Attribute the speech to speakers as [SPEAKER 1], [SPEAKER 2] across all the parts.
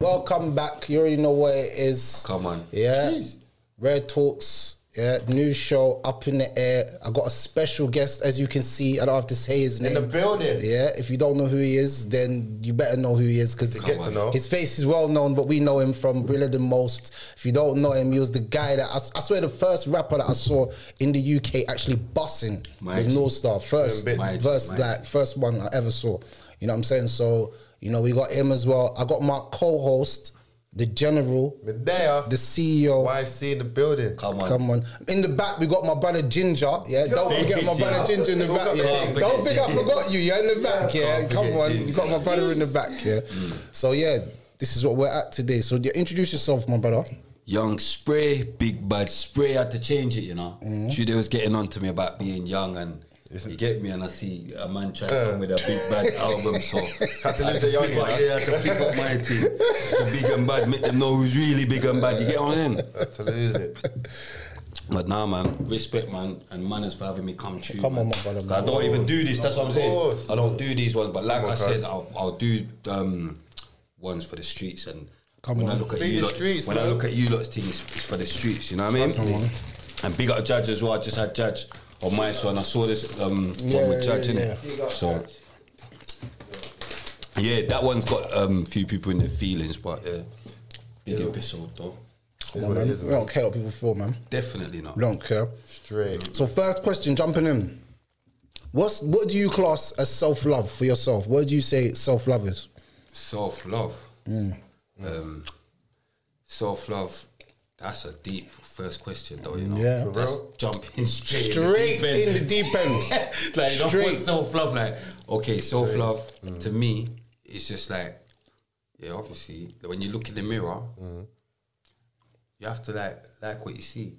[SPEAKER 1] Welcome back. You already know what it is.
[SPEAKER 2] Come on.
[SPEAKER 1] Yeah.
[SPEAKER 2] Jeez.
[SPEAKER 1] Rare Talks. Yeah. New show up in the air. I got a special guest, as you can see. I don't have to say his name.
[SPEAKER 3] In the building.
[SPEAKER 1] Yeah. If you don't know who he is, then you better know who he is because
[SPEAKER 3] Get to know.
[SPEAKER 1] his face is well known, but we know him from Realer Than Most. If you don't know him, he was the guy that I, I swear the first rapper that I saw in the UK actually bussing with
[SPEAKER 2] G.
[SPEAKER 1] North Star. First
[SPEAKER 3] Them
[SPEAKER 2] bits.
[SPEAKER 1] verse,
[SPEAKER 2] My G, my
[SPEAKER 1] like first one I ever saw. You know what I'm saying? So, you know, we got him as well. I got my co-host, the general,
[SPEAKER 3] Medea.
[SPEAKER 1] the CEO.
[SPEAKER 3] YC in the building.
[SPEAKER 2] Come on.
[SPEAKER 1] Come on. In the back, we got my brother Ginger. Yeah, don't forget my brother Ginger in the
[SPEAKER 3] Don't
[SPEAKER 1] back.
[SPEAKER 3] forget
[SPEAKER 1] Yeah,
[SPEAKER 3] Ginger.
[SPEAKER 1] don't think I forgot you. You're in the back. Yeah,
[SPEAKER 2] can't
[SPEAKER 1] come
[SPEAKER 2] forget
[SPEAKER 1] on.
[SPEAKER 2] Ginger.
[SPEAKER 1] You got my brother in the back. Yeah. So yeah, this is what we're at today. So yeah, introduce yourself, my brother.
[SPEAKER 2] Young Spray, Big Bad Spray. I had to change it, you know.
[SPEAKER 3] Mm-hmm.
[SPEAKER 2] Judy was getting on to me about being young and you get me and I see a man trying to come with a big bad album, so
[SPEAKER 3] Uh. Had to leave the young
[SPEAKER 2] flip up-
[SPEAKER 3] one.
[SPEAKER 2] yeah, I had to flip up my team. The big and bad, make them know who's really big and bad. You get on in.
[SPEAKER 3] To lose it.
[SPEAKER 2] But now, man, respect, man, and manners for having me come through.
[SPEAKER 1] Come on,
[SPEAKER 2] man.
[SPEAKER 1] my brother, man.
[SPEAKER 2] I don't even do this. That's what I'm saying.
[SPEAKER 3] course.
[SPEAKER 2] I don't do these ones. But like
[SPEAKER 3] on,
[SPEAKER 2] I
[SPEAKER 3] cuz.
[SPEAKER 2] said, I'll, I'll do um, ones for the streets. And
[SPEAKER 1] Come
[SPEAKER 2] when I
[SPEAKER 1] on.
[SPEAKER 2] look at
[SPEAKER 3] Feed
[SPEAKER 2] you,
[SPEAKER 3] the
[SPEAKER 2] lot,
[SPEAKER 3] streets,
[SPEAKER 2] when I
[SPEAKER 3] man.
[SPEAKER 2] look at you lot's things, it's for the streets. You know what I mean? And big up Judge as well. I just had Judge on my son. I saw this um, one with
[SPEAKER 1] yeah,
[SPEAKER 2] Judge in it. So. Yeah, that one's got a um, few people in their feelings, but uh, big episode though.
[SPEAKER 1] Come on, man. We don't care what people feel, man.
[SPEAKER 2] Definitely not.
[SPEAKER 1] We don't care.
[SPEAKER 3] Straight.
[SPEAKER 1] So first question, jumping in. What's what do you class as self love for yourself? What do you say self love is? Hmm.
[SPEAKER 2] self love.
[SPEAKER 1] Mm.
[SPEAKER 2] Um, self love. That's a deep first question, though. You know,
[SPEAKER 1] Yeah. For
[SPEAKER 2] that's jumping straight,
[SPEAKER 1] Straight in the
[SPEAKER 2] end.
[SPEAKER 1] deep end.
[SPEAKER 2] like you know,
[SPEAKER 1] Straight.
[SPEAKER 2] self love. Like okay, self love to me is just like yeah. Obviously, when you look in the mirror, you have to like like what you see,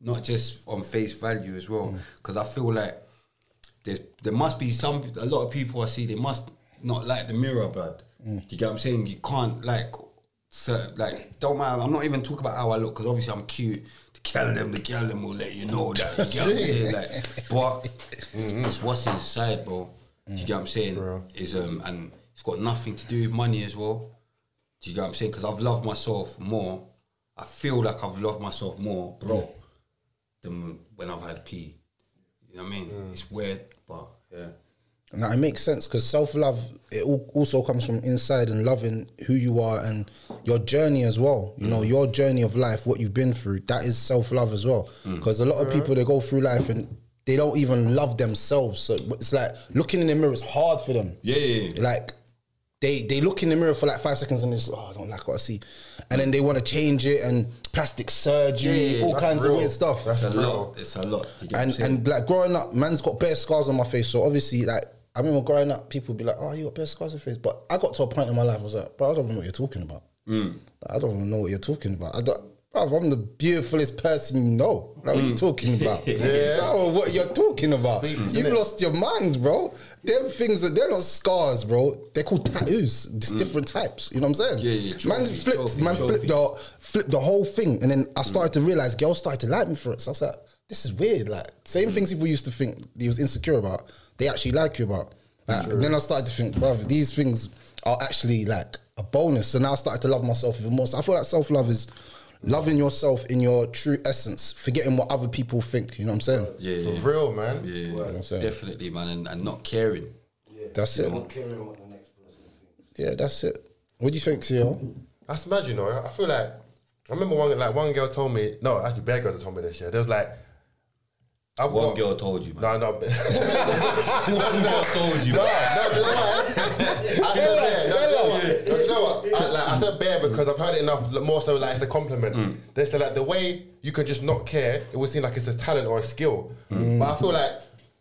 [SPEAKER 2] not just on face value as well. Because I feel like there's there must be some a lot of people I see they must not like the mirror, blood. You get what I'm saying? You can't like certain like don't matter. I'm not even talking about how I look because obviously I'm cute. The girl them, the girl them will let you know that. You get what I'm saying? Like, but it's what's inside, bro. Do you get what I'm saying? Is um and it's got nothing to do with money as well. Do you get what I'm saying? Because I've loved myself more. I feel like I've loved myself more, bro, than when I've had pee. You know what I mean?
[SPEAKER 1] Mm.
[SPEAKER 2] It's weird, but yeah.
[SPEAKER 1] Now it makes sense because self love it al- also comes from inside and loving who you are and your journey as well. You know your journey of life, what you've been through. That is self love as well. Because a lot of people they go through life and they don't even love themselves. So it's like looking in the mirror is hard for them.
[SPEAKER 2] Yeah, yeah, yeah.
[SPEAKER 1] Like they they look in the mirror for like five seconds and they just oh I don't like what I see, and then they want to change it and plastic surgery,
[SPEAKER 2] Yeah, yeah,
[SPEAKER 1] all
[SPEAKER 2] that's
[SPEAKER 1] kinds
[SPEAKER 3] real.
[SPEAKER 1] of weird stuff.
[SPEAKER 2] It's a lot. It's a lot. You get what I'm
[SPEAKER 1] And
[SPEAKER 2] saying?
[SPEAKER 1] and like growing up, man's got bare scars on my face. So obviously, like I remember growing up, people be like, "Oh, you got bare scars on your face." But I got to a point in my life, I was like, "Bro, I don't know what you're talking about.
[SPEAKER 2] Mm.
[SPEAKER 1] I don't even know what you're talking about. I don't." Bro, I'm the beautifulest person you know. Like,
[SPEAKER 2] Mm.
[SPEAKER 1] What are you talking about? yeah. what you're talking about? You've lost your mind, bro. Them things that they're not scars, bro. They're called tattoos. There's different types. You know what I'm saying?
[SPEAKER 2] Mm. Yeah, yeah,
[SPEAKER 1] man
[SPEAKER 2] trophy,
[SPEAKER 1] flipped,
[SPEAKER 2] trophy,
[SPEAKER 1] man flipped
[SPEAKER 2] trophy.
[SPEAKER 1] the flipped the whole thing, and then I started to realize girls started to like me for it. So I was like, this is weird. Like same things people used to think they was insecure about, they actually like you about. Like, then I started to think, brother, these things are actually like a bonus. And now I started to love myself even more. So I feel like self love is loving yourself in your true essence, forgetting what other people think. You know what I'm saying?
[SPEAKER 2] Yeah, yeah,
[SPEAKER 3] For real, man.
[SPEAKER 2] yeah, yeah.
[SPEAKER 1] I'm saying?
[SPEAKER 2] definitely, man, and, and not caring.
[SPEAKER 1] That's it.
[SPEAKER 4] Not caring what the next person thinks.
[SPEAKER 1] Yeah, that's it. What do you think, Sio?
[SPEAKER 3] That's mad, you know. I feel like I remember one like one girl told me no, actually, bare girls told me this. Yeah, there was like I've
[SPEAKER 2] One
[SPEAKER 3] got,
[SPEAKER 2] girl told you, man.
[SPEAKER 3] No, no, but-
[SPEAKER 2] One girl told you.
[SPEAKER 3] no, no, do you know what? I said bare. no, do you know what? Do you know what? I, like, I said bare because I've heard it enough. like, More so, like it's a compliment.
[SPEAKER 2] Mm.
[SPEAKER 3] They said like the way you can just not care, it would seem like it's a talent or a skill.
[SPEAKER 2] Mm.
[SPEAKER 3] But I feel like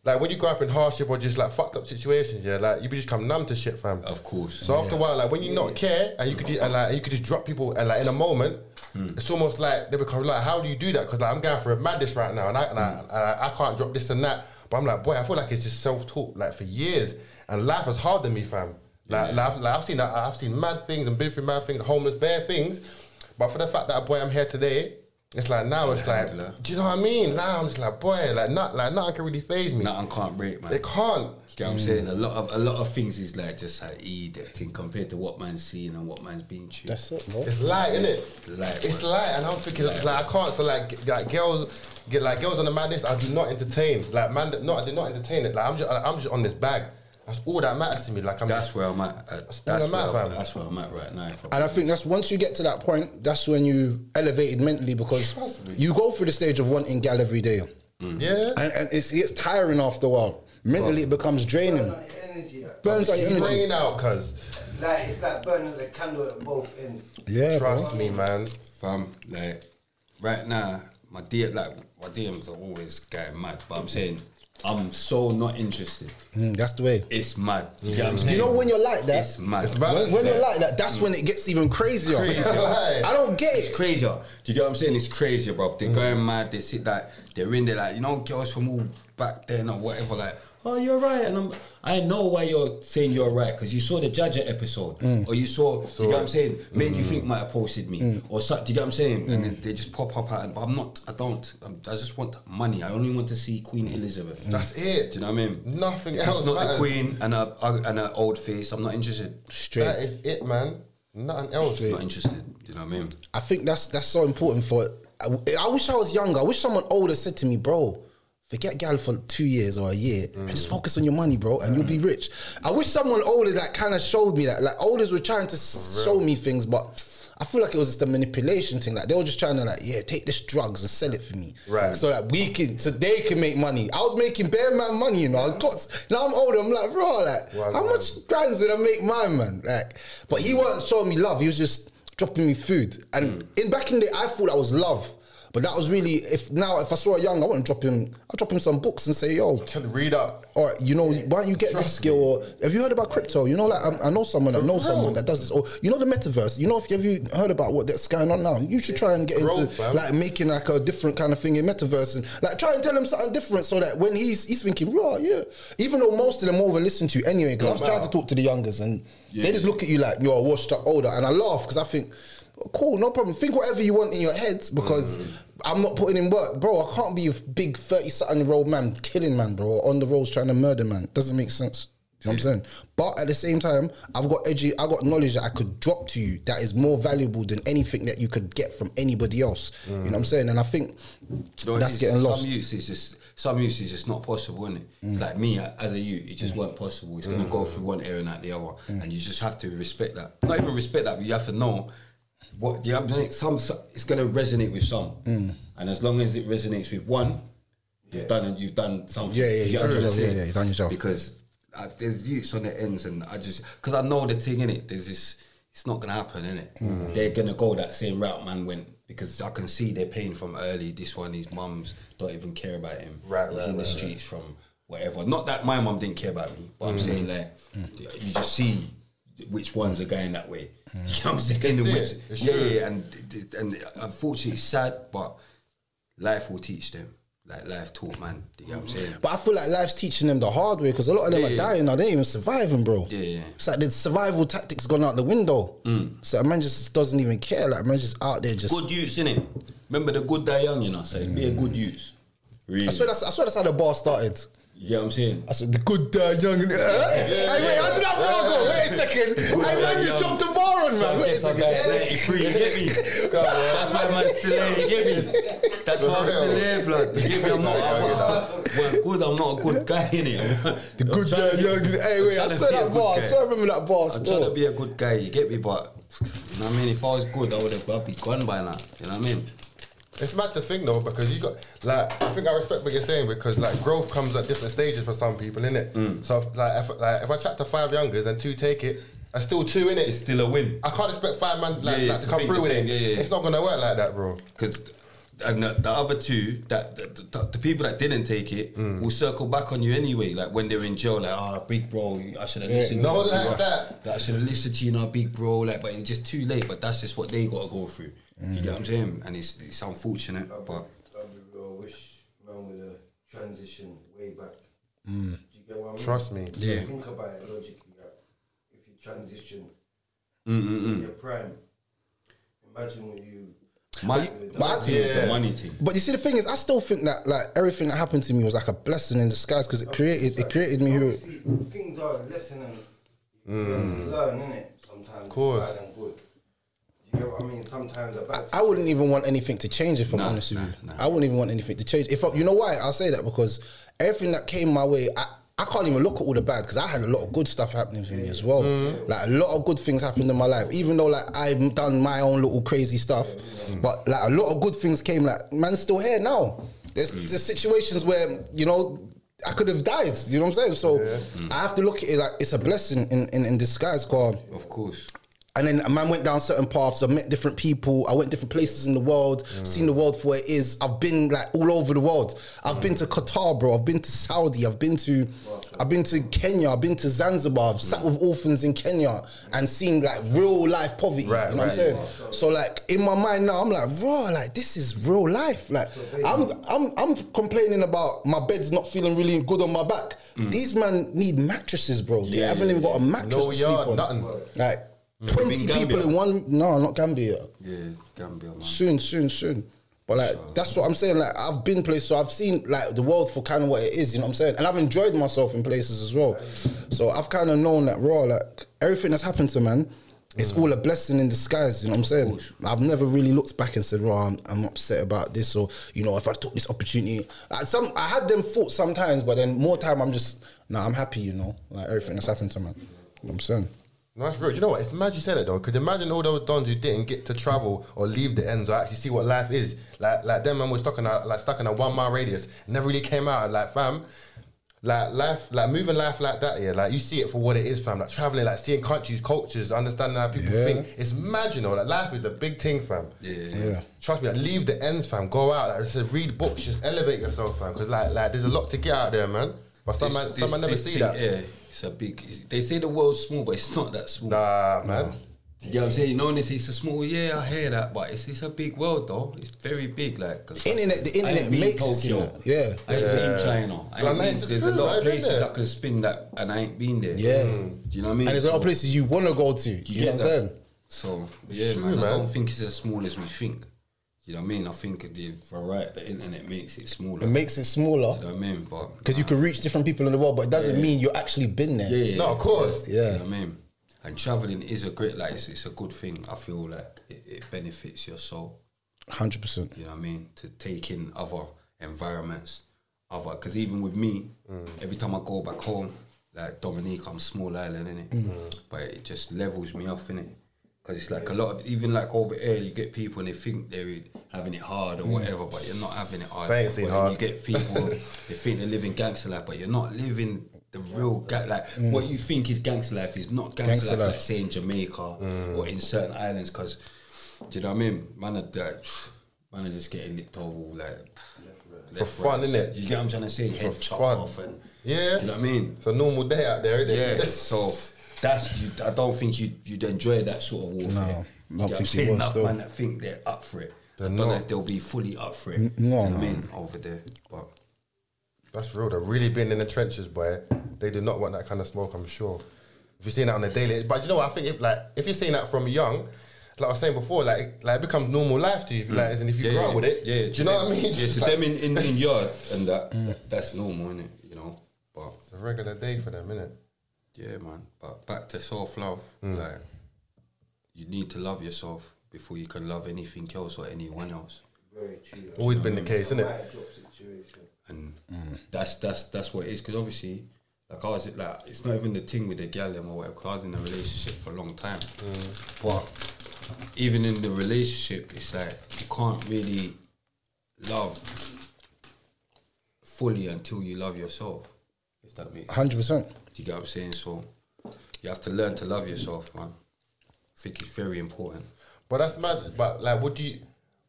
[SPEAKER 3] like when you grow up in hardship or just like fucked up situations, yeah, like you become numb to shit, fam.
[SPEAKER 2] Of course.
[SPEAKER 3] So after a while, like when you not care and you could just, and, like you could just drop people and like in a moment,
[SPEAKER 5] Mm.
[SPEAKER 3] it's almost like they become like, how do you do that? Because like I'm going for a madness right now, and I, and, I, and I I can't drop this and that. But I'm like, boy, I feel like it's just self taught. Like for years, and life has hardened me, fam. Like, life, like I've seen that, I've seen mad things and been through mad things, homeless, bare things. But for the fact that boy, I'm here today. It's like now, it's like,
[SPEAKER 2] Alhamdulillah.
[SPEAKER 3] do you know what I mean? Now I'm just like, boy, like not, like nothing can really phase me.
[SPEAKER 2] Nothing can't break, man.
[SPEAKER 3] It can't.
[SPEAKER 2] You
[SPEAKER 1] Mm.
[SPEAKER 2] get what I'm saying? A lot of a lot of things is like just like e that thing compared to what man's seen and what man's been to.
[SPEAKER 1] That's it, bro.
[SPEAKER 3] It's light, isn't it?
[SPEAKER 2] Light,
[SPEAKER 3] it's
[SPEAKER 2] bro.
[SPEAKER 3] light, and I'm thinking like, I can't. So like, g- like girls, get like girls on the madness. I do not entertain. Like man, no, I do not entertain it. Like I'm just, I'm just on this bag. That's all that matters to me. Like I'm.
[SPEAKER 2] That's
[SPEAKER 3] just,
[SPEAKER 2] where I'm at. uh, That's,
[SPEAKER 3] all that
[SPEAKER 2] where,
[SPEAKER 3] matter,
[SPEAKER 2] I'm-
[SPEAKER 3] fam.
[SPEAKER 2] that's where I'm at right now. if I'm-
[SPEAKER 1] And I think that's once you get to that point, that's when you've elevated mentally because
[SPEAKER 3] Trust me.
[SPEAKER 1] you go through the stage of wanting gal every day.
[SPEAKER 2] Mm.
[SPEAKER 3] yeah.
[SPEAKER 1] And, and it's, it's tiring after a while. Mentally, it becomes draining.
[SPEAKER 4] Like energy. Like,
[SPEAKER 1] Burns out your energy.
[SPEAKER 3] Rain out, cause
[SPEAKER 4] like it's like burning the candle at both ends.
[SPEAKER 1] Yeah, bro.
[SPEAKER 3] trust me, man.
[SPEAKER 2] fam. Like right now, my DM, like my DMs are always getting mad. But I'm saying I'm so not interested.
[SPEAKER 1] Mm, that's the way. Mm.
[SPEAKER 2] It's mad. You get what I'm
[SPEAKER 1] Do
[SPEAKER 2] saying?
[SPEAKER 1] you know when you're like that?
[SPEAKER 2] It's mad.
[SPEAKER 3] It's mad.
[SPEAKER 1] When, when you're like that, that's when it gets even crazier.
[SPEAKER 3] Right.
[SPEAKER 1] I don't get
[SPEAKER 2] It's
[SPEAKER 1] it. Mm.
[SPEAKER 2] crazier. Do you get what I'm saying? It's crazier, bro. They're going mad. They sit like they're in there, like you know, girls from all back then or whatever. Like, oh, you're right, and I'm. I know why you're saying you're right because you saw the Judger episode, or you saw. do you get what I'm saying? Made
[SPEAKER 3] Mm.
[SPEAKER 2] you think might have posted me, or something. Do you get what I'm saying? And then they just pop up out. But I'm not. I don't. I'm, I just want money. I only want to see Queen Elizabeth.
[SPEAKER 3] That's it.
[SPEAKER 2] Do you know what I mean?
[SPEAKER 3] Nothing
[SPEAKER 2] If
[SPEAKER 3] else
[SPEAKER 2] It's not
[SPEAKER 3] matters.
[SPEAKER 2] the Queen and a and an old face. I'm not interested.
[SPEAKER 3] That is it, man. Nothing else.
[SPEAKER 2] Not interested. Do you know what I mean?
[SPEAKER 1] I think that's that's so important for. I, I wish I was younger. I wish someone older said to me, bro. Forget gal for two years or a year and just focus on your money, bro, and you'll be rich. I wish someone older that kind of showed me that. Like, olders were trying to s- show me things, but I feel like it was just a manipulation thing. Like, they were just trying to, like, yeah, take this drugs and sell it for me.
[SPEAKER 3] Right.
[SPEAKER 1] So that we can, so they can make money. I was making bare man money, you know. I got, now I'm older, I'm like, bro, like,
[SPEAKER 3] Wow,
[SPEAKER 1] how
[SPEAKER 3] wow.
[SPEAKER 1] much grands did I make mine, man? Like, but he wasn't showing me love. He was just dropping me food. And in back in the day, I thought that was love. But that was really if now if I saw a young, I wouldn't drop him. I'd drop him some books and say, yo,
[SPEAKER 3] Tell- Read up.
[SPEAKER 1] all right, you know, why don't you get this skill? Or have you heard about crypto? You know, like um, i I know someone, I know someone that does this. Or you know, the metaverse. You know, if you have you heard about what that's going on now, you should try and get
[SPEAKER 3] Growth,
[SPEAKER 1] into
[SPEAKER 3] fam.
[SPEAKER 1] like making like a different kind of thing in metaverse and like try and tell him something different so that when he's he's thinking, raw, yeah. Even though most of them over listen to you anyway, because I've tried to talk to the youngers and they just look at you like you're a washed up older, and I laugh because I think. Cool, no problem. Think whatever you want in your head because I'm not putting in work, bro. I can't be a big thirty something year old man killing man, bro, or on the roads trying to murder man. Doesn't make sense. You know what I'm saying? But at the same time, I've got edu- I got knowledge that I could drop to you that is more valuable than anything that you could get from anybody else. You know what I'm saying? And I think
[SPEAKER 2] No,
[SPEAKER 1] that's
[SPEAKER 2] it's-
[SPEAKER 1] getting lost. Mm.
[SPEAKER 2] Some use is just some use is just not possible, is it? It's like me I- as a youth, it just weren't possible. It's gonna go through one area and out the other,
[SPEAKER 1] Mm.
[SPEAKER 2] and you just have to respect that. Not even respect that, but you have to know what you have. To, some so- it's gonna resonate with some,
[SPEAKER 1] Mm.
[SPEAKER 2] and as long as it resonates with one, you've done you've done something.
[SPEAKER 1] Yeah, yeah,
[SPEAKER 2] You
[SPEAKER 1] you've
[SPEAKER 2] get
[SPEAKER 1] done
[SPEAKER 2] what
[SPEAKER 1] your
[SPEAKER 2] I'm
[SPEAKER 1] job, yeah,
[SPEAKER 2] saying?
[SPEAKER 1] yeah, you've done your job.
[SPEAKER 2] Because I, there's youths on the ends, and I just because I know the thing in it. There's this. It's not gonna happen, innit? it? They're gonna go that same route man went because I can see they're paying from early. This one, his mums don't even care about him.
[SPEAKER 3] Right,
[SPEAKER 2] he's
[SPEAKER 3] right,
[SPEAKER 2] in the
[SPEAKER 3] right,
[SPEAKER 2] streets from whatever. Not that my mum didn't care about me, but I'm saying like you just see which ones are going that way. You know what I'm saying?
[SPEAKER 3] That's
[SPEAKER 2] Which-
[SPEAKER 3] it. It's
[SPEAKER 2] yeah,
[SPEAKER 3] true.
[SPEAKER 2] yeah, and and unfortunately, it's sad, but life will teach them. Like life taught man. Do you get what I'm saying?
[SPEAKER 1] Mm. But I feel like life's teaching them the hard way because a lot of them are dying now. They ain't even surviving, bro.
[SPEAKER 2] Yeah, yeah.
[SPEAKER 1] It's like the survival tactics gone out the window. So a man just doesn't even care. Like man just out there just.
[SPEAKER 2] good use, innit? Remember the good die young, you know, say be a good use. Really.
[SPEAKER 1] I swear that's I swear that's how the bar started.
[SPEAKER 2] You get what I'm saying?
[SPEAKER 1] I said, the good uh, young. Uh, hey, wait, how did that bar go? Wait a second. Hey, man, just dropped the bar on, man. Wait a
[SPEAKER 2] Yes, I'm
[SPEAKER 1] second.
[SPEAKER 2] like 93, you get me? That's why man's still there, you get me? That's why I'm still there, blood. You get me? I'm not, I'm, I'm, I'm good, I'm not a good guy, innit?
[SPEAKER 1] The good uh, young. Hey, wait, I saw that bar. I saw I remember that bar.
[SPEAKER 2] I'm trying to
[SPEAKER 1] still.
[SPEAKER 2] be a good guy, you get me? But, you know what I mean? If I was good, I would have I'd be gone by now, you know what I mean?
[SPEAKER 3] It's mad to think though, because you got like I think I respect what you're saying because like growth comes at different stages for some people, innit?
[SPEAKER 2] Mm.
[SPEAKER 3] it? So if, like, if, like if I chat to five youngers and two take it, that's still two innit?
[SPEAKER 2] It's still a win.
[SPEAKER 3] I can't expect five man like,
[SPEAKER 2] Yeah, yeah,
[SPEAKER 3] like, to
[SPEAKER 2] to
[SPEAKER 3] come
[SPEAKER 2] think
[SPEAKER 3] through
[SPEAKER 2] the
[SPEAKER 3] with it.
[SPEAKER 2] same, yeah, yeah.
[SPEAKER 3] It's not gonna work like that, bro.
[SPEAKER 2] Because and the, the other two, that the, the, the people that didn't take it,
[SPEAKER 3] Mm.
[SPEAKER 2] will circle back on you anyway. Like when they're in jail, like, ah, big bro, you- I should have listened.
[SPEAKER 3] no,
[SPEAKER 2] to you.
[SPEAKER 3] like that.
[SPEAKER 2] I should have listened to you, now, big bro. Like, but it's just too late. But that's just what they got to go through. You get what I'm saying? And it's it's unfortunate, but
[SPEAKER 4] I'll be real. I wish man would have transitioned way back.
[SPEAKER 1] Mm.
[SPEAKER 4] Do you get what I mean?
[SPEAKER 3] Trust me.
[SPEAKER 2] Yeah.
[SPEAKER 4] Think about it logically. Like, if you transition
[SPEAKER 2] Mm-mm-mm.
[SPEAKER 4] in your prime, imagine what you.
[SPEAKER 2] my,
[SPEAKER 1] but I-
[SPEAKER 2] thing is
[SPEAKER 3] yeah.
[SPEAKER 2] the money thing.
[SPEAKER 1] But you see, the thing is, I still think that like everything that happened to me was like a blessing in disguise because it created it Mm. created me who.
[SPEAKER 4] Obviously, things are a lesson and you have to learn, innit? Sometimes
[SPEAKER 3] course.
[SPEAKER 4] bad and good. You get what I mean? Sometimes a bad.
[SPEAKER 1] I wouldn't even want anything to change if I'm
[SPEAKER 2] Nah,
[SPEAKER 1] honest with
[SPEAKER 2] nah,
[SPEAKER 1] you.
[SPEAKER 2] nah.
[SPEAKER 1] I wouldn't even want anything to change. If I, you know why I say that because everything that came my way, I, I can't even look at all the bad because I had a lot of good stuff happening for me as well. Like a lot of good things happened in my life, even though like I've done my own little crazy stuff.
[SPEAKER 2] Mm.
[SPEAKER 1] But like a lot of good things came. Like man's still here now. There's,
[SPEAKER 2] Mm.
[SPEAKER 1] there's situations where you know. I could have died, you know what I'm saying? So I have to look at it like it's a blessing in, in, in disguise, God
[SPEAKER 2] Of course,
[SPEAKER 1] and then a man went down certain paths. I met different people. I went different places in the world, seen the world for what it is. I've been like all over the world. I've been to Qatar, bro. I've been to Saudi. I've been to, I've been to Kenya. I've been to Zanzibar. I've sat with orphans in Kenya and seen like real life poverty.
[SPEAKER 3] Right,
[SPEAKER 1] you know what I'm
[SPEAKER 3] right.
[SPEAKER 1] saying? So like in my mind now, I'm like, raw. Like this is real life. Like I'm, I'm, I'm complaining about my bed's not feeling really good on my back.
[SPEAKER 3] Mm.
[SPEAKER 1] These men need mattresses, bro. They haven't even got a mattress
[SPEAKER 3] No
[SPEAKER 1] to sleep
[SPEAKER 3] yard,
[SPEAKER 1] on.
[SPEAKER 3] nothing.
[SPEAKER 1] Like twenty
[SPEAKER 2] In Gambia?
[SPEAKER 1] people in one. No, not Gambia.
[SPEAKER 2] yeah, Gambia man.
[SPEAKER 1] Soon, soon, soon. But like that's what I'm saying. Like I've been places, so I've seen like the world for kind of what it is. You know what I'm saying? And I've enjoyed myself in places as well. So I've kind of known that raw. Like everything that's happened to man, it's
[SPEAKER 2] Mm.
[SPEAKER 1] all a blessing in disguise. You know what I'm saying? I've never really looked back and said, "Raw, I'm, I'm upset about this," or you know, if I took this opportunity. Like, some I had them thoughts sometimes, but then more time I'm just, nah, I'm happy. You know, like everything that's happened to man. You know what I'm saying?
[SPEAKER 3] No, that's real. You know what? It's mad you said it though, because imagine all those dons who didn't get to travel or leave the ends or actually see what life is. Like, like them man was stuck in a like stuck in a one mile radius, never really came out. And like, fam, like life, like moving life like that, yeah. Like you see it for what it is, fam. Like traveling, like seeing countries, cultures, understanding how people think. It's mad, you know. Like life is a big thing, fam.
[SPEAKER 1] Yeah.
[SPEAKER 3] Trust me, like, leave the ends, fam. Go out, like, just read books, just elevate yourself, fam. Because like, like there's a lot to get out there, man. But some man,
[SPEAKER 2] This-
[SPEAKER 3] some
[SPEAKER 2] this-
[SPEAKER 3] man never
[SPEAKER 2] this
[SPEAKER 3] see
[SPEAKER 2] thing,
[SPEAKER 3] that.
[SPEAKER 2] Yeah, it's a big. it's- they say the world's small, but it's not that small.
[SPEAKER 3] Nah, man.
[SPEAKER 2] You get what I'm saying? You know, and it's, it's a small, yeah, I hear that, but it's, it's a big world, though. It's very big, like. 'cause
[SPEAKER 1] Internet- the
[SPEAKER 2] I ain't
[SPEAKER 1] internet
[SPEAKER 2] been
[SPEAKER 1] makes it seem
[SPEAKER 2] Tokyo.
[SPEAKER 1] that, yeah.
[SPEAKER 2] I ain't been China. I
[SPEAKER 3] Like,
[SPEAKER 2] ain't
[SPEAKER 3] man, Mm.
[SPEAKER 2] been,
[SPEAKER 3] it's
[SPEAKER 2] there's
[SPEAKER 3] true,
[SPEAKER 2] a lot
[SPEAKER 3] I've
[SPEAKER 2] of
[SPEAKER 3] been
[SPEAKER 2] places
[SPEAKER 3] there.
[SPEAKER 2] I can spin that, and I ain't been there.
[SPEAKER 1] Yeah.
[SPEAKER 2] Do you know what I mean?
[SPEAKER 1] Mm. And there's a lot of
[SPEAKER 2] So-
[SPEAKER 1] places you want to go to. You, know
[SPEAKER 2] get
[SPEAKER 1] what I'm
[SPEAKER 2] that.
[SPEAKER 1] saying?
[SPEAKER 2] So yeah,
[SPEAKER 3] true,
[SPEAKER 2] man, I
[SPEAKER 3] man.
[SPEAKER 2] don't think it's as small as we think. You know what I mean? I think the for right, the internet makes it smaller.
[SPEAKER 1] It makes it smaller
[SPEAKER 2] you know what I mean? But
[SPEAKER 1] because you can reach different people in the world, but it doesn't mean you actually been there.
[SPEAKER 2] yeah, yeah,
[SPEAKER 3] No, of course.
[SPEAKER 2] Do
[SPEAKER 1] Yeah.
[SPEAKER 2] you know what I mean? And traveling is a great, like, it's, it's a good thing. I feel like it, it benefits your soul.
[SPEAKER 1] hundred percent.
[SPEAKER 2] You know what I mean? To take in other environments, other because even with me, every time I go back home, like Dominique, I'm small island in it,
[SPEAKER 1] Mm.
[SPEAKER 2] but it just levels me off in it. Because it's like a lot of even like over here, you get people and they think they're having it hard
[SPEAKER 1] Mm.
[SPEAKER 2] or whatever, but you're not having it hard.
[SPEAKER 3] They ain't seen
[SPEAKER 2] But then
[SPEAKER 3] hard.
[SPEAKER 2] You get people they think they're living gangster life, but you're not living the real ga- like
[SPEAKER 3] Mm.
[SPEAKER 2] what you think is gangster life is not gangster,
[SPEAKER 1] Mm. Gangster
[SPEAKER 2] life,
[SPEAKER 1] life.
[SPEAKER 2] Like say in Jamaica
[SPEAKER 3] Mm.
[SPEAKER 2] or in certain islands because do you know what I mean? Man are like, man are just getting licked over like
[SPEAKER 3] For fun, innit?
[SPEAKER 2] You get what I'm trying to say? Head
[SPEAKER 3] For
[SPEAKER 2] chopped
[SPEAKER 3] fun.
[SPEAKER 2] off and
[SPEAKER 3] Yeah.
[SPEAKER 2] Do you know what I mean?
[SPEAKER 3] It's a normal day out there, isn't it?
[SPEAKER 2] Yeah. so that's you, I don't think you you'd enjoy that sort of warfare.
[SPEAKER 1] No, I don't
[SPEAKER 2] You get what
[SPEAKER 1] think
[SPEAKER 2] I'm
[SPEAKER 1] you
[SPEAKER 2] saying?
[SPEAKER 1] would
[SPEAKER 2] Enough
[SPEAKER 1] still.
[SPEAKER 2] man that think they're up for it. I
[SPEAKER 3] They're
[SPEAKER 2] don't know
[SPEAKER 3] not.
[SPEAKER 2] if they'll be fully up for it.
[SPEAKER 1] no,
[SPEAKER 2] you know what
[SPEAKER 1] no.
[SPEAKER 2] I mean? Over there. But
[SPEAKER 3] That's real. They've really been in the trenches, boy. They do not want that kind of smoke, I'm sure. If you're seeing that on a daily, but you know, what, I think if like if you're seeing that from young, like I was saying before, like like it becomes normal life to you, if you like, and if you
[SPEAKER 2] Mm. yeah,
[SPEAKER 3] grow
[SPEAKER 2] yeah,
[SPEAKER 3] up with it,
[SPEAKER 2] Yeah,
[SPEAKER 3] do
[SPEAKER 2] to
[SPEAKER 3] you know what
[SPEAKER 2] them-
[SPEAKER 3] I mean?
[SPEAKER 2] Yeah,
[SPEAKER 3] Just
[SPEAKER 2] to
[SPEAKER 3] like-
[SPEAKER 2] them in, in, in yard and that that's normal, innit? You know. But
[SPEAKER 3] It's a regular day for them, innit?
[SPEAKER 2] yeah, man. But back to self love.
[SPEAKER 3] Mm.
[SPEAKER 2] Like you need to love yourself before you can love anything else or anyone else.
[SPEAKER 4] Very true.
[SPEAKER 3] Always been the case, innit?
[SPEAKER 4] Bad job situation.
[SPEAKER 2] and that's that's that's what it is. Because obviously, like I was like, it's not even the thing with the gal them or whatever. 'cause I was in a relationship for a long time, but even in the relationship, it's like you can't really love fully until you love yourself. If that makes
[SPEAKER 1] Hundred percent.
[SPEAKER 2] do you get what I'm saying? So you have to learn to love yourself, man. I think it's very important.
[SPEAKER 3] But that's mad. But like, what do you?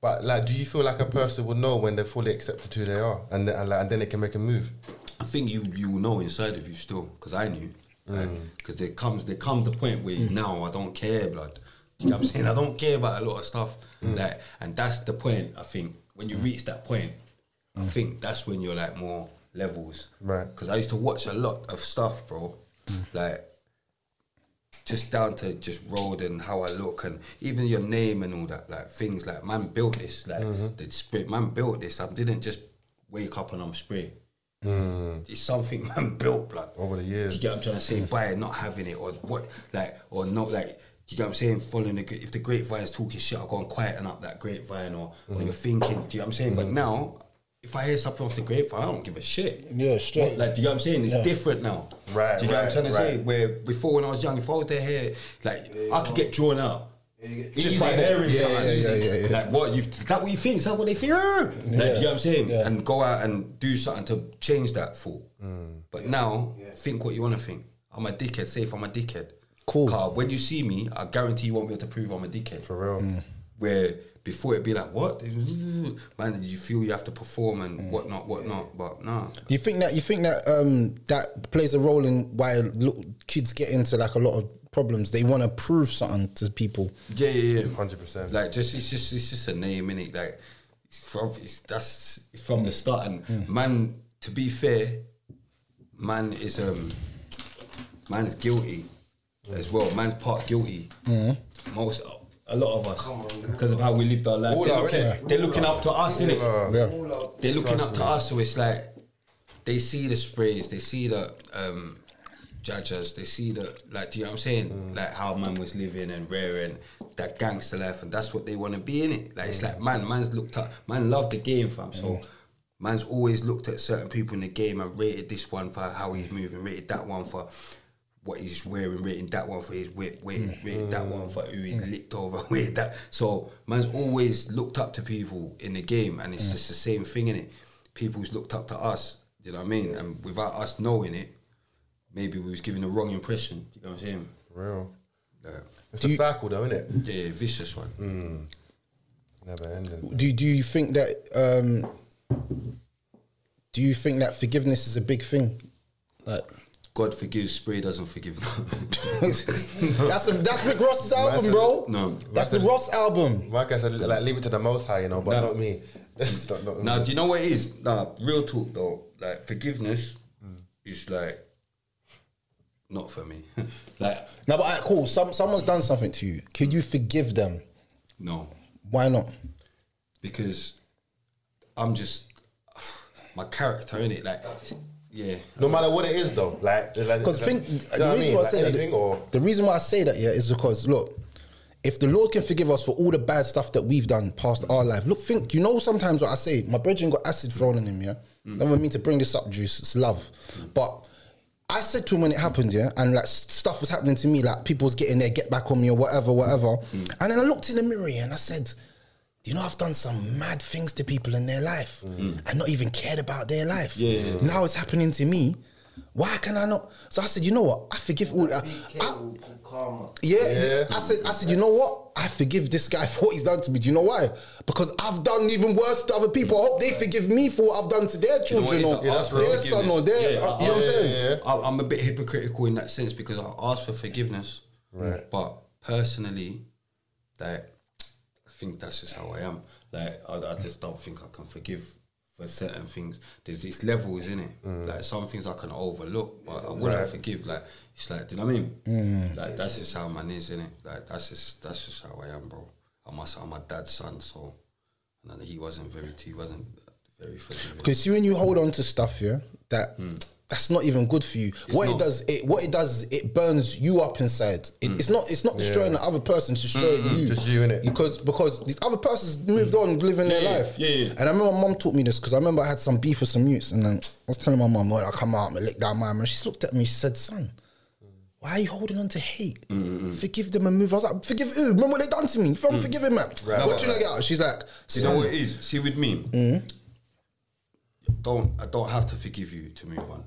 [SPEAKER 3] But like, do you feel like a person will know when they're fully accepted who they are, and then, and, like, and then they can make a move?
[SPEAKER 2] I think you you will know inside of you still, because I knew. Because there comes there comes the point where now I don't care, blood. You know what I'm saying? I don't care about a lot of stuff. Like, and that's the point. I think when you reach that point, I think that's when you're like more levels.
[SPEAKER 3] Right.
[SPEAKER 2] Because I used to watch a lot of stuff, bro. Like just down to just road and how I look and even your name and all that, like things like man built this, like the spirit man built this. I didn't just wake up and I'm spray. It's something man built, like
[SPEAKER 3] Mm. Over the
[SPEAKER 2] Do
[SPEAKER 3] years. Mm.
[SPEAKER 2] you get what I'm trying to say? By not having it or what, like or not like. Do you get what I'm saying? Following the if the grapevine's talking shit, I go and quieten up that grapevine or
[SPEAKER 3] Mm.
[SPEAKER 2] or you're thinking. Do you know what I'm saying? But now, if I hear something off the grapevine, I don't give a shit.
[SPEAKER 1] Yeah, straight.
[SPEAKER 2] Like, do you know what I'm saying? It's different now.
[SPEAKER 3] Right,
[SPEAKER 2] Do you know what I'm
[SPEAKER 3] right,
[SPEAKER 2] trying to say?
[SPEAKER 3] right.
[SPEAKER 2] Where before when I was young, if I was to hear, like, I could get drawn out. Just by hearing
[SPEAKER 3] Yeah,
[SPEAKER 2] something.
[SPEAKER 3] yeah,
[SPEAKER 2] easy.
[SPEAKER 1] yeah, yeah, yeah.
[SPEAKER 2] Like, what you is that what you think? Is that what they think? Like, do you know what I'm saying?
[SPEAKER 1] Yeah.
[SPEAKER 2] And go out and do something to change that thought. But now, think what you want to think. I'm a dickhead. Say if I'm a dickhead.
[SPEAKER 1] Cool.
[SPEAKER 2] 'Cause when you see me, I guarantee you won't be able to prove I'm a dickhead. Mm.
[SPEAKER 3] For real.
[SPEAKER 2] Where before it'd be like, what? Man, you feel you have to perform and whatnot, whatnot. But nah.
[SPEAKER 1] Do you think that you think that um that plays a role in why little kids get into like a lot of problems? They want to prove something to people.
[SPEAKER 2] Yeah, yeah, yeah.
[SPEAKER 3] 100%.
[SPEAKER 2] Like, just it's just it's just a name in it. Like, it's from it's, that's from the start. And man, to be fair, man is um, man's guilty as well. Man's part guilty. Most a lot of us because of how we lived our life.
[SPEAKER 3] All
[SPEAKER 2] They're
[SPEAKER 3] are,
[SPEAKER 2] looking,
[SPEAKER 3] innit?
[SPEAKER 2] they're looking up to us, innit?
[SPEAKER 1] Yeah.
[SPEAKER 2] They're looking up to us, so it's like they see the sprays, they see the um, judges, they see the like. Do you know what I'm saying? Like how man was living and rearing that gangster life, and that's what they want to be in it. Like it's like man, man's looked up, man loved the game, fam. So man's always looked at certain people in the game and rated this one for how he's moving, rated that one for. What he's wearing, rating that one for his whip, rated,
[SPEAKER 3] Mm.
[SPEAKER 2] rated that one for who he's licked over, rated that. So man's always looked up to people in the game, and
[SPEAKER 3] Mm.
[SPEAKER 2] it's just the same thing in it. People's looked up to us, you know what I mean? And without us knowing it, maybe we was giving the wrong impression. You know what I'm saying?
[SPEAKER 3] For real.
[SPEAKER 2] Like,
[SPEAKER 3] It's a cycle, though, innit?
[SPEAKER 2] yeah, vicious one.
[SPEAKER 1] Mm.
[SPEAKER 3] Mm. Never ending.
[SPEAKER 1] Do do you think that um do you think that forgiveness is a big thing? Like
[SPEAKER 2] God forgives, spray doesn't forgive.
[SPEAKER 1] that's a, that's Rick Ross's album, bro.
[SPEAKER 2] no.
[SPEAKER 1] that's the Ross album.
[SPEAKER 3] My guy said, like, leave it to the most high, you know, but not me. That's not, not
[SPEAKER 2] now, do you know what it is? Nah, real talk though. Like forgiveness is like not for me. like
[SPEAKER 1] No, but all right, cool. Some someone's done something to you. Could you forgive them?
[SPEAKER 2] no,
[SPEAKER 1] Why not?
[SPEAKER 2] because I'm just my character in it. Like yeah,
[SPEAKER 3] No matter what it is, though. Like,
[SPEAKER 1] Because think the reason why I say that,
[SPEAKER 3] anything or
[SPEAKER 1] the reason why I say that, yeah, is because look, if the Lord can forgive us for all the bad stuff that we've done past our life, look, think. You know, sometimes what I say, my brethren got acid thrown on him. Yeah,
[SPEAKER 3] Mm.
[SPEAKER 1] never mean to bring this up, Juice. It's love, but. I said to him when it happened, yeah, and like s- stuff was happening to me, like people was getting their get back on me or whatever, whatever.
[SPEAKER 3] Mm.
[SPEAKER 1] And then I looked in the mirror yeah, and I said, you know, I've done some mad things to people in their life
[SPEAKER 2] Mm.
[SPEAKER 1] and not even cared about their life. Now it's happening to me. Why can I not? So I said, you know what? I forgive all. I,
[SPEAKER 4] Be
[SPEAKER 1] I-
[SPEAKER 4] careful, karma.
[SPEAKER 1] yeah, I said, I said, you know what? I forgive this guy for what he's done to me. Do you know why? Because I've done even worse to other people. I hope they forgive me for what I've done to their
[SPEAKER 2] know what
[SPEAKER 1] children
[SPEAKER 2] it is?
[SPEAKER 1] or
[SPEAKER 2] Yeah, that's
[SPEAKER 1] their
[SPEAKER 2] real
[SPEAKER 1] son or their.
[SPEAKER 2] forgiveness.
[SPEAKER 1] uh,
[SPEAKER 2] Yeah,
[SPEAKER 1] you know what I'm
[SPEAKER 2] yeah,
[SPEAKER 1] saying?
[SPEAKER 2] I- I'm a bit hypocritical in that sense because I ask for forgiveness, right? But personally, like, I think that's just how I am. Like, I, I just don't think I can forgive for certain things. There's these levels in it. Like some things I can overlook, but I wouldn't forgive. Like, it's like, do you know what I mean? Like that's just how man is in it. Like that's just that's just how I am, bro. I'm my, I'm my dad's son, so. And he wasn't very, he wasn't very forgiving.
[SPEAKER 1] Because see, when you hold on to stuff, yeah, that that's not even good for you. what it does, it what it does, is it burns you up inside. It, It's not it's not destroying the other person, it's destroying you.
[SPEAKER 3] Just you, innit?
[SPEAKER 1] Because because the other person's moved on, living their life.
[SPEAKER 6] yeah, yeah.
[SPEAKER 1] And I remember my mum taught me this because I remember I had some beef with some youths, and then I was telling my mum, "Well, I come out and lick that man," and she just looked at me. She said, "Son." Why are you holding on to hate?
[SPEAKER 2] Mm-hmm.
[SPEAKER 1] Forgive them and move. I was like, forgive who? Remember what they done to me? If I'm forgiving, man.
[SPEAKER 2] No,
[SPEAKER 1] What
[SPEAKER 2] but-
[SPEAKER 1] you like out? She's like,
[SPEAKER 2] You know
[SPEAKER 1] "Son, Mm-hmm.
[SPEAKER 2] what it is? See with me, don't I don't have to forgive you to move on.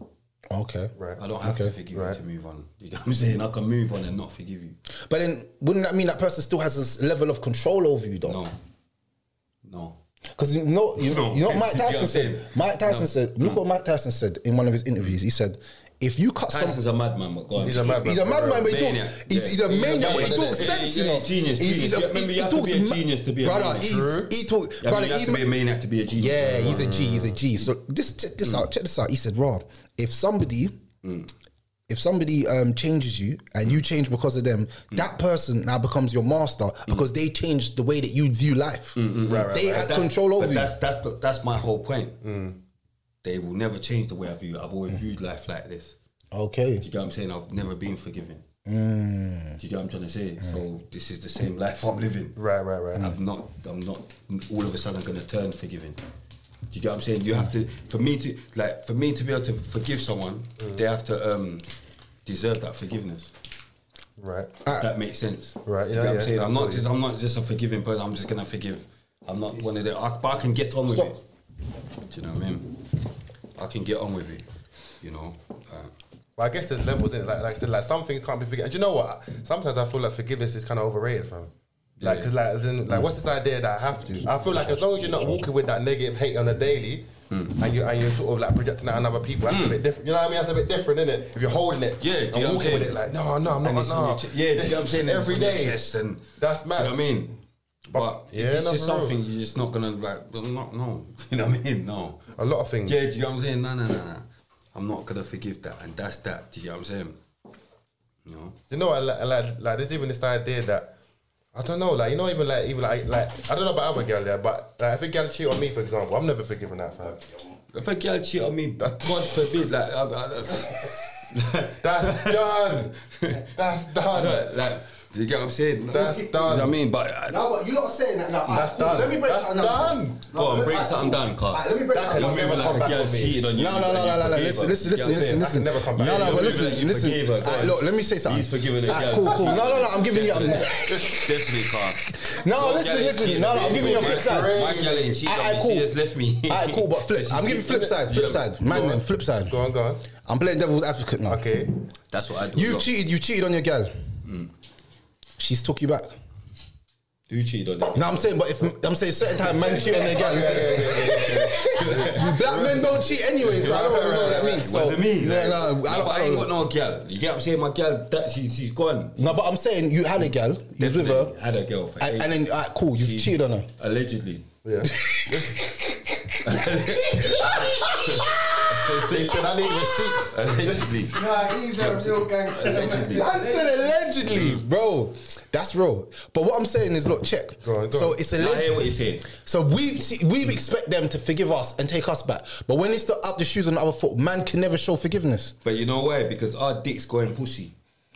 [SPEAKER 1] Okay.
[SPEAKER 3] Right.
[SPEAKER 2] I don't have to
[SPEAKER 1] Okay,
[SPEAKER 2] forgive you to move on. You get what I'm saying? I can move on and not forgive you.
[SPEAKER 1] But then wouldn't that mean that person still has this level of control over you though?
[SPEAKER 2] No. No.
[SPEAKER 1] Because you know you,
[SPEAKER 2] No.
[SPEAKER 1] you know what Mike
[SPEAKER 2] You get what I'm
[SPEAKER 1] Tyson said.
[SPEAKER 2] saying?
[SPEAKER 1] Mike Tyson said look what Mike Tyson said in one of his interviews. He said if you cut some
[SPEAKER 2] Tyson's a madman, but go on.
[SPEAKER 3] He's a madman.
[SPEAKER 1] He's a madman, but he talks.
[SPEAKER 2] Maniac.
[SPEAKER 1] He's, he's a
[SPEAKER 2] Yeah.
[SPEAKER 1] maniac, but he
[SPEAKER 2] He's a
[SPEAKER 1] talks
[SPEAKER 2] maniac.
[SPEAKER 1] sense,
[SPEAKER 2] Yeah,
[SPEAKER 1] you know.
[SPEAKER 2] he's a genius,
[SPEAKER 1] He's- He's
[SPEAKER 2] genius.
[SPEAKER 1] a
[SPEAKER 2] Yeah, remember,
[SPEAKER 1] he-
[SPEAKER 2] you
[SPEAKER 1] he
[SPEAKER 2] have to
[SPEAKER 1] talks
[SPEAKER 2] be a
[SPEAKER 1] ma-
[SPEAKER 2] genius to be a
[SPEAKER 1] brother.
[SPEAKER 2] maniac.
[SPEAKER 1] He's,
[SPEAKER 2] True.
[SPEAKER 1] he talks.
[SPEAKER 2] Yeah, I
[SPEAKER 1] brother,
[SPEAKER 2] mean, you have
[SPEAKER 1] he
[SPEAKER 2] to be a
[SPEAKER 1] ma-
[SPEAKER 2] maniac to be a Mm. genius.
[SPEAKER 1] yeah, he's a G. He's a G. So this check this out. Check this out. He said, "Rob, if somebody, if somebody um, changes you and you change because of them,
[SPEAKER 2] Mm.
[SPEAKER 1] that person now becomes your master because they changed the way that you view life.
[SPEAKER 2] Mm.
[SPEAKER 1] they
[SPEAKER 2] But
[SPEAKER 1] had
[SPEAKER 2] that's-
[SPEAKER 1] control
[SPEAKER 2] but
[SPEAKER 1] over you.
[SPEAKER 2] That's that's the- that's my whole point. They will never change the way I view. it. I've always viewed life like this. Do
[SPEAKER 1] Okay.
[SPEAKER 2] you get what I'm saying? I've never been forgiven.
[SPEAKER 4] Mm.
[SPEAKER 2] Do you get what I'm trying to say? So this is the same life I'm living.
[SPEAKER 3] Right, right, right.
[SPEAKER 2] I'm not. I'm not. All of a sudden, I'm gonna turn forgiving. Do you get what I'm saying? You have to. For me to like, for me to be able to forgive someone,
[SPEAKER 3] Mm.
[SPEAKER 2] they have to um, deserve that forgiveness.
[SPEAKER 3] Right.
[SPEAKER 2] If that makes sense.
[SPEAKER 3] Right, yeah,
[SPEAKER 2] You know what
[SPEAKER 3] yeah,
[SPEAKER 2] I'm saying?
[SPEAKER 3] I
[SPEAKER 2] I'm not
[SPEAKER 3] got
[SPEAKER 2] just
[SPEAKER 3] you.
[SPEAKER 2] I'm not just a forgiving person, I'm just gonna forgive. I'm not one of the I, but I can get on with
[SPEAKER 1] Stop.
[SPEAKER 2] it. Do you know what I mean? I can get on with it, you know. Uh,
[SPEAKER 3] But I guess there's levels in it. Like, like I said, like some things can't be forgiven. And you know what? Sometimes I feel like forgiveness is kind of overrated, fam. Like, cause like, as in, like, what's this idea that I have to? I feel like as long as you're not walking with that negative hate on a daily,
[SPEAKER 2] Hmm.
[SPEAKER 3] and you and you're sort of like projecting that on other people, that's a bit different. You know what I mean? That's a bit different, isn't it? If you're holding it,
[SPEAKER 2] Yeah, do you
[SPEAKER 3] and
[SPEAKER 2] know what I'm
[SPEAKER 3] walking with
[SPEAKER 2] saying?
[SPEAKER 3] it, like, no, no, I'm not,
[SPEAKER 2] and it's on
[SPEAKER 3] no,
[SPEAKER 2] your che- yeah, do you know what I'm saying?
[SPEAKER 3] every
[SPEAKER 2] It's on your
[SPEAKER 3] day.
[SPEAKER 2] chest and
[SPEAKER 3] That's mad.
[SPEAKER 2] Do you know what I mean? But
[SPEAKER 3] yeah,
[SPEAKER 2] if it's
[SPEAKER 3] no,
[SPEAKER 2] just
[SPEAKER 3] for real.
[SPEAKER 2] something you're just not gonna like, I'm not no. You know what I mean? No.
[SPEAKER 3] A lot of things.
[SPEAKER 2] Yeah, do you know what I'm saying? No, no, no, no. I'm not gonna forgive that, and that's that. Do you know what I'm saying? You know.
[SPEAKER 3] You know, and like, and like, like there's even this idea that I don't know, like you know, even like even like like I don't know about other girl there, but like if a girl cheat on me, for example, I'm never forgiving that fam.
[SPEAKER 2] If a girl cheat on me, God forbid, like, I, I, I,
[SPEAKER 3] That's done. That's
[SPEAKER 2] I
[SPEAKER 3] done.
[SPEAKER 2] don't, like, do you get what I'm saying?
[SPEAKER 3] That's
[SPEAKER 2] You know
[SPEAKER 3] done.
[SPEAKER 2] what I mean? But uh, I,
[SPEAKER 1] Now, but you lot are saying that now.
[SPEAKER 3] That's done.
[SPEAKER 1] Let me break
[SPEAKER 3] That's
[SPEAKER 1] something down.
[SPEAKER 3] done.
[SPEAKER 1] No,
[SPEAKER 2] Go on,
[SPEAKER 1] let-
[SPEAKER 2] break
[SPEAKER 1] alright,
[SPEAKER 2] something down, Carl.
[SPEAKER 1] alright, Let me break
[SPEAKER 3] That
[SPEAKER 1] something down.
[SPEAKER 3] can
[SPEAKER 2] you're moving
[SPEAKER 3] never
[SPEAKER 2] like
[SPEAKER 3] come
[SPEAKER 2] a
[SPEAKER 3] back
[SPEAKER 2] girl
[SPEAKER 3] on me.
[SPEAKER 2] cheated on you.
[SPEAKER 1] No, no,
[SPEAKER 2] and
[SPEAKER 1] no,
[SPEAKER 2] you
[SPEAKER 1] no, no, no.
[SPEAKER 2] forgave her.
[SPEAKER 1] Listen, listen,
[SPEAKER 2] Do you
[SPEAKER 1] listen,
[SPEAKER 2] get what
[SPEAKER 1] listen,
[SPEAKER 2] I'm
[SPEAKER 1] listen.
[SPEAKER 2] saying?
[SPEAKER 3] never come back.
[SPEAKER 1] No, no, but
[SPEAKER 2] You're moving
[SPEAKER 1] listen,
[SPEAKER 2] like you
[SPEAKER 1] listen.
[SPEAKER 2] forgave her,
[SPEAKER 1] Alright,
[SPEAKER 2] go
[SPEAKER 1] look,
[SPEAKER 2] on.
[SPEAKER 1] let me say something.
[SPEAKER 2] He's forgiving a
[SPEAKER 1] Alright,
[SPEAKER 2] girl.
[SPEAKER 1] cool, cool. No, no, no. I'm giving you.
[SPEAKER 2] Definitely, Carl.
[SPEAKER 1] No,
[SPEAKER 2] Your
[SPEAKER 1] listen,
[SPEAKER 2] girl ain't
[SPEAKER 1] listen.
[SPEAKER 2] cheated
[SPEAKER 1] No,
[SPEAKER 2] on
[SPEAKER 1] no. I'm
[SPEAKER 2] me.
[SPEAKER 1] giving you a
[SPEAKER 2] My
[SPEAKER 1] flip
[SPEAKER 2] girl-
[SPEAKER 1] side.
[SPEAKER 2] My girl ain't cheated on
[SPEAKER 1] Alright,
[SPEAKER 2] me.
[SPEAKER 1] cool.
[SPEAKER 2] She just left me.
[SPEAKER 1] Alright, cool. But flip.
[SPEAKER 2] So she
[SPEAKER 1] I'm giving
[SPEAKER 2] cheated.
[SPEAKER 1] flip side.
[SPEAKER 2] Yeah.
[SPEAKER 1] Flip side. Man, man. Flip side.
[SPEAKER 3] Go on, go on.
[SPEAKER 1] I'm playing devil's advocate now.
[SPEAKER 3] Okay.
[SPEAKER 2] That's what I do.
[SPEAKER 1] You've
[SPEAKER 2] Look,
[SPEAKER 1] cheated. You cheated on your girl. She's took you back.
[SPEAKER 2] Mm. Who cheated on you?
[SPEAKER 1] No, I'm saying, but if I'm saying certain time man cheat on their girl, black men don't cheat anyway, so I don't know what that means. So,
[SPEAKER 2] What does it mean?
[SPEAKER 1] Yeah,
[SPEAKER 2] Like,
[SPEAKER 1] no, I don't,
[SPEAKER 2] but
[SPEAKER 1] I
[SPEAKER 2] I
[SPEAKER 1] don't
[SPEAKER 2] ain't
[SPEAKER 1] know.
[SPEAKER 2] got no girl. You get what I'm saying? My girl, that, she, she's gone.
[SPEAKER 1] No, but I'm saying you had a girl, you was with her,
[SPEAKER 2] Definitely Had a girl for
[SPEAKER 1] and,
[SPEAKER 2] eight-
[SPEAKER 1] and then alright, cool, you've
[SPEAKER 2] She-
[SPEAKER 1] cheated on her.
[SPEAKER 2] Allegedly.
[SPEAKER 3] Yeah. they said I need receipts.
[SPEAKER 2] Allegedly.
[SPEAKER 4] Nah, he's a real gangster.
[SPEAKER 2] Allegedly.
[SPEAKER 1] I said allegedly, bro. That's real. But what I'm saying is, look, check.
[SPEAKER 3] Go on, go
[SPEAKER 1] so
[SPEAKER 3] on.
[SPEAKER 1] it's
[SPEAKER 2] I hear
[SPEAKER 1] alleged.
[SPEAKER 2] what you're saying.
[SPEAKER 1] So we've se- we've expect them to forgive us and take us back, but when it's the up the shoes on the other foot, man can never show forgiveness.
[SPEAKER 2] But you know why? Because our dick's going pussy.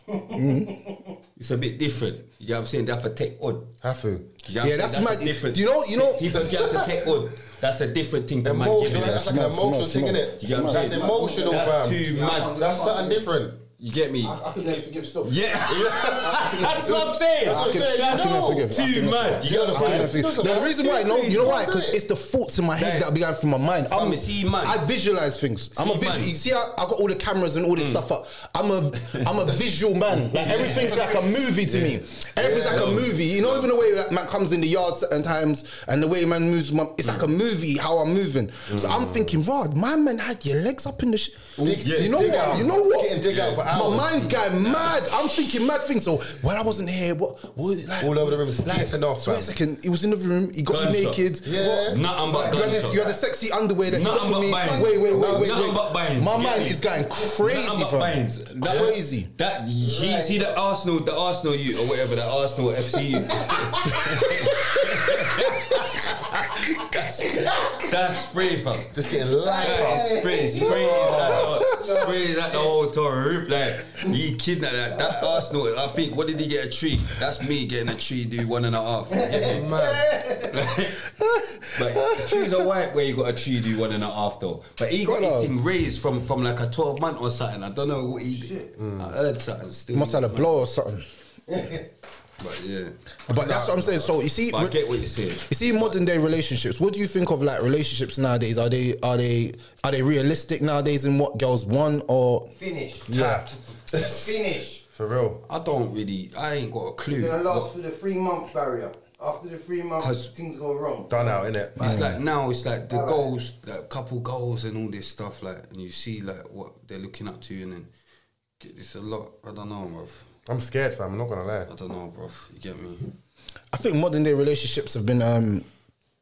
[SPEAKER 1] Mm-hmm.
[SPEAKER 2] it's a bit different. You know what I'm saying? They have to take odd.
[SPEAKER 3] Hafu.
[SPEAKER 2] You know what I'm
[SPEAKER 1] Yeah,
[SPEAKER 2] saying?
[SPEAKER 1] that's
[SPEAKER 2] a
[SPEAKER 1] mad.
[SPEAKER 2] different.
[SPEAKER 1] You know- you know-
[SPEAKER 2] See, because you have to take odd. That's a different thing to man
[SPEAKER 3] Emotional.
[SPEAKER 2] giving
[SPEAKER 3] That's
[SPEAKER 2] us.
[SPEAKER 3] like
[SPEAKER 1] Smart,
[SPEAKER 3] an emotional
[SPEAKER 1] smart,
[SPEAKER 3] thing,
[SPEAKER 1] smart.
[SPEAKER 3] innit?
[SPEAKER 2] You get what I'm
[SPEAKER 3] That's
[SPEAKER 2] saying?
[SPEAKER 3] emotional,
[SPEAKER 2] That's
[SPEAKER 3] fam.
[SPEAKER 2] too mad.
[SPEAKER 3] That's something different.
[SPEAKER 2] You get me?
[SPEAKER 4] I could never forgive stuff.
[SPEAKER 2] Yeah, that's what I'm saying.
[SPEAKER 3] That's what I'm saying.
[SPEAKER 2] That's
[SPEAKER 3] I can
[SPEAKER 2] no,
[SPEAKER 1] forgive. I
[SPEAKER 2] too
[SPEAKER 1] can
[SPEAKER 2] mad. You get what
[SPEAKER 3] I
[SPEAKER 2] I'm
[SPEAKER 3] can
[SPEAKER 2] saying?
[SPEAKER 3] forgive.
[SPEAKER 1] The reason why, no, you know why? Because it's the thoughts in my head
[SPEAKER 2] Yeah.
[SPEAKER 1] that began from my mind.
[SPEAKER 2] Fam, see, man.
[SPEAKER 1] I visualize things. I'm a
[SPEAKER 2] See,
[SPEAKER 1] visual.
[SPEAKER 2] man. Mm.
[SPEAKER 1] You see, I, I got all the cameras and all this stuff up. I'm a, I'm a visual man. Like everything's like a movie to me. Everything's like a movie. You know, even the way that man comes in the yard certain times and the way man moves, man, it's like a movie how I'm moving. So
[SPEAKER 2] Mm.
[SPEAKER 1] I'm thinking, Rod, my man had your legs up in the. Sh-
[SPEAKER 3] Dig-
[SPEAKER 1] you know
[SPEAKER 3] dig
[SPEAKER 1] what?
[SPEAKER 3] out.
[SPEAKER 1] You know what?
[SPEAKER 3] Getting dig out for
[SPEAKER 1] my
[SPEAKER 3] hours.
[SPEAKER 1] mind's going mad. I'm thinking mad things. So when I wasn't here, what? what was it like?
[SPEAKER 3] All over the room,
[SPEAKER 1] Like,
[SPEAKER 3] slacking off,
[SPEAKER 1] wait a
[SPEAKER 3] fam.
[SPEAKER 1] second. He was in the room. He got
[SPEAKER 2] Gunshot.
[SPEAKER 1] naked.
[SPEAKER 3] Yeah.
[SPEAKER 1] What?
[SPEAKER 2] Nothing but
[SPEAKER 1] You had, the,
[SPEAKER 2] gunshot.
[SPEAKER 1] you had the sexy underwear that you got
[SPEAKER 2] Nothing
[SPEAKER 1] for
[SPEAKER 2] but
[SPEAKER 1] me.
[SPEAKER 2] binds.
[SPEAKER 1] Wait, wait, wait, wait,
[SPEAKER 2] Nothing
[SPEAKER 1] wait.
[SPEAKER 2] but binds.
[SPEAKER 1] My
[SPEAKER 2] You get
[SPEAKER 1] mind
[SPEAKER 2] me?
[SPEAKER 1] is going crazy,
[SPEAKER 2] Nothing but
[SPEAKER 1] fam.
[SPEAKER 2] binds. That-
[SPEAKER 1] Crazy.
[SPEAKER 2] That she see the Arsenal, the Arsenal U or whatever, the Arsenal FC. That's spray, fam.
[SPEAKER 3] Just getting light
[SPEAKER 2] That
[SPEAKER 3] off.
[SPEAKER 2] is spray, spray is at the, spray is at the hotel roof. Like he kidnapped that. That Arsenal. I think. What did he get? A tree. That's me getting a tree. Do one and a half. You get me? like the trees are white where you got a tree. Do one and a half though. But he got this thing raised from from like a twelve month or something. I don't know what he did. I heard something still.
[SPEAKER 1] Must have had a blow or something.
[SPEAKER 2] But yeah.
[SPEAKER 1] But that's what I'm saying. So you see,
[SPEAKER 2] But I get what you're saying.
[SPEAKER 1] You see modern day relationships. What do you think of like relationships nowadays? Are they are they are they realistic nowadays in what girls want or
[SPEAKER 4] Finish.
[SPEAKER 3] Tapped.
[SPEAKER 4] Finish.
[SPEAKER 3] For real.
[SPEAKER 2] I don't really. I ain't got a clue.
[SPEAKER 4] Gonna last for the three month barrier. After the three months,
[SPEAKER 2] 'Cause-
[SPEAKER 4] things go wrong.
[SPEAKER 3] Done out, innit?
[SPEAKER 2] It's like now, it's like the goals, like couple goals and all this stuff, like, and you see like what they're looking up to, and then it's a lot. I don't know, bruv.
[SPEAKER 3] I'm scared, fam. I'm not gonna lie.
[SPEAKER 2] I don't know, bruv. You get me?
[SPEAKER 1] I think modern day relationships have been um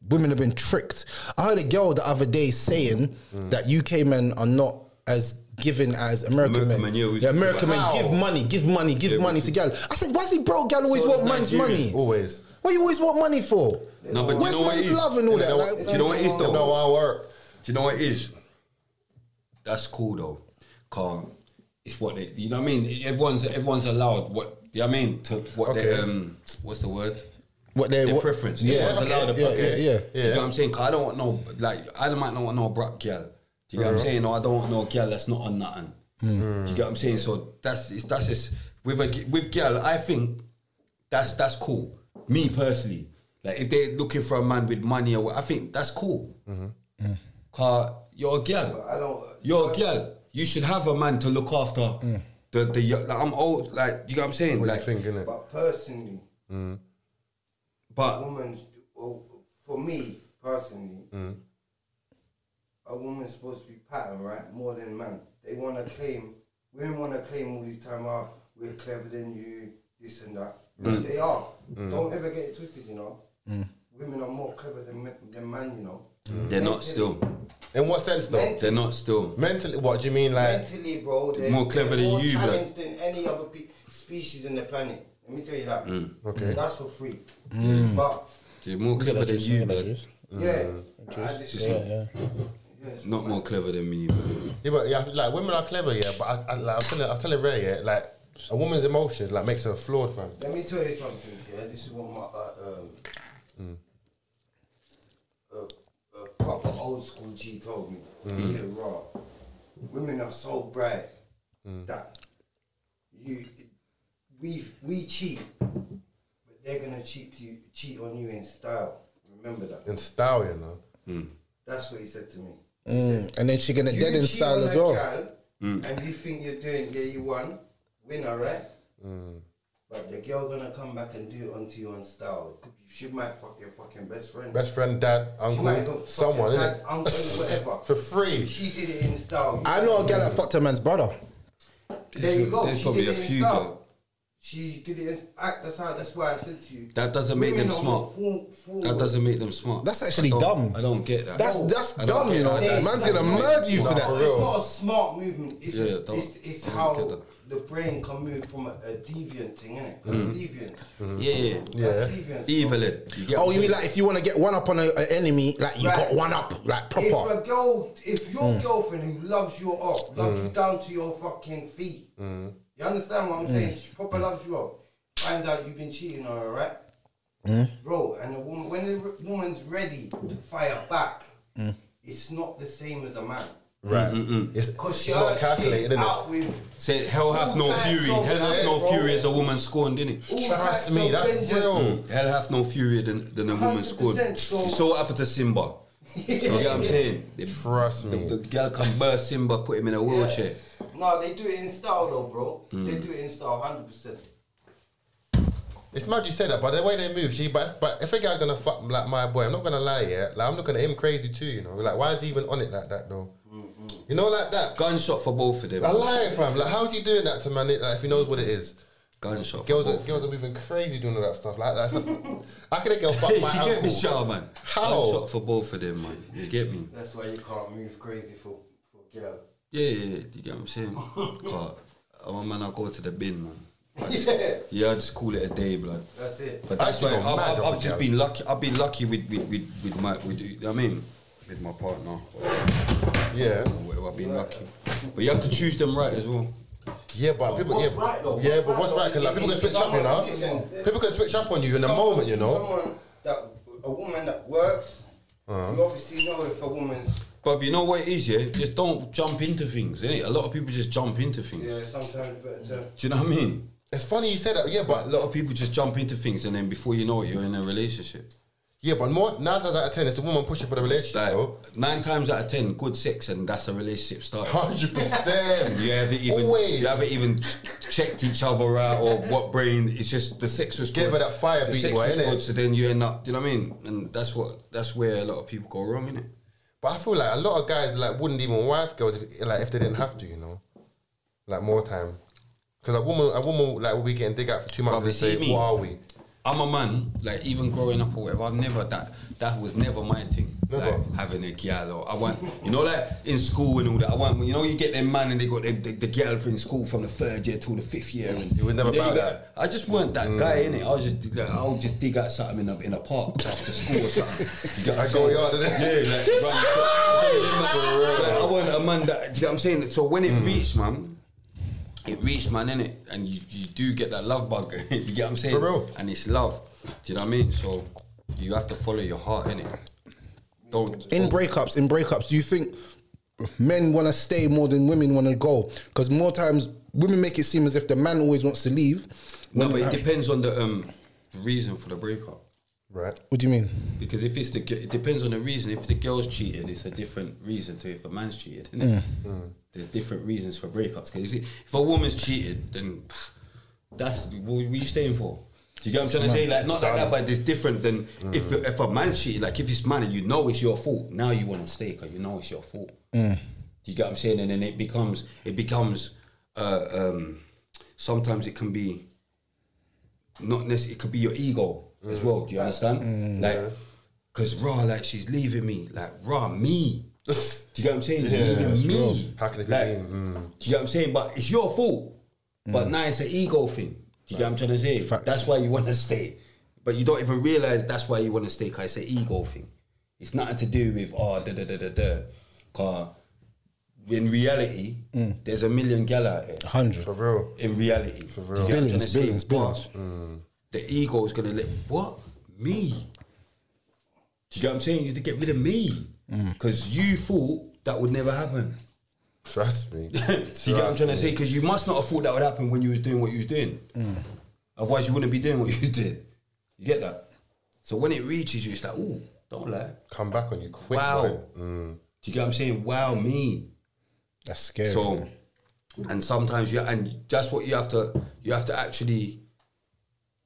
[SPEAKER 1] women have been tricked. I heard a girl the other day saying that UK men are not as giving as American,
[SPEAKER 2] American
[SPEAKER 1] men.
[SPEAKER 2] men, yeah, we-
[SPEAKER 1] yeah, American men
[SPEAKER 3] How?
[SPEAKER 1] give money, give money, give money to gal. I said, why does he bro gal always
[SPEAKER 2] So
[SPEAKER 1] want
[SPEAKER 2] does
[SPEAKER 1] man's
[SPEAKER 2] Nigerian.
[SPEAKER 1] money?
[SPEAKER 3] Always.
[SPEAKER 1] What you always want money for?
[SPEAKER 2] No, but do you
[SPEAKER 1] Where's
[SPEAKER 2] know what it
[SPEAKER 1] man's
[SPEAKER 2] is?
[SPEAKER 1] love and all that?
[SPEAKER 3] know-
[SPEAKER 1] Like,
[SPEAKER 2] Do you know what it is though?
[SPEAKER 3] No, I work.
[SPEAKER 2] Do you know what it is? That's cool though, car. It's what they, you know what I mean. Everyone's everyone's allowed what you know what I mean to what they
[SPEAKER 3] Okay.
[SPEAKER 2] um what's the word
[SPEAKER 1] what they
[SPEAKER 2] their
[SPEAKER 1] what-
[SPEAKER 2] preference.
[SPEAKER 1] Yeah,
[SPEAKER 2] Everyone's allowed a
[SPEAKER 1] yeah, yeah,
[SPEAKER 2] preference.
[SPEAKER 1] yeah.
[SPEAKER 2] You know what I'm saying? 'Cause I don't want no like I might not want no brat girl. Do you get
[SPEAKER 1] Uh-huh.
[SPEAKER 2] what I'm saying? Or I don't want no girl that's not on nothing.
[SPEAKER 1] Mm.
[SPEAKER 2] Mm. Do you get what I'm saying?
[SPEAKER 4] Mm.
[SPEAKER 2] So that's it's, that's just with a g- with girl. I think that's that's cool. Me personally, like if they're looking for a man with money or what, I think that's cool. Mm-hmm. Cause you're a girl.
[SPEAKER 4] I don't- Mm.
[SPEAKER 2] You're a girl. You should have a man to look after. The the yo- like, I'm old. Like you get what I'm saying?
[SPEAKER 3] What you
[SPEAKER 2] like,
[SPEAKER 3] think, innit?
[SPEAKER 4] But personally, Mm. a
[SPEAKER 2] but
[SPEAKER 4] woman's well, for me personally,
[SPEAKER 2] Mm.
[SPEAKER 4] a woman's supposed to be pattern, right? More than man. They want to claim. Women want to claim all this time. Ah, we're clever than you. This and that.
[SPEAKER 2] Mm.
[SPEAKER 4] Which they are. Don't ever get it twisted. You know. Women are more clever than men- than man. You know.
[SPEAKER 2] they're not still.
[SPEAKER 3] In what sense, though?
[SPEAKER 4] Mentally,
[SPEAKER 2] They're not still.
[SPEAKER 3] Mentally, what do you mean? Like,
[SPEAKER 4] mentally, bro, they're
[SPEAKER 2] More clever
[SPEAKER 4] they're
[SPEAKER 2] than
[SPEAKER 4] more
[SPEAKER 2] you, blood.
[SPEAKER 4] challenged than any other pe- species in the planet. Let me tell you that.
[SPEAKER 2] Mm.
[SPEAKER 3] Okay.
[SPEAKER 4] That's for free. But
[SPEAKER 2] They're more clever than you, man.
[SPEAKER 4] Mm. yeah, I just think-
[SPEAKER 2] Not more clever than me, man.
[SPEAKER 3] Yeah, but yeah, like women are clever, yeah. But I, I, like, I'm telling, I'm telling Ray, yeah, like a woman's emotions like makes her flawed, fam.
[SPEAKER 4] Let me tell you something. Yeah, this is what my uh, um,
[SPEAKER 3] Mm.
[SPEAKER 4] a, a proper old school G told me.
[SPEAKER 3] Mm.
[SPEAKER 4] He said, "Raw, women are so bright
[SPEAKER 3] Mm.
[SPEAKER 4] that you we we cheat, but they're gonna cheat to you, cheat on you in style. Remember that.
[SPEAKER 3] In style, you know.
[SPEAKER 4] That's what he said to me.
[SPEAKER 1] Mm, and then she gonna
[SPEAKER 4] You
[SPEAKER 1] dead in
[SPEAKER 4] cheat
[SPEAKER 1] style
[SPEAKER 4] on
[SPEAKER 1] as
[SPEAKER 4] a
[SPEAKER 1] well. Mm.
[SPEAKER 4] girl,
[SPEAKER 2] Mm.
[SPEAKER 4] And you think you're doing, yeah, you won, winner, right?
[SPEAKER 1] Mm.
[SPEAKER 4] But the girl gonna come back and do it onto you on style. It could be- She might fuck your fucking best friend.
[SPEAKER 3] Best friend, dad,
[SPEAKER 4] she might go
[SPEAKER 3] uncle,
[SPEAKER 4] fuck
[SPEAKER 3] someone,
[SPEAKER 4] your dad,
[SPEAKER 3] innit?
[SPEAKER 4] uncle, whatever.
[SPEAKER 3] For free.
[SPEAKER 4] She did it in style.
[SPEAKER 1] I know a girl that fucked her man's brother.
[SPEAKER 4] There you go.
[SPEAKER 2] There's
[SPEAKER 4] she
[SPEAKER 2] probably
[SPEAKER 4] did
[SPEAKER 2] a
[SPEAKER 4] it
[SPEAKER 2] few,
[SPEAKER 4] in style.
[SPEAKER 2] though.
[SPEAKER 4] She did it in act. That's how. That's why I said to you.
[SPEAKER 2] That doesn't make
[SPEAKER 4] women
[SPEAKER 2] them
[SPEAKER 4] are
[SPEAKER 2] smart.
[SPEAKER 4] not Fool, fool.
[SPEAKER 2] That doesn't make them smart.
[SPEAKER 1] That's actually
[SPEAKER 2] I don't-
[SPEAKER 1] dumb.
[SPEAKER 2] I don't get that.
[SPEAKER 1] That's
[SPEAKER 2] No,
[SPEAKER 1] that's
[SPEAKER 2] I don't
[SPEAKER 1] dumb,
[SPEAKER 2] get
[SPEAKER 1] you know.
[SPEAKER 2] that.
[SPEAKER 4] That's
[SPEAKER 1] Man's gonna
[SPEAKER 4] dumb.
[SPEAKER 1] murder you for
[SPEAKER 4] It's
[SPEAKER 1] that.
[SPEAKER 3] real.
[SPEAKER 4] not a smart movement. It's,
[SPEAKER 2] Yeah, don't-
[SPEAKER 4] it's, it's
[SPEAKER 2] don't
[SPEAKER 4] how
[SPEAKER 2] get that.
[SPEAKER 4] the brain can move from a, a deviant thing, innit? That's
[SPEAKER 1] Mm-hmm.
[SPEAKER 4] deviant.
[SPEAKER 2] Yeah, yeah.
[SPEAKER 4] That's deviant.
[SPEAKER 2] Evil it. You get
[SPEAKER 1] Oh,
[SPEAKER 2] what
[SPEAKER 1] you
[SPEAKER 2] I'm
[SPEAKER 1] mean like if you wanna get one up on an enemy, like you
[SPEAKER 4] Right.
[SPEAKER 1] got one up, like
[SPEAKER 4] If
[SPEAKER 1] proper.
[SPEAKER 4] a girl, if your
[SPEAKER 3] Mm.
[SPEAKER 4] girlfriend who loves you off, loves you down to your fucking feet,
[SPEAKER 3] Mm.
[SPEAKER 4] you understand what I'm saying? She proper loves you off. Finds out you've been cheating on her, right?
[SPEAKER 3] Mm.
[SPEAKER 4] Bro, and the woman, when the re- woman's ready to fire back, it's not the same as a man.
[SPEAKER 3] Mm. Right. It's,
[SPEAKER 4] Because
[SPEAKER 3] it's
[SPEAKER 4] she
[SPEAKER 3] not calculated,
[SPEAKER 4] calculated,
[SPEAKER 3] innit?
[SPEAKER 4] out with
[SPEAKER 2] Say hell hath no
[SPEAKER 4] All kinds
[SPEAKER 2] fury.
[SPEAKER 4] of
[SPEAKER 2] Hell hath
[SPEAKER 4] shit,
[SPEAKER 2] no
[SPEAKER 4] bro.
[SPEAKER 2] fury is a woman scorned, innit?
[SPEAKER 4] all
[SPEAKER 3] Trust
[SPEAKER 4] types
[SPEAKER 3] me,
[SPEAKER 4] of
[SPEAKER 3] that's
[SPEAKER 4] vengeance.
[SPEAKER 3] real.
[SPEAKER 2] Hell hath no fury than, than a woman scorned.
[SPEAKER 4] 100% so-
[SPEAKER 2] So, so what happened to Simba? you know what I'm saying? They,
[SPEAKER 3] Trust
[SPEAKER 2] the, the
[SPEAKER 3] me.
[SPEAKER 2] girl can burst Simba, put him in a wheelchair.
[SPEAKER 4] No, they do it in style though, bro. They do it in style, hundred percent.
[SPEAKER 3] It's mad you said that, but the way they move, she. But if, but if a guy's gonna fuck like my boy, I'm not gonna lie, yeah. Like I'm looking at him crazy too, you know. Like why is he even on it like that though?
[SPEAKER 4] Mm,
[SPEAKER 3] You know, like that.
[SPEAKER 2] Gunshot for both of them.
[SPEAKER 3] I lie, fam. Like how's he doing that to man? Like if he knows what it is.
[SPEAKER 2] Gunshot for
[SPEAKER 3] Girls
[SPEAKER 2] both
[SPEAKER 3] are,
[SPEAKER 2] of
[SPEAKER 3] girls are moving crazy doing all that stuff. Like that's a, I could a girl
[SPEAKER 2] them.
[SPEAKER 3] fuck
[SPEAKER 2] You
[SPEAKER 3] my
[SPEAKER 2] get me,
[SPEAKER 3] uncle.
[SPEAKER 2] Shah, man?
[SPEAKER 3] How?
[SPEAKER 2] Gunshot for both of them, man. You get me?
[SPEAKER 4] That's why you can't move crazy for for girl.
[SPEAKER 2] Yeah, yeah, yeah. You get what I'm saying? 'Cause I'm a man, I go to the bin, man.
[SPEAKER 4] yeah,
[SPEAKER 2] Yeah, I just call it a day, blood.
[SPEAKER 4] that's it.
[SPEAKER 2] But
[SPEAKER 3] I
[SPEAKER 2] that's
[SPEAKER 3] actually
[SPEAKER 2] why
[SPEAKER 3] got
[SPEAKER 2] I've,
[SPEAKER 3] mad
[SPEAKER 2] I've,
[SPEAKER 3] off
[SPEAKER 2] I've
[SPEAKER 3] the jab.
[SPEAKER 2] just been lucky. I've been lucky with with with, with my with I mean with my partner.
[SPEAKER 3] Yeah.
[SPEAKER 2] Or whatever, I've been lucky. But you have to choose them right as well.
[SPEAKER 3] Yeah, but people.
[SPEAKER 4] what's
[SPEAKER 3] yeah, but-
[SPEAKER 4] right, though?
[SPEAKER 3] yeah,
[SPEAKER 4] What's
[SPEAKER 3] but what's
[SPEAKER 4] right,
[SPEAKER 3] right? Cause like
[SPEAKER 4] though?
[SPEAKER 3] people can switch up on
[SPEAKER 4] Listen,
[SPEAKER 3] her. People can switch up on you in a moment, you know.
[SPEAKER 4] Someone that a woman that works,
[SPEAKER 3] Uh-huh.
[SPEAKER 4] you obviously know if a woman's
[SPEAKER 2] But you know what it is, yeah? Just don't jump into things, innit? A lot of people just jump into things.
[SPEAKER 4] yeah, sometimes better to
[SPEAKER 2] Do you know what I mean?
[SPEAKER 3] It's funny you say that. Yeah,
[SPEAKER 2] But a
[SPEAKER 3] but
[SPEAKER 2] lot of people just jump into things and then before you know it, you're in a relationship.
[SPEAKER 3] yeah, but more nine times out of ten, it's the woman pushing for the relationship.
[SPEAKER 2] Like,
[SPEAKER 3] though.
[SPEAKER 2] nine times out of ten, good sex and that's a relationship started.
[SPEAKER 3] Hundred percent.
[SPEAKER 2] You haven't even,
[SPEAKER 3] Always.
[SPEAKER 2] you haven't even ch- checked each other out or what brain. It's just the sex was
[SPEAKER 3] Give
[SPEAKER 2] good.
[SPEAKER 3] her that fire
[SPEAKER 2] the
[SPEAKER 3] beat,
[SPEAKER 2] sex
[SPEAKER 3] boy,
[SPEAKER 2] was
[SPEAKER 3] innit?
[SPEAKER 2] good, so then you end up. Do you know what I mean? And that's what that's where a lot of people go wrong, innit?
[SPEAKER 3] But I feel like a lot of guys like wouldn't even wife girls if, like if they didn't have to, you know, like more time. Because a woman, a woman like will be getting dig out for two months
[SPEAKER 2] But
[SPEAKER 3] and
[SPEAKER 2] see
[SPEAKER 3] say,
[SPEAKER 2] me.
[SPEAKER 3] "What are we?"
[SPEAKER 2] I'm a man. Like even growing up or whatever, I've never that. That was never my thing.
[SPEAKER 3] Never.
[SPEAKER 2] Like having a gal or I want, you know, like in school and all that. I want, you know, you get them man and they got the, the, the gal from school from the third year till the fifth year. And
[SPEAKER 3] You were never
[SPEAKER 2] and then
[SPEAKER 3] about
[SPEAKER 2] got-
[SPEAKER 3] that. Mm.
[SPEAKER 2] I just weren't that guy in it. I was just like, I'll just dig out something in a, in a park after school or something. You get what I'm
[SPEAKER 3] I go
[SPEAKER 2] saying?
[SPEAKER 3] yard, innit?
[SPEAKER 2] Yeah, like, this I wasn't a man that. Do you know what I'm saying? So when it
[SPEAKER 3] Mm.
[SPEAKER 2] reached, man, it reached, man, innit? And you, you do get that love bug. you get what I'm saying?
[SPEAKER 3] For real.
[SPEAKER 2] And it's love. Do you know what I mean? So you have to follow your heart, innit? Don't.
[SPEAKER 1] In
[SPEAKER 2] don't-
[SPEAKER 1] breakups, in breakups, do you think men want to stay more than women want to go? Because more times women make it seem as if the man always wants to leave.
[SPEAKER 2] No, but it depends on the um the reason for the breakup.
[SPEAKER 3] Right.
[SPEAKER 1] What do you mean?
[SPEAKER 2] Because if it's the, gi- it depends on the reason. If the girl's cheated, it's a different reason to if a man's cheated. Isn't it?
[SPEAKER 1] Mm.
[SPEAKER 2] There's different reasons for breakups. Because if a woman's cheated, then pff, that's what are you staying for? Do you get what I'm trying to say? Like not like that, but it's different than if if a man cheated. Like if it's man and you know it's your fault, now you want to stay because you know it's your fault.
[SPEAKER 1] Mm.
[SPEAKER 2] Do you get what I'm saying? And then it becomes it becomes uh, um, sometimes it can be not necessarily it could be your ego as well. Do you understand?
[SPEAKER 3] Mm.
[SPEAKER 2] Like, cause raw, like she's leaving me, like raw me. do you get what I'm saying? You're leaving me.
[SPEAKER 3] How can it be
[SPEAKER 2] Like,
[SPEAKER 3] me? Mm.
[SPEAKER 2] Do you get what I'm saying? But it's your fault. But now it's an ego thing. Do you get what I'm trying to say? That's why you want to stay, but you don't even realize that's why you want to stay. Cause it's an ego thing. It's nothing to do with oh da da da da da. Cause in reality,
[SPEAKER 3] Mm.
[SPEAKER 2] there's a million gal out here
[SPEAKER 1] Hundred.
[SPEAKER 3] For real.
[SPEAKER 2] in reality.
[SPEAKER 3] real.
[SPEAKER 2] Do you get what I'm
[SPEAKER 1] Billions,
[SPEAKER 2] trying to say?
[SPEAKER 1] billions, billions.
[SPEAKER 2] But
[SPEAKER 3] Mm.
[SPEAKER 2] The ego is gonna let what me. Do you get what I'm saying? You need to get rid of me
[SPEAKER 3] Mm.
[SPEAKER 2] because you thought that would never happen.
[SPEAKER 3] Trust me.
[SPEAKER 2] Do you get what I'm trying to say? Because you must not have thought that would happen when you was doing what you was doing. Otherwise, you wouldn't be doing what you did. You get that? So when it reaches you, it's like, oh, don't lie.
[SPEAKER 3] Come back on you quick. Mm.
[SPEAKER 2] Wow.
[SPEAKER 3] boy.
[SPEAKER 2] Do you get what I'm saying? Wow, me.
[SPEAKER 1] That's scary.
[SPEAKER 2] So, and sometimes you and that's what you have to you have to actually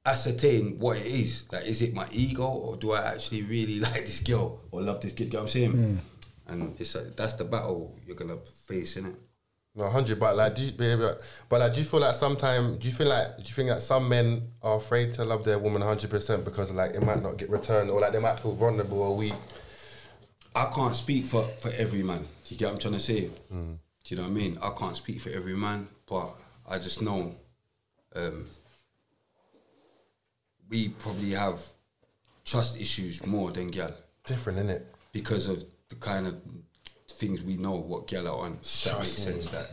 [SPEAKER 2] ascertain what it is. Like, is it my ego or do I actually really like this girl or love this kid? You know what I'm saying?
[SPEAKER 1] Hmm.
[SPEAKER 2] And it's like, that's the battle you're gonna face, innit?
[SPEAKER 3] No, hundred. But like, do you, but- but- but like, do you feel like sometimes? Do you feel like? Do you think that some men are afraid to love their woman hundred percent because like it might not get returned or like they might feel vulnerable or weak?
[SPEAKER 2] I can't speak for for every man. Do you get what I'm trying to say?
[SPEAKER 3] Mm.
[SPEAKER 2] Do you know what I mean? I can't speak for every man, but I just know um, we probably have trust issues more than gal.
[SPEAKER 3] Different, innit? it?
[SPEAKER 2] because of the kind of things we know what girl are on. If That makes sense. That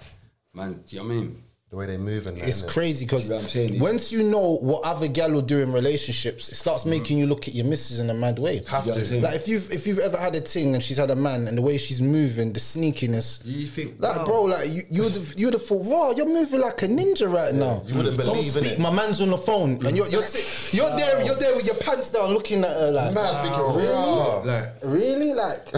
[SPEAKER 2] man, do you know what I mean?
[SPEAKER 3] The way they move and that,
[SPEAKER 1] It's
[SPEAKER 3] innit?
[SPEAKER 1] crazy because
[SPEAKER 2] You know what I'm saying?
[SPEAKER 1] once you know what other gal will do in relationships, it starts making you look at your missus in a mad way.
[SPEAKER 3] Have
[SPEAKER 2] You know what I'm
[SPEAKER 3] to.
[SPEAKER 2] saying?
[SPEAKER 1] Like if you've if you've ever had a ting and she's had a man and the way she's moving, the sneakiness.
[SPEAKER 2] You think,
[SPEAKER 1] like
[SPEAKER 2] wow.
[SPEAKER 1] bro, like you you would have you would have thought, raw, you're moving like a ninja right now.
[SPEAKER 3] You wouldn't
[SPEAKER 1] Don't
[SPEAKER 3] believe,
[SPEAKER 1] speak.
[SPEAKER 3] innit?
[SPEAKER 1] My man's on the phone and you're you're sit, you're there you're there with your pants down looking at her like
[SPEAKER 3] Man, thinking, raw.
[SPEAKER 1] really really like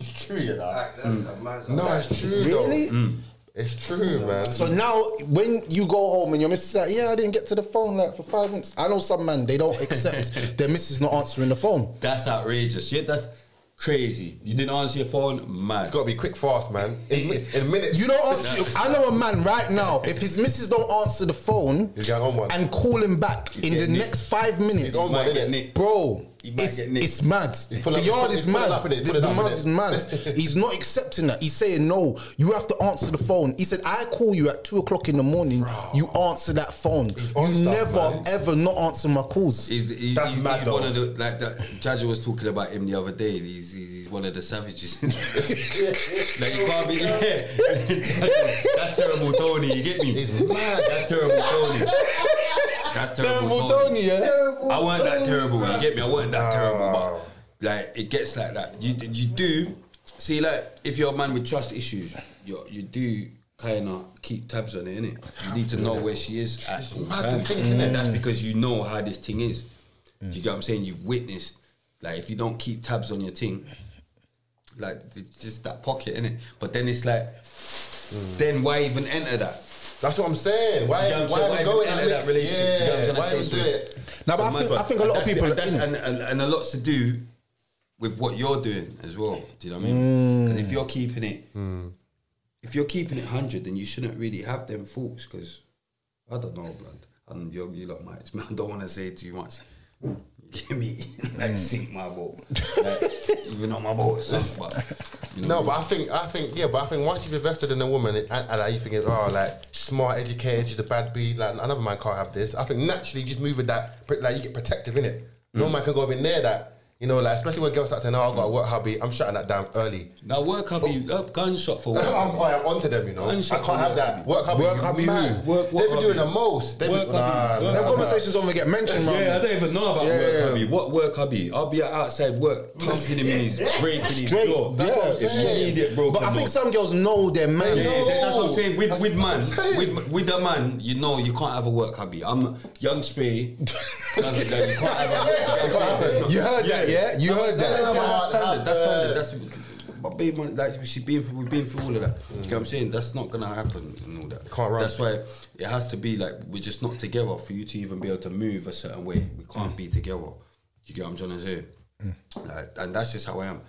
[SPEAKER 3] it's true, you know.
[SPEAKER 4] like that's
[SPEAKER 2] Mm.
[SPEAKER 4] a massive.
[SPEAKER 3] No, it's true.
[SPEAKER 1] really.
[SPEAKER 3] Though. Mm. It's true, man.
[SPEAKER 1] So now, when you go home and your missus like, yeah, I didn't get to the phone like for five minutes. I know some man they don't accept their missus not answering the phone.
[SPEAKER 2] That's outrageous. Yeah, that's crazy. You didn't answer your phone, man.
[SPEAKER 3] it's got to be quick, fast, man. In, mi- in minutes,
[SPEAKER 1] You don't answer. I know a man right now. If his missus don't answer the phone
[SPEAKER 3] He's going home one.
[SPEAKER 1] and call him back in the
[SPEAKER 2] getting
[SPEAKER 1] next five minutes,
[SPEAKER 3] going home one,
[SPEAKER 2] Might get
[SPEAKER 3] innit?
[SPEAKER 2] nicked.
[SPEAKER 1] bro,
[SPEAKER 2] You might
[SPEAKER 1] Oh, It's,
[SPEAKER 2] get nicked.
[SPEAKER 1] it's mad.
[SPEAKER 3] pull
[SPEAKER 1] The
[SPEAKER 3] up-
[SPEAKER 1] yard
[SPEAKER 3] he
[SPEAKER 1] is
[SPEAKER 3] pull
[SPEAKER 1] mad.
[SPEAKER 3] it up in it,
[SPEAKER 1] The
[SPEAKER 3] pull it up in
[SPEAKER 1] demand
[SPEAKER 3] it.
[SPEAKER 1] is mad. He's not accepting that. He's saying no. You have to answer the phone. He said, "I call you at two o'clock in the morning. You answer that phone.
[SPEAKER 3] on
[SPEAKER 1] you
[SPEAKER 3] stuff,
[SPEAKER 1] never
[SPEAKER 3] man.
[SPEAKER 1] ever not answer my calls."
[SPEAKER 2] He's, he's,
[SPEAKER 3] That's
[SPEAKER 2] he's,
[SPEAKER 3] mad
[SPEAKER 2] he's
[SPEAKER 3] though.
[SPEAKER 2] one of the like that. Jaja was talking about him the other day. He's he's, he's one of the savages. like you can't be yeah. Jaja, that's terrible, Tony. You get me?
[SPEAKER 3] He's mad.
[SPEAKER 2] That's terrible, Tony. That's terrible, Tony.
[SPEAKER 1] yeah.
[SPEAKER 2] I weren't that terrible. You get me? I weren't that terrible, but like it gets like that. You you do see like if you're a man with trust issues, you you do kind of keep tabs on it, innit? You need to know where she is at all
[SPEAKER 3] mad to
[SPEAKER 2] times.
[SPEAKER 3] think,
[SPEAKER 2] And
[SPEAKER 1] Mm.
[SPEAKER 3] innit?
[SPEAKER 2] that's because you know how this thing is. Do you get what I'm saying? You've witnessed. Like if you don't keep tabs on your thing, like it's just that pocket, innit? But then it's like,
[SPEAKER 1] Mm.
[SPEAKER 2] then why even enter that?
[SPEAKER 3] That's what I'm saying. Why,
[SPEAKER 2] Do you get what I'm
[SPEAKER 3] why
[SPEAKER 2] saying?
[SPEAKER 3] we going
[SPEAKER 2] even
[SPEAKER 3] in
[SPEAKER 2] enter
[SPEAKER 3] that
[SPEAKER 2] relation? Do you get what I'm
[SPEAKER 3] Yeah,
[SPEAKER 2] trying to
[SPEAKER 3] why
[SPEAKER 2] say?
[SPEAKER 3] we
[SPEAKER 2] So
[SPEAKER 3] do
[SPEAKER 2] it's-
[SPEAKER 3] it?
[SPEAKER 1] Now, but
[SPEAKER 2] so
[SPEAKER 1] I
[SPEAKER 2] my
[SPEAKER 1] think-
[SPEAKER 2] God.
[SPEAKER 1] I think a lot of
[SPEAKER 2] That's-
[SPEAKER 1] people are
[SPEAKER 2] and, that's-
[SPEAKER 1] in it.
[SPEAKER 2] and, and, and a lot's to do with what you're doing as well. Do you know what I mean? Because if
[SPEAKER 1] Mm.
[SPEAKER 2] you're keeping it, if you're keeping it hundred, then you shouldn't really have them thoughts. Because I don't know, blood, and you you lot might. I don't want to say too much. Give me
[SPEAKER 1] Mm.
[SPEAKER 2] like sink my boat, like, even on my boat, or something, but you know
[SPEAKER 3] No, but I think I think yeah, but I think once you've invested in a woman and, and like, you thinking, oh, like smart, educated, she's a bad bee, like another man can't have this. I think naturally you just move with that, but, like you get protective in it. No
[SPEAKER 2] Mm.
[SPEAKER 3] man can go up in there that you know, like especially when girls start saying, oh, I got to work hubby, I'm shutting that down early. Oh.
[SPEAKER 2] now work up, you up gunshot for
[SPEAKER 3] I'm,
[SPEAKER 2] work.
[SPEAKER 3] I'm onto them, you know. I
[SPEAKER 2] And shut
[SPEAKER 3] can't have
[SPEAKER 2] up.
[SPEAKER 3] that. Work hubby,
[SPEAKER 1] Work
[SPEAKER 3] you
[SPEAKER 1] hubby
[SPEAKER 3] mad.
[SPEAKER 1] who?
[SPEAKER 2] Work what
[SPEAKER 3] they be doing
[SPEAKER 2] hubby?
[SPEAKER 3] the most. They be,
[SPEAKER 2] Work
[SPEAKER 3] nah,
[SPEAKER 2] hubby.
[SPEAKER 3] nah,
[SPEAKER 2] Work
[SPEAKER 3] nah.
[SPEAKER 1] Them conversations don't get mentioned. man.
[SPEAKER 2] Yeah, I don't even know about
[SPEAKER 1] Yeah,
[SPEAKER 2] work
[SPEAKER 1] yeah.
[SPEAKER 2] hubby. What work hubby? I'll be outside work, pumping him in his, breaking his
[SPEAKER 1] Straight,
[SPEAKER 2] door.
[SPEAKER 1] yeah.
[SPEAKER 2] if you need it, bro.
[SPEAKER 1] But
[SPEAKER 2] come
[SPEAKER 1] I think
[SPEAKER 2] on.
[SPEAKER 1] some girls know their man.
[SPEAKER 2] Yeah,
[SPEAKER 3] No.
[SPEAKER 2] that- that's what I'm saying. With
[SPEAKER 3] That's
[SPEAKER 2] with
[SPEAKER 3] what I'm
[SPEAKER 2] man,
[SPEAKER 3] saying.
[SPEAKER 2] with with a man, you know you can't have a work hubby. I'm young spay. doesn't know you can't have a work hubby.
[SPEAKER 1] You heard that, yeah? You heard
[SPEAKER 2] No, no,
[SPEAKER 1] that.
[SPEAKER 2] no, but that's standard. That's standard. That's but babe, man, like we've been through, we've been through all of that. You know what I'm saying? That's not gonna happen and all that.
[SPEAKER 3] Can't run.
[SPEAKER 2] That's why it has to be like we're just not together for you to even be able to move a certain way. We can't be together. You get what I'm trying to say?
[SPEAKER 3] Mm.
[SPEAKER 2] Like, and that's just how I am.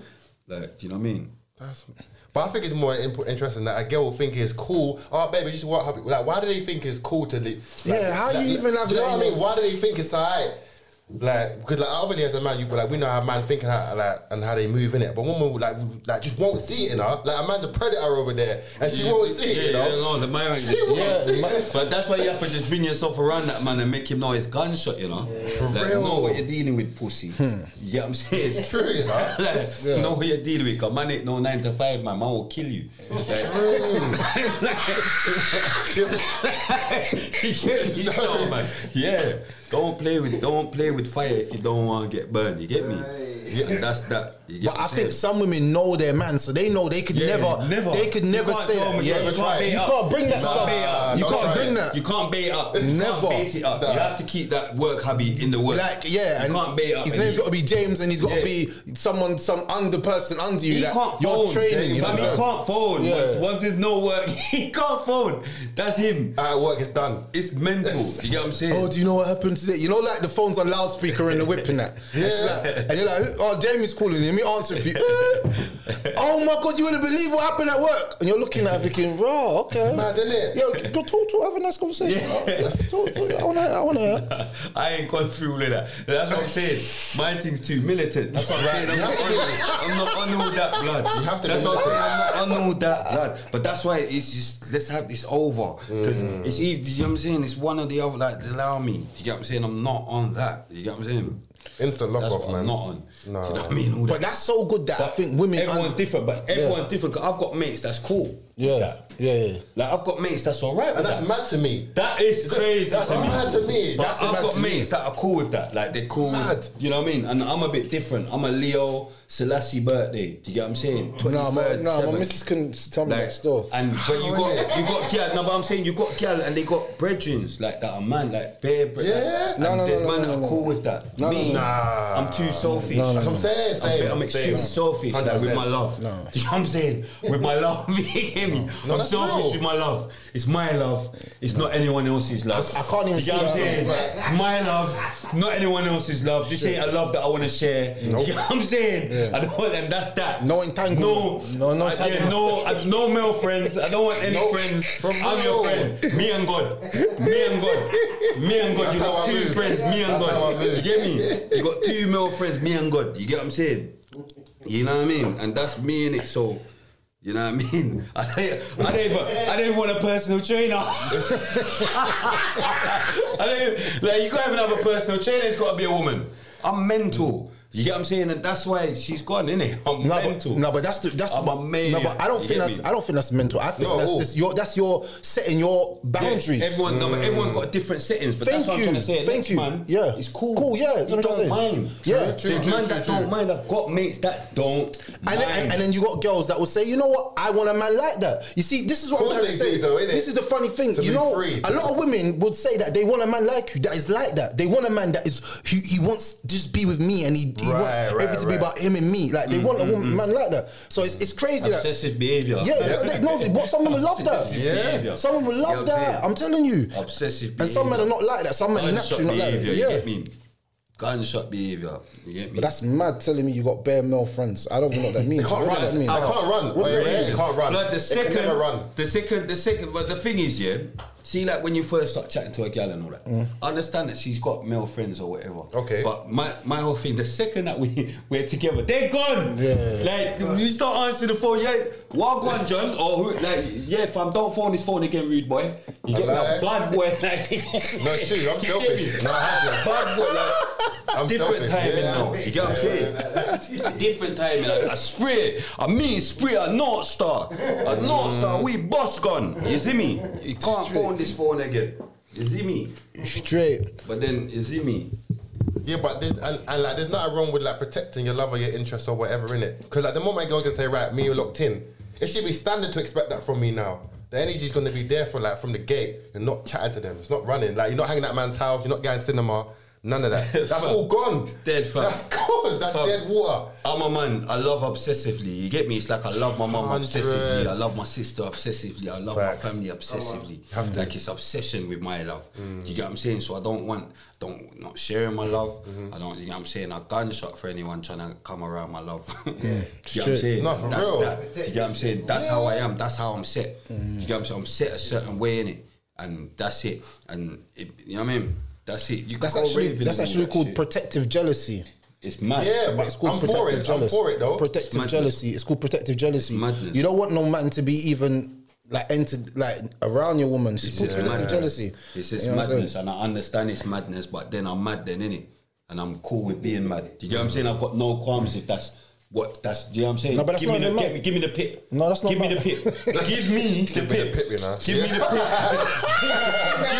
[SPEAKER 2] Like, you know what I mean?
[SPEAKER 3] That's, but I think it's more imp- interesting that a girl will think it's cool. Oh, baby, you should work hard. Like, why do they think it's cool to leave? Like,
[SPEAKER 1] Yeah, how
[SPEAKER 3] like,
[SPEAKER 1] you even have
[SPEAKER 3] do you know
[SPEAKER 1] that
[SPEAKER 3] what
[SPEAKER 1] in
[SPEAKER 3] I
[SPEAKER 1] your-
[SPEAKER 3] mean? Why do they think it's alright? Like, because like obviously as a man, you like we know how man think and how like and how they move in it. But woman would, like would, like just won't see it enough. Like a man's a predator over there, and she won't see it.
[SPEAKER 2] yeah,
[SPEAKER 3] You know,
[SPEAKER 2] yeah, no, the man-
[SPEAKER 3] she won't
[SPEAKER 2] yeah,
[SPEAKER 3] see
[SPEAKER 2] the man-
[SPEAKER 3] it.
[SPEAKER 2] But that's why you have to just bring yourself around that man and make him know his gunshot, you know? For
[SPEAKER 3] real.
[SPEAKER 2] Know what you're dealing with, pussy. You get what I'm saying?
[SPEAKER 3] It's true, you know.
[SPEAKER 2] like, Know who you're dealing with, 'cause man ain't no nine to five, man. Man will kill you. Like, you get me? So, man. Yeah. Don't play with don't play with fire if you don't want to get burned. You get me? Yeah. And that's that. You get
[SPEAKER 1] But
[SPEAKER 2] what
[SPEAKER 1] I
[SPEAKER 2] I'm
[SPEAKER 1] think
[SPEAKER 2] saying?
[SPEAKER 1] some women know their man, so they know they could
[SPEAKER 2] Yeah,
[SPEAKER 1] never,
[SPEAKER 2] never.
[SPEAKER 1] they could
[SPEAKER 2] You
[SPEAKER 1] never
[SPEAKER 2] can't
[SPEAKER 1] say
[SPEAKER 2] tell
[SPEAKER 1] that.
[SPEAKER 2] me
[SPEAKER 1] Yeah,
[SPEAKER 2] you
[SPEAKER 3] can't bait
[SPEAKER 1] you
[SPEAKER 3] up.
[SPEAKER 1] can't bring that
[SPEAKER 2] You can't
[SPEAKER 1] stuff.
[SPEAKER 2] bait up.
[SPEAKER 1] You
[SPEAKER 3] Don't
[SPEAKER 1] can't
[SPEAKER 3] try
[SPEAKER 1] bring
[SPEAKER 3] it.
[SPEAKER 1] that.
[SPEAKER 2] You can't bait up. You
[SPEAKER 1] Never.
[SPEAKER 2] Can't bait it up. You have to keep that work hobby in the work.
[SPEAKER 1] Like yeah,
[SPEAKER 2] you
[SPEAKER 1] and
[SPEAKER 2] can't bait up.
[SPEAKER 1] His
[SPEAKER 2] and
[SPEAKER 1] name's
[SPEAKER 2] you-
[SPEAKER 1] got to be James, and he's got to
[SPEAKER 2] Yeah.
[SPEAKER 1] be someone, some under person under you
[SPEAKER 2] He
[SPEAKER 1] that
[SPEAKER 2] can't
[SPEAKER 1] you're
[SPEAKER 2] phone.
[SPEAKER 1] training. You know
[SPEAKER 2] Fam,
[SPEAKER 1] what
[SPEAKER 2] he
[SPEAKER 1] I'm saying?
[SPEAKER 2] can't phone.
[SPEAKER 1] Yeah.
[SPEAKER 2] Once, once there's no work, he can't phone. That's him.
[SPEAKER 3] Alright, work is done.
[SPEAKER 2] It's mental. You get what I'm saying?
[SPEAKER 1] Oh, do you know what happened today? You know, like the phone's on loudspeaker and the whip and that. yeah. and you're like, "Who- oh, Jamie's calling. Let me answer for you. oh my god, you wouldn't believe what happened at work. And you're looking at it thinking, raw, okay.
[SPEAKER 3] Mad, innit?
[SPEAKER 1] Yo, go talk, talk, have a nice conversation.
[SPEAKER 2] Yeah.
[SPEAKER 1] Let's talk, talk. I wanna, I wanna.
[SPEAKER 2] I ain't gone through all of that. That's what I'm saying. My thing's too militant. That's what I'm saying. I'm not, on, I'm not on all that blood.
[SPEAKER 3] You have to
[SPEAKER 2] That's
[SPEAKER 3] be
[SPEAKER 2] what I'm saying. I'm not on all that blood. But that's why it's just let's have this over because
[SPEAKER 3] Mm.
[SPEAKER 2] it's either you know what I'm saying. It's one or the other. Like allow me. Do you get what I'm saying? I'm not on that. You get what I'm saying?
[SPEAKER 3] Instant lock
[SPEAKER 2] That's
[SPEAKER 3] off,
[SPEAKER 2] what
[SPEAKER 3] man.
[SPEAKER 2] I'm not on.
[SPEAKER 3] No.
[SPEAKER 2] Do you know what I mean? All
[SPEAKER 1] But
[SPEAKER 2] that.
[SPEAKER 1] that's so good that I think women.
[SPEAKER 2] Everyone's
[SPEAKER 1] under-
[SPEAKER 2] different, but everyone's different. Cause I've got mates that's cool. with
[SPEAKER 1] Yeah,
[SPEAKER 2] that.
[SPEAKER 1] yeah, yeah.
[SPEAKER 2] Like I've got mates that's alright.
[SPEAKER 3] And
[SPEAKER 2] with
[SPEAKER 3] that's
[SPEAKER 2] that.
[SPEAKER 3] mad to me.
[SPEAKER 2] That is crazy.
[SPEAKER 3] That's
[SPEAKER 2] to me.
[SPEAKER 3] mad to me.
[SPEAKER 2] But
[SPEAKER 3] That's
[SPEAKER 2] I've
[SPEAKER 3] mad
[SPEAKER 2] got
[SPEAKER 3] to me.
[SPEAKER 2] mates that are cool with that. Like they're cool.
[SPEAKER 3] Mad.
[SPEAKER 2] You know what I mean? And I'm a bit different. I'm a Leo Selassie birthday. Do you get what I'm saying?
[SPEAKER 1] No, my,
[SPEAKER 2] 23rd,
[SPEAKER 1] no, my
[SPEAKER 2] 7th.
[SPEAKER 1] missus couldn't tell me
[SPEAKER 2] Like,
[SPEAKER 1] that stuff.
[SPEAKER 2] and but you
[SPEAKER 3] How
[SPEAKER 2] got
[SPEAKER 3] innit?
[SPEAKER 2] you got gal. No, but I'm saying you got gal, and they got brethrens like that. A man like bare bre-
[SPEAKER 3] Yeah.
[SPEAKER 2] Like,
[SPEAKER 1] No,
[SPEAKER 2] and
[SPEAKER 1] no,
[SPEAKER 2] there's
[SPEAKER 1] no,
[SPEAKER 2] man
[SPEAKER 1] no,
[SPEAKER 2] that
[SPEAKER 1] no,
[SPEAKER 2] are cool
[SPEAKER 1] no.
[SPEAKER 2] with that.
[SPEAKER 1] No, no,
[SPEAKER 2] Me,
[SPEAKER 1] no.
[SPEAKER 2] I'm too selfish.
[SPEAKER 3] That's what I'm saying.
[SPEAKER 2] I'm,
[SPEAKER 3] Same,
[SPEAKER 2] I'm extremely
[SPEAKER 3] same.
[SPEAKER 2] selfish like, with my
[SPEAKER 3] 100%.
[SPEAKER 2] love.
[SPEAKER 1] No.
[SPEAKER 2] Do you know what I'm saying? With my love, hear me?
[SPEAKER 3] No,
[SPEAKER 2] I'm
[SPEAKER 3] that's
[SPEAKER 2] selfish
[SPEAKER 3] real.
[SPEAKER 2] with my love. It's my love. It's not anyone else's love.
[SPEAKER 1] I- I can't even
[SPEAKER 2] you
[SPEAKER 1] see
[SPEAKER 2] get what I'm
[SPEAKER 1] that.
[SPEAKER 2] saying? It's my love, not anyone else's love. This ain't a love that I want to share. You get what I'm saying? I don't want, and that's that.
[SPEAKER 1] No entanglement.
[SPEAKER 2] No,
[SPEAKER 1] No- no
[SPEAKER 2] I- yeah,
[SPEAKER 1] entanglement.
[SPEAKER 2] no, I- no male friends. I don't want any
[SPEAKER 3] No.
[SPEAKER 2] friends.
[SPEAKER 3] From
[SPEAKER 2] I'm
[SPEAKER 3] real.
[SPEAKER 2] your friend. Me and God. Me and God. Me and God.
[SPEAKER 3] That's
[SPEAKER 2] you
[SPEAKER 3] how
[SPEAKER 2] got
[SPEAKER 3] I
[SPEAKER 2] two
[SPEAKER 3] move.
[SPEAKER 2] friends. Me and
[SPEAKER 3] That's how I
[SPEAKER 2] God.
[SPEAKER 3] move.
[SPEAKER 2] You get me? You got two male friends. Me and God. You get what I'm saying? You know what I mean? And that's me in it. So. You know what I mean? I don't, I don't even, I don't even want a personal trainer. I don't even, like you can't even have a personal trainer. It's got to be a woman. I'm mental. You get what I'm saying? And that's why she's gone, innit? I'm
[SPEAKER 1] No, but,
[SPEAKER 2] mental.
[SPEAKER 1] no, but that's the, that's
[SPEAKER 2] I'm
[SPEAKER 1] but,
[SPEAKER 2] a
[SPEAKER 1] no,
[SPEAKER 2] maniac,
[SPEAKER 1] but I don't
[SPEAKER 2] you
[SPEAKER 1] think
[SPEAKER 2] get
[SPEAKER 1] that's
[SPEAKER 2] me?
[SPEAKER 1] I don't think that's mental. I think
[SPEAKER 3] No.
[SPEAKER 1] that's just your that's your setting your
[SPEAKER 2] Yeah,
[SPEAKER 1] boundaries.
[SPEAKER 2] everyone, no, but everyone's got different settings. But
[SPEAKER 1] Thank
[SPEAKER 2] that's what
[SPEAKER 1] you.
[SPEAKER 2] I'm trying to say.
[SPEAKER 1] Thank
[SPEAKER 2] Next
[SPEAKER 1] you.
[SPEAKER 2] man,
[SPEAKER 1] Yeah.
[SPEAKER 2] it's cool.
[SPEAKER 1] Cool, yeah, that's
[SPEAKER 2] you
[SPEAKER 1] what I'm
[SPEAKER 2] don't
[SPEAKER 1] saying.
[SPEAKER 2] mind.
[SPEAKER 1] Yeah.
[SPEAKER 3] True,
[SPEAKER 2] There's
[SPEAKER 3] true,
[SPEAKER 2] man
[SPEAKER 3] true,
[SPEAKER 2] that
[SPEAKER 3] true.
[SPEAKER 2] don't mind. I've got mates that don't.
[SPEAKER 1] And then, and, and then you got girls that will say, you know what, I want a man like that. You see, this is what I'm
[SPEAKER 3] Course
[SPEAKER 1] trying to
[SPEAKER 3] they
[SPEAKER 1] say.
[SPEAKER 3] do though, innit?
[SPEAKER 1] this is the funny thing.
[SPEAKER 3] To
[SPEAKER 1] you
[SPEAKER 3] be
[SPEAKER 1] know,
[SPEAKER 3] free.
[SPEAKER 1] a lot of women would say that they want a man like you, that is like that. They want a man that is he, he wants to just be with me and he, he
[SPEAKER 3] Right,
[SPEAKER 1] wants
[SPEAKER 3] right,
[SPEAKER 1] everything to be
[SPEAKER 3] right.
[SPEAKER 1] about him and me. Like
[SPEAKER 2] Mm,
[SPEAKER 1] they want a woman, man like that. So it's, it's crazy that
[SPEAKER 2] obsessive behavior.
[SPEAKER 1] yeah, they- no, they- but some women love that.
[SPEAKER 2] Obsessive behaviour.
[SPEAKER 1] Some women love
[SPEAKER 2] You know what I'm
[SPEAKER 1] that.
[SPEAKER 2] saying?
[SPEAKER 1] I'm telling you.
[SPEAKER 2] Obsessive
[SPEAKER 1] And some men are not like that. Some men are
[SPEAKER 2] Gunshot
[SPEAKER 1] naturally not like
[SPEAKER 2] behavior.
[SPEAKER 1] that.
[SPEAKER 2] You
[SPEAKER 1] Yeah.
[SPEAKER 2] get me? Gunshot behavior. You get me?
[SPEAKER 1] But that's mad telling me you got bare male friends. I don't even know what that means.
[SPEAKER 3] They can't
[SPEAKER 1] what
[SPEAKER 3] run.
[SPEAKER 1] does that mean?
[SPEAKER 3] I can't run.
[SPEAKER 1] What does
[SPEAKER 3] Yeah,
[SPEAKER 1] that mean?
[SPEAKER 3] yeah. They can't run.
[SPEAKER 2] Like the
[SPEAKER 3] They can
[SPEAKER 2] second,
[SPEAKER 3] never run.
[SPEAKER 2] the second, the second. But the thing is, yeah. See, like when you first start chatting to a gal and all that, I understand that she's got male friends or whatever.
[SPEAKER 3] Mm-hmm. Okay.
[SPEAKER 2] But my my whole thing, the second that we we're together, they're gone. Like you start answering the phone, yeah. Well gone, John. Or who, like, yeah, if I'm don't phone this phone again, rude boy. You get me?
[SPEAKER 3] Hello?
[SPEAKER 2] Like, bad boy. Like,
[SPEAKER 3] No, it's true. I'm selfish. No, I have to.
[SPEAKER 2] bad boy. Like,
[SPEAKER 3] I'm selfish.
[SPEAKER 2] different timing
[SPEAKER 3] Yeah.
[SPEAKER 2] now. You get what I'm saying? different timing. I, I spray. I mean spray. A North Star. A North Star. We boss gone. You see me? You can't phone this phone again. You see me?
[SPEAKER 1] Straight.
[SPEAKER 2] But then you see me?
[SPEAKER 3] Yeah, but there's, and, and like, there's nothing wrong with like protecting your love or your interests or whatever in it. Because like the moment a girl can say, right, me you're locked in, it should be standard to expect that from me now. The energy's gonna be there for like from the gate. You're not chatting to them. It's not running. Like you're not hanging at man's house. You're not going to cinema. None of that. That's
[SPEAKER 2] Fuck.
[SPEAKER 3] all gone.
[SPEAKER 2] It's dead, fuck.
[SPEAKER 3] That's gone. That's
[SPEAKER 2] Fuck.
[SPEAKER 3] dead water.
[SPEAKER 2] I'm a man. I love obsessively. You get me? It's like I love my mum
[SPEAKER 3] Hundred.
[SPEAKER 2] obsessively. I love my sister obsessively. I love
[SPEAKER 3] Facts.
[SPEAKER 2] my family obsessively. Like it's obsession with my love.
[SPEAKER 3] Mm.
[SPEAKER 2] Do you get what I'm saying? So I don't want, don't not sharing my love.
[SPEAKER 3] Mm-hmm.
[SPEAKER 2] I don't. You know what I'm saying? I gunshot for anyone trying to come around my love.
[SPEAKER 1] Mm.
[SPEAKER 2] Do you get what I'm
[SPEAKER 1] Straight.
[SPEAKER 2] saying?
[SPEAKER 3] No, for
[SPEAKER 2] That's
[SPEAKER 3] real.
[SPEAKER 2] that. Do you get what I'm saying? That's how I am. That's how I'm set. Do
[SPEAKER 1] Mm.
[SPEAKER 2] you get what I'm saying? I'm set a certain way in it, and that's it. And it, you know what I mean? That's it. You can
[SPEAKER 1] That's
[SPEAKER 2] go
[SPEAKER 1] actually
[SPEAKER 2] raving
[SPEAKER 1] that's
[SPEAKER 2] and all
[SPEAKER 1] actually
[SPEAKER 2] that
[SPEAKER 1] called
[SPEAKER 2] shit.
[SPEAKER 1] protective jealousy.
[SPEAKER 2] it's mad.
[SPEAKER 3] Yeah, but
[SPEAKER 1] It's called
[SPEAKER 3] I'm for
[SPEAKER 1] protective
[SPEAKER 3] it. I'm
[SPEAKER 1] jealousy.
[SPEAKER 3] for it though.
[SPEAKER 2] It's
[SPEAKER 1] Protective
[SPEAKER 2] madness.
[SPEAKER 1] jealousy. It's called protective jealousy.
[SPEAKER 2] madness.
[SPEAKER 1] You don't want no man to be even like entered like around your woman. She's called protective jealousy.
[SPEAKER 2] It's just
[SPEAKER 1] You know what I'm saying?
[SPEAKER 2] madness, and I understand it's madness, but then I'm mad then, innit? And I'm cool with being mad. Do you get what I'm saying? I've got no qualms if that's what that's. Do you know what I'm saying?
[SPEAKER 1] No, but that's
[SPEAKER 2] give
[SPEAKER 1] not
[SPEAKER 2] me the
[SPEAKER 1] even
[SPEAKER 2] get
[SPEAKER 1] mad.
[SPEAKER 2] me, give me the pip.
[SPEAKER 1] No, that's not
[SPEAKER 2] Give me the
[SPEAKER 1] mad.
[SPEAKER 2] pip. give me the
[SPEAKER 3] Give me the
[SPEAKER 2] pip.
[SPEAKER 3] pip, you know.
[SPEAKER 2] Give me the pip. Give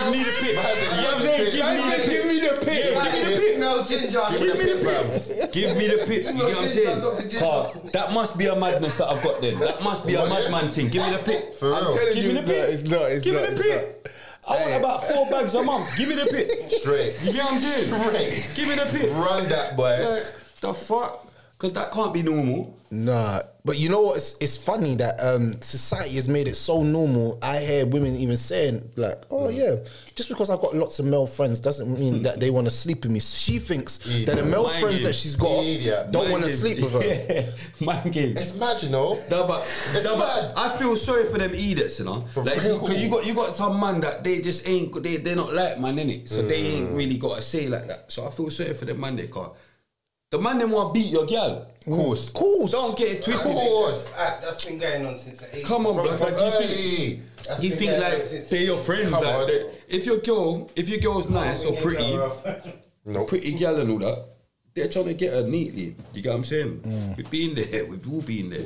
[SPEAKER 2] me the pip. You know what I'm saying? Give me the pip. Yeah, Give me the pip.
[SPEAKER 4] No ginger.
[SPEAKER 3] Give me the pip, fam.
[SPEAKER 2] Give me the pip. You know what I'm saying?
[SPEAKER 4] Dr.
[SPEAKER 2] Carl, that must be a madness that I've got then. That must be a madman thing. Give me the pip.
[SPEAKER 3] For real.
[SPEAKER 6] telling
[SPEAKER 2] Give
[SPEAKER 6] you,
[SPEAKER 2] me
[SPEAKER 6] it's
[SPEAKER 2] the
[SPEAKER 6] not.
[SPEAKER 2] pip.
[SPEAKER 6] It's not. It's
[SPEAKER 2] Give
[SPEAKER 6] not.
[SPEAKER 2] me the
[SPEAKER 6] it's not.
[SPEAKER 2] pit. I want about four bags a month. Give me the pit.
[SPEAKER 3] Straight.
[SPEAKER 2] You get what I'm saying?
[SPEAKER 3] Straight.
[SPEAKER 2] Give me the pit.
[SPEAKER 3] Run that boy.
[SPEAKER 2] Like, the fuck? Because that can't be normal.
[SPEAKER 1] Nah, but you know what? It's, it's funny that um, society has made it so normal. I hear women even saying like, "Oh
[SPEAKER 2] Hmm.
[SPEAKER 1] yeah, just because I've got lots of male friends doesn't mean that they want to sleep with me." She thinks that the male
[SPEAKER 2] Mind
[SPEAKER 1] friends
[SPEAKER 2] you.
[SPEAKER 1] that she's got
[SPEAKER 3] Idiot.
[SPEAKER 1] don't
[SPEAKER 2] Mind
[SPEAKER 1] want to
[SPEAKER 2] games.
[SPEAKER 1] sleep with her.
[SPEAKER 2] Yeah. Mind games.
[SPEAKER 3] It's mad, you know.
[SPEAKER 2] No, but,
[SPEAKER 3] It's
[SPEAKER 2] no,
[SPEAKER 3] mad.
[SPEAKER 2] but I feel sorry for them idiots, you know. Like,
[SPEAKER 3] real.
[SPEAKER 2] because you got you got some man that they just ain't they they're not like man innit? So they ain't
[SPEAKER 3] Mm.
[SPEAKER 2] really got a say like that. So I feel sorry for the man they can't. The man they want to beat your girl.
[SPEAKER 3] Of course. Of
[SPEAKER 1] Cool.
[SPEAKER 2] Don't get it
[SPEAKER 3] Of
[SPEAKER 2] twisted.
[SPEAKER 3] course.
[SPEAKER 4] Ah, that's been going on since the 80s.
[SPEAKER 2] Come on,
[SPEAKER 3] From,
[SPEAKER 2] bro.
[SPEAKER 3] from
[SPEAKER 2] Like, do you think-
[SPEAKER 3] early.
[SPEAKER 4] That's
[SPEAKER 2] Do you
[SPEAKER 4] been
[SPEAKER 2] think
[SPEAKER 4] going on
[SPEAKER 2] like
[SPEAKER 4] since-
[SPEAKER 2] they're your friends?
[SPEAKER 3] Come
[SPEAKER 2] like,
[SPEAKER 3] on.
[SPEAKER 2] they- if your girl, if your girl's nice or pretty,
[SPEAKER 3] Nope.
[SPEAKER 2] pretty girl and all that, they're trying to get her neatly. You get what I'm saying? We've been there. We've all been there.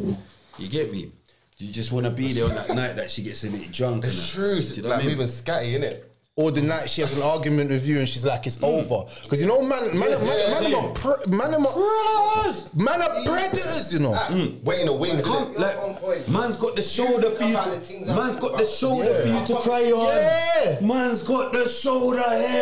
[SPEAKER 2] You get me? You just want to be there on that night that she gets a bit drunk. and
[SPEAKER 3] It's
[SPEAKER 2] that.
[SPEAKER 3] true.
[SPEAKER 2] Do you know
[SPEAKER 3] like
[SPEAKER 2] what I mean?
[SPEAKER 3] moving scatty, innit?
[SPEAKER 1] Or the night she has an argument with you and she's like,
[SPEAKER 2] Hmm.
[SPEAKER 1] it's over. Because you know, man, man, man, man, man, are pr- man, are predators. Man are predators, you know.
[SPEAKER 2] Ah,
[SPEAKER 3] Waiting the wings.
[SPEAKER 2] Come,
[SPEAKER 3] innit?
[SPEAKER 4] on
[SPEAKER 2] like,
[SPEAKER 4] point.
[SPEAKER 2] man's got the shoulder for you.
[SPEAKER 4] Come on, the
[SPEAKER 2] To,
[SPEAKER 4] things
[SPEAKER 2] man's
[SPEAKER 4] I'm
[SPEAKER 2] got
[SPEAKER 4] about.
[SPEAKER 2] the shoulder for you to cry on.
[SPEAKER 1] Yeah.
[SPEAKER 2] Man's got the shoulder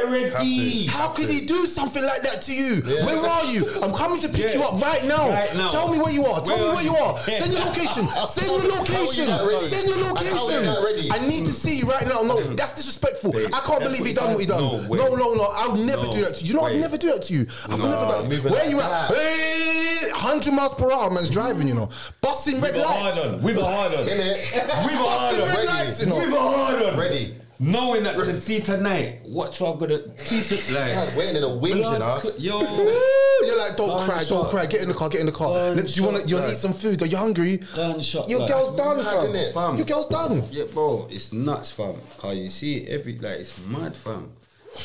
[SPEAKER 2] already.
[SPEAKER 1] How could he do something like that to you?
[SPEAKER 3] Yeah.
[SPEAKER 1] Where are you? I'm coming to pick
[SPEAKER 2] Yeah.
[SPEAKER 1] you up right now.
[SPEAKER 2] Right now.
[SPEAKER 1] Tell me where you are. Tell
[SPEAKER 2] Where
[SPEAKER 1] me
[SPEAKER 2] are
[SPEAKER 1] where
[SPEAKER 2] you?
[SPEAKER 1] you are. Send your location. Send your location.
[SPEAKER 3] not ready?
[SPEAKER 1] Send your
[SPEAKER 3] And how are you
[SPEAKER 1] location.
[SPEAKER 3] not ready?
[SPEAKER 1] I need to see you right now. No, that's disrespectful. I can't
[SPEAKER 2] that's
[SPEAKER 1] believe
[SPEAKER 2] what
[SPEAKER 1] he
[SPEAKER 2] he
[SPEAKER 1] done what he done.
[SPEAKER 2] done. No way.
[SPEAKER 1] No, no, no. I'll never
[SPEAKER 2] No
[SPEAKER 1] do that to you. You know, I'll
[SPEAKER 2] way.
[SPEAKER 1] never do that to you. I've never done it.
[SPEAKER 3] moving
[SPEAKER 1] Where
[SPEAKER 3] like
[SPEAKER 1] you at?
[SPEAKER 3] that.
[SPEAKER 1] Hey, 100 miles per hour, man's driving, you know. Busting red
[SPEAKER 7] We've a hard
[SPEAKER 1] lights.
[SPEAKER 7] on. We've a hard on.
[SPEAKER 3] Innit?
[SPEAKER 7] We've a hard
[SPEAKER 1] Busting
[SPEAKER 7] on.
[SPEAKER 1] red
[SPEAKER 3] ready.
[SPEAKER 1] lights, you know.
[SPEAKER 7] We've a hard on.
[SPEAKER 3] Ready.
[SPEAKER 2] Knowing that to see tonight, watch what I'm gonna see to,
[SPEAKER 3] Man,
[SPEAKER 2] like.
[SPEAKER 3] Waiting in the wings, you know.
[SPEAKER 2] blood cl- Yo,
[SPEAKER 1] Ooh, You're like, don't
[SPEAKER 2] Gun
[SPEAKER 1] cry, don't
[SPEAKER 2] shot.
[SPEAKER 1] cry. Get in the car, get in the car.
[SPEAKER 2] Gun
[SPEAKER 1] Look, do you want to?
[SPEAKER 2] shot,
[SPEAKER 1] You want to
[SPEAKER 2] blood.
[SPEAKER 1] eat some food? Are you hungry?
[SPEAKER 2] Gunshot,
[SPEAKER 1] Your
[SPEAKER 2] blood.
[SPEAKER 1] girl's done,
[SPEAKER 3] mad,
[SPEAKER 1] fam.
[SPEAKER 3] innit?
[SPEAKER 2] Fam.
[SPEAKER 1] Your girl's done.
[SPEAKER 2] yeah, bro, it's nuts, fam. Cause you see it every like it's mad, fam.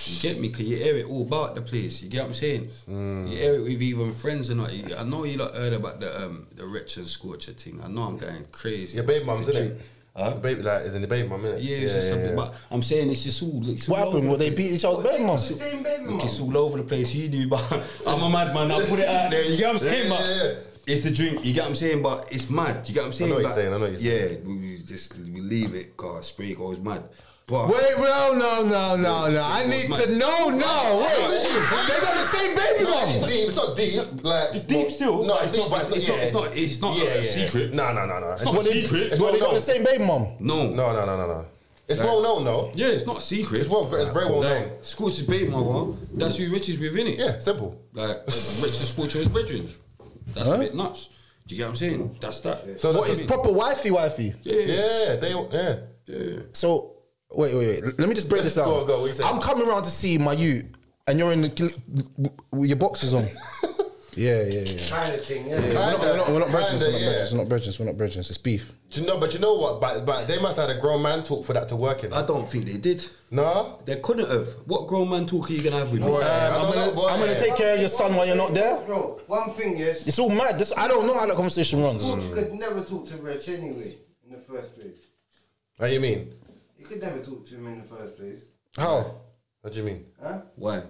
[SPEAKER 2] You get me? Cause you hear it all about the place. You get what I'm saying? You hear it with even friends and all. You- I know you lot heard about the um the wretch and scorcher thing. I know I'm going crazy.
[SPEAKER 3] Your baby mum's,
[SPEAKER 2] The
[SPEAKER 3] isn't
[SPEAKER 2] drink.
[SPEAKER 3] it? Your baby, like, is in the baby mum, innit?
[SPEAKER 2] Yeah, it's just something. But I'm saying it's just all. It's
[SPEAKER 1] What
[SPEAKER 2] all
[SPEAKER 1] happened?
[SPEAKER 2] over
[SPEAKER 1] Well, they
[SPEAKER 2] the place.
[SPEAKER 1] beat each other's bed, man.
[SPEAKER 4] It's the same baby mum.
[SPEAKER 2] Look, it's all over the place. You do, but I'm a madman. I'll put it out there. You get what I'm saying?
[SPEAKER 3] Yeah,
[SPEAKER 2] but
[SPEAKER 3] yeah,
[SPEAKER 2] It's the drink. You get what I'm saying? But it's mad. You get what I'm saying?
[SPEAKER 3] know what
[SPEAKER 2] But
[SPEAKER 3] you're saying, I know what you're
[SPEAKER 2] yeah, we, we just we leave it because spray goes mad. But
[SPEAKER 1] Wait, no, no, no, no, no. I need to know now. Wait, they got the same baby
[SPEAKER 3] No, it's
[SPEAKER 1] mom.
[SPEAKER 3] deep. It's not deep. Like
[SPEAKER 7] It's deep still.
[SPEAKER 3] No, it's,
[SPEAKER 7] It's
[SPEAKER 3] deep,
[SPEAKER 7] not-
[SPEAKER 3] but it's,
[SPEAKER 7] it's
[SPEAKER 3] yeah.
[SPEAKER 7] not- it's not- it's not
[SPEAKER 3] yeah,
[SPEAKER 7] a
[SPEAKER 3] yeah.
[SPEAKER 7] secret.
[SPEAKER 3] No, no, no, no. It's,
[SPEAKER 7] not
[SPEAKER 3] well,
[SPEAKER 7] a secret.
[SPEAKER 3] It's
[SPEAKER 1] Well,
[SPEAKER 3] well
[SPEAKER 1] they got
[SPEAKER 3] known.
[SPEAKER 1] the same baby mom.
[SPEAKER 2] no,
[SPEAKER 3] No, no, no, no, no. It's well known, though.
[SPEAKER 2] yeah, it's not a secret.
[SPEAKER 3] It's well, it's very well known.
[SPEAKER 2] like Scorcher's baby mother. That's who Rich is within it.
[SPEAKER 3] Yeah, simple.
[SPEAKER 2] like uh, Rich and Scorcher is brethren. That's a bit nuts. Do you get what I'm saying? That's that.
[SPEAKER 3] So
[SPEAKER 1] What
[SPEAKER 3] that's
[SPEAKER 1] is proper wifey, wifey?
[SPEAKER 3] Yeah, they yeah.
[SPEAKER 1] So wait, wait, wait. Let me just break this down.
[SPEAKER 3] Go on, go on, what you saying?
[SPEAKER 1] I'm coming around to see my you, and you're in the cl- with your boxers on. yeah, yeah, yeah.
[SPEAKER 4] kind of thing, yeah.
[SPEAKER 1] We're not, we're not, we're not
[SPEAKER 3] Kinda,
[SPEAKER 1] virgins. We're not
[SPEAKER 3] yeah.
[SPEAKER 1] virgins. We're not virgins. We're not virgins. It's beef.
[SPEAKER 3] Do you know, but you know what? But but they must have had a grown man talk for that to work in.
[SPEAKER 2] I don't think they did.
[SPEAKER 3] No.
[SPEAKER 2] They couldn't have. What grown man talk are you gonna have with me?
[SPEAKER 3] Boy, I
[SPEAKER 1] Um, I'm
[SPEAKER 3] don't
[SPEAKER 1] gonna,
[SPEAKER 3] know, boy.
[SPEAKER 1] I'm gonna take care of your son while you're not there.
[SPEAKER 4] Bro, one thing, yes.
[SPEAKER 1] It's all mad. This, I don't know how that conversation runs.
[SPEAKER 4] You could never talk to Rich anyway, in the first place.
[SPEAKER 3] What do you mean?
[SPEAKER 4] You could never talk to him in the first place.
[SPEAKER 1] How?
[SPEAKER 3] What do you mean?
[SPEAKER 4] Huh?
[SPEAKER 2] Why?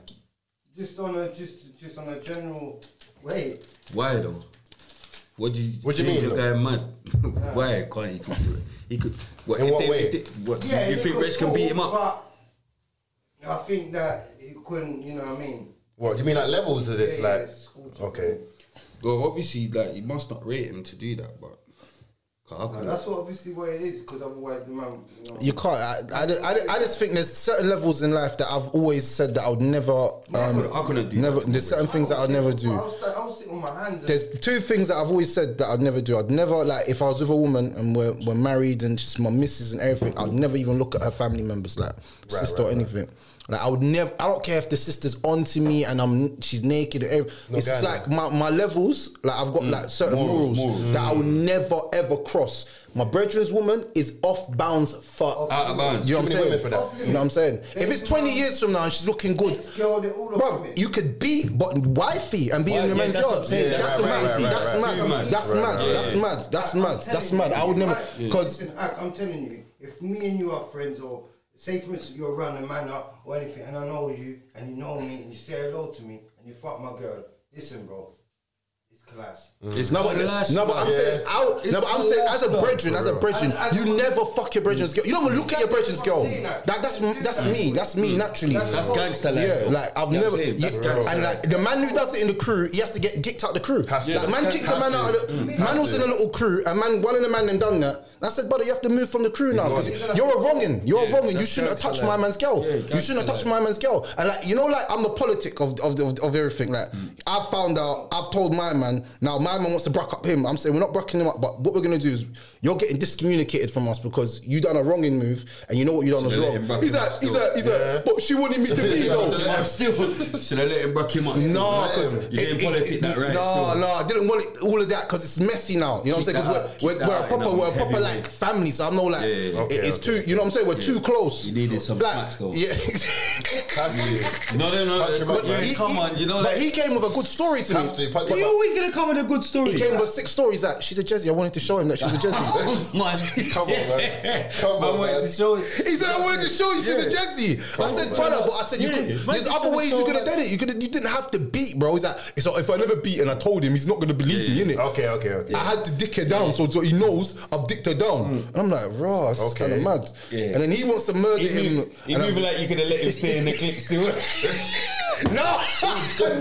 [SPEAKER 4] Just on a just just on a general way.
[SPEAKER 2] Why though? What do you?
[SPEAKER 3] What do you mean,
[SPEAKER 2] Your guy mad. Why can't he talk to it? He could. What,
[SPEAKER 3] In
[SPEAKER 2] if
[SPEAKER 3] what
[SPEAKER 2] they,
[SPEAKER 3] way?
[SPEAKER 2] If they, what,
[SPEAKER 4] Yeah,
[SPEAKER 2] you
[SPEAKER 4] he
[SPEAKER 2] think
[SPEAKER 4] could
[SPEAKER 2] Rich can beat him
[SPEAKER 4] talk,
[SPEAKER 2] up?
[SPEAKER 4] But I think that he couldn't. You know what I mean?
[SPEAKER 3] What do you mean? Like levels of this?
[SPEAKER 4] Yeah, yeah,
[SPEAKER 3] Like
[SPEAKER 4] it's cool.
[SPEAKER 3] okay.
[SPEAKER 2] Well, obviously, like you must not rate him to do that, but. 'cause I
[SPEAKER 4] Now,
[SPEAKER 2] couldn't-
[SPEAKER 4] that's what obviously what it is, because otherwise the man. You know,
[SPEAKER 1] You can't. I, I, don't- I, don't- I just think there's certain levels in life that I've always said that I would never.
[SPEAKER 2] I
[SPEAKER 1] Um,
[SPEAKER 2] couldn't- I couldn't do
[SPEAKER 1] never.
[SPEAKER 2] that.
[SPEAKER 1] There's certain things that I'd never do.
[SPEAKER 4] I'll, sta- I'll sit on my hands. and
[SPEAKER 1] There's two things that I've always said that I'd never do. I'd never like if I was with a woman and we're, we're married and she's my missus and everything. I'd never even look at her family members like sister or anything. Like I would never. I don't care if the sister's onto me and I'm she's naked. Or everything. it's
[SPEAKER 3] guy, no. Mm.
[SPEAKER 1] like my, my levels. Like I've got like certain morals, that I will never ever cross. My brethren's woman is off bounds for
[SPEAKER 2] Out of bounds.
[SPEAKER 1] You know what I'm
[SPEAKER 3] Too many
[SPEAKER 1] saying?
[SPEAKER 3] women for that.
[SPEAKER 1] You know what I'm saying? If it's 20 years from now and she's looking good,
[SPEAKER 4] Girl, they all off
[SPEAKER 1] Bruv,
[SPEAKER 4] it.
[SPEAKER 1] you could be but wifey and be
[SPEAKER 7] Why-
[SPEAKER 1] in
[SPEAKER 7] yeah,
[SPEAKER 1] the man's
[SPEAKER 7] that's
[SPEAKER 1] yard.
[SPEAKER 7] what I'm saying.
[SPEAKER 1] That's
[SPEAKER 3] Yeah, right,
[SPEAKER 1] mad.
[SPEAKER 3] right, right,
[SPEAKER 1] That's
[SPEAKER 3] right,
[SPEAKER 1] mad.
[SPEAKER 3] right.
[SPEAKER 1] That's
[SPEAKER 3] Right,
[SPEAKER 1] mad.
[SPEAKER 3] right,
[SPEAKER 1] That's mad. That's mad. That's mad. I would never because
[SPEAKER 4] Listen, Ak, I'm telling you, if me and you are friends, or say for instance you're around a man up or anything, and I know you, and you know me, and you say hello to me, and you fuck my girl. Listen, bro, it's class.
[SPEAKER 2] It's
[SPEAKER 1] no, but,
[SPEAKER 2] class,
[SPEAKER 1] no, but I'm
[SPEAKER 2] man.
[SPEAKER 1] saying, I, would- no,
[SPEAKER 2] It's
[SPEAKER 1] but I'm saying, as a
[SPEAKER 2] class,
[SPEAKER 1] brethren, as a brethren,
[SPEAKER 4] I- I-
[SPEAKER 1] you never fuck your brethren's girl. You don't even look at your brethren's girl.
[SPEAKER 4] Exactly what I'm saying,
[SPEAKER 1] That,
[SPEAKER 4] like,
[SPEAKER 1] that's that's me. That's me naturally.
[SPEAKER 2] That's gangster life.
[SPEAKER 1] Yeah, like I've
[SPEAKER 2] You know
[SPEAKER 1] never.
[SPEAKER 2] what I'm saying? That's
[SPEAKER 1] yeah,
[SPEAKER 2] gangster
[SPEAKER 1] and like the man who does it in the crew, he has to get kicked out the crew.
[SPEAKER 3] Has to.
[SPEAKER 1] like man
[SPEAKER 3] Has
[SPEAKER 1] kicked a man
[SPEAKER 3] to.
[SPEAKER 1] out of the.
[SPEAKER 2] Mm. Mm-hmm.
[SPEAKER 1] Man was in a little crew, and man, one of the man then done that. And I said, brother, you have to move from the crew now.
[SPEAKER 3] got
[SPEAKER 1] 'cause
[SPEAKER 3] it.
[SPEAKER 1] You're a wrongin. You're a wrongin. You
[SPEAKER 2] that's
[SPEAKER 1] shouldn't have
[SPEAKER 2] gangster
[SPEAKER 1] touched my
[SPEAKER 2] life.
[SPEAKER 1] man's girl.
[SPEAKER 2] Yeah,
[SPEAKER 1] You shouldn't have
[SPEAKER 2] gangster
[SPEAKER 1] touched my
[SPEAKER 2] life.
[SPEAKER 1] man's girl. And like you know, like I'm the politic of of of, of everything. Like
[SPEAKER 2] Mm.
[SPEAKER 1] I've found out, I've told my man. Now my man wants to brack up him. I'm saying we're not bracking him up, but what we're gonna do is you're getting discommunicated from us because you done a wronging move, and you know what you done was
[SPEAKER 2] they let him
[SPEAKER 1] wrong.
[SPEAKER 2] brack
[SPEAKER 1] He's
[SPEAKER 2] him up
[SPEAKER 1] like, he's
[SPEAKER 2] still.
[SPEAKER 1] like, he's like, but she wanted me to be though.
[SPEAKER 2] I'm still. Should I let him back him up?
[SPEAKER 1] No, because
[SPEAKER 2] you didn't politic that right.
[SPEAKER 1] No,
[SPEAKER 2] still.
[SPEAKER 1] no, I didn't want it, all of that because it's messy now. You know what I'm
[SPEAKER 2] Keep
[SPEAKER 1] saying?
[SPEAKER 2] that
[SPEAKER 1] Because
[SPEAKER 2] out,
[SPEAKER 1] we're, we're,
[SPEAKER 2] keep that
[SPEAKER 1] we're a
[SPEAKER 2] out,
[SPEAKER 1] proper,
[SPEAKER 2] you know,
[SPEAKER 1] we're a proper
[SPEAKER 2] heavyweight.
[SPEAKER 1] like family, so I'm not like
[SPEAKER 2] Yeah, yeah, yeah.
[SPEAKER 1] it-
[SPEAKER 3] Okay,
[SPEAKER 1] it's
[SPEAKER 3] okay.
[SPEAKER 1] too. You know what I'm saying? We're too close.
[SPEAKER 2] You needed some
[SPEAKER 1] Like,
[SPEAKER 2] smacks though.
[SPEAKER 1] Yeah.
[SPEAKER 3] Have you?
[SPEAKER 2] No, no, no.
[SPEAKER 3] Punch him up,
[SPEAKER 2] come
[SPEAKER 3] man.
[SPEAKER 2] on, you know.
[SPEAKER 1] but
[SPEAKER 2] like-
[SPEAKER 1] he came with a good story to me.
[SPEAKER 3] Have to. Punch
[SPEAKER 1] But-
[SPEAKER 3] him up.
[SPEAKER 2] always gonna didn't come with a good story.
[SPEAKER 1] He came with six stories that she's a Jezzy. I wanted to show him that she's a Jezzy.
[SPEAKER 2] Oh my
[SPEAKER 3] Come on, man. Come
[SPEAKER 2] I
[SPEAKER 3] on,
[SPEAKER 2] wanted
[SPEAKER 3] man.
[SPEAKER 2] to show it.
[SPEAKER 1] He said, I wanted to show you she's a Jesse. I said, try that, but I said, you
[SPEAKER 2] Yeah,
[SPEAKER 1] could,
[SPEAKER 2] man,
[SPEAKER 1] there's
[SPEAKER 2] you
[SPEAKER 1] other
[SPEAKER 2] should've
[SPEAKER 1] ways you
[SPEAKER 2] told
[SPEAKER 1] could have
[SPEAKER 2] that.
[SPEAKER 1] done it. You could you didn't have to beat, bro. He's like, it's like, if I never beat and I told him, he's not gonna believe me, innit?
[SPEAKER 3] Okay, okay, okay.
[SPEAKER 1] I had to dick her down, so, so he knows I've dicked her down. And I'm like, raw, it's
[SPEAKER 3] Okay.
[SPEAKER 1] kind of mad.
[SPEAKER 8] Yeah.
[SPEAKER 1] And then he wants to murder
[SPEAKER 8] He
[SPEAKER 1] him.
[SPEAKER 8] moved, he
[SPEAKER 1] and I'm-
[SPEAKER 8] moved like you could have let him stay in the clip still.
[SPEAKER 1] no, never,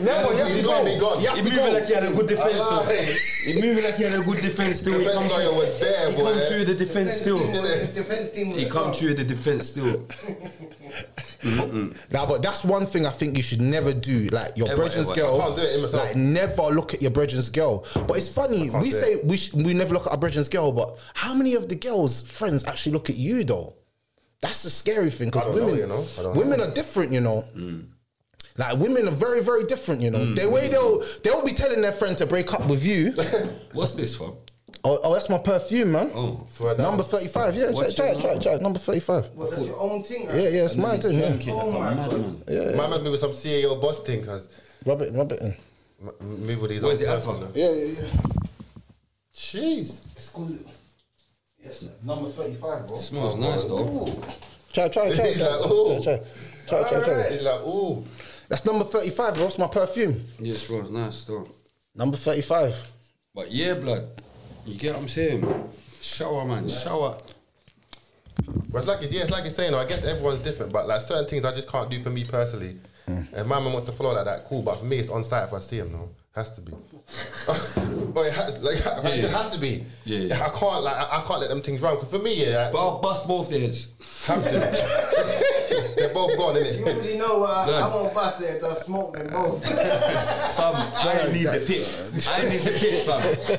[SPEAKER 1] never. You have to
[SPEAKER 3] He's gonna
[SPEAKER 1] go.
[SPEAKER 3] be gone.
[SPEAKER 1] You
[SPEAKER 2] He
[SPEAKER 1] have to
[SPEAKER 2] moving like he
[SPEAKER 1] go.
[SPEAKER 2] had a good defense
[SPEAKER 3] Ah,
[SPEAKER 2] though.
[SPEAKER 3] hey.
[SPEAKER 2] He moving like he had a good defense still. He
[SPEAKER 3] Defense
[SPEAKER 2] come
[SPEAKER 3] lawyer
[SPEAKER 2] through-
[SPEAKER 3] was there,
[SPEAKER 2] He
[SPEAKER 3] boy.
[SPEAKER 2] come through the defense still.
[SPEAKER 4] His defense team was
[SPEAKER 2] He come through the defense still.
[SPEAKER 1] Nah, but that's one thing I think you should never do. Like your
[SPEAKER 2] Ever,
[SPEAKER 1] brethren's
[SPEAKER 2] ever.
[SPEAKER 1] girl,
[SPEAKER 3] I can't do it in myself.
[SPEAKER 1] like never look at your brethren's girl. But it's funny we
[SPEAKER 3] do
[SPEAKER 1] say we sh- we never look at our brethren's girl, but how many of the girls' friends actually look at you though? That's the scary thing
[SPEAKER 3] I
[SPEAKER 1] because
[SPEAKER 3] don't know,
[SPEAKER 1] women,
[SPEAKER 3] you know? I don't
[SPEAKER 1] women
[SPEAKER 3] know.
[SPEAKER 1] are different, you know. Like women are very, very different, you know. The way they'll they'll be telling their friend to break up with you.
[SPEAKER 2] What's this for?
[SPEAKER 1] oh, oh, that's my perfume, man.
[SPEAKER 3] Swear down.
[SPEAKER 1] Number thirty-five, yeah. Try,
[SPEAKER 2] What's
[SPEAKER 1] try,
[SPEAKER 2] your
[SPEAKER 1] it, try, it, try, it. number thirty-five.
[SPEAKER 4] Well, that's your own thing.
[SPEAKER 1] Yeah, yeah, it's my thing. Yeah, Oh,
[SPEAKER 2] Kid, like a madman.
[SPEAKER 3] My man moved with some CAO boss thing, cause
[SPEAKER 1] rub it, rub it in.
[SPEAKER 3] m- m- move with these.
[SPEAKER 2] Where's
[SPEAKER 3] other
[SPEAKER 2] it at,
[SPEAKER 3] person,
[SPEAKER 2] Tom?
[SPEAKER 3] you know.
[SPEAKER 1] Yeah, yeah, yeah.
[SPEAKER 3] Jeez.
[SPEAKER 4] Yes, number 35, bro.
[SPEAKER 2] Smells nice though.
[SPEAKER 1] Try, try, try,
[SPEAKER 3] He's
[SPEAKER 1] try,
[SPEAKER 3] like, ooh.
[SPEAKER 1] try, try, try, try.
[SPEAKER 3] He's like, ooh.
[SPEAKER 1] That's number thirty-five. Bro. That's my perfume.
[SPEAKER 2] Yeah, smells nice though.
[SPEAKER 1] Number thirty-five.
[SPEAKER 2] But yeah, blood. You get what I'm saying? Shower, man. Shower.
[SPEAKER 3] But it's like it's, yeah, it's like you're saying. though, I guess everyone's different, but like certain things I just can't do for me personally.
[SPEAKER 2] Hmm.
[SPEAKER 3] And my man wants to follow like that, cool. But for me, it's on site if I see him. No, has to be. but Oh, it has, like, it has to be.
[SPEAKER 2] Yeah, yeah.
[SPEAKER 3] I can't like I, I can't let them things run. Cause for me, yeah, like,
[SPEAKER 2] But I'll bust both heads.
[SPEAKER 3] have to. They're both gone,
[SPEAKER 4] You
[SPEAKER 3] innit?
[SPEAKER 4] already know uh,
[SPEAKER 2] Done.
[SPEAKER 4] I won't bust there. I smoke them both.
[SPEAKER 2] Fam, I ain't need the pick. I ain't need the pick,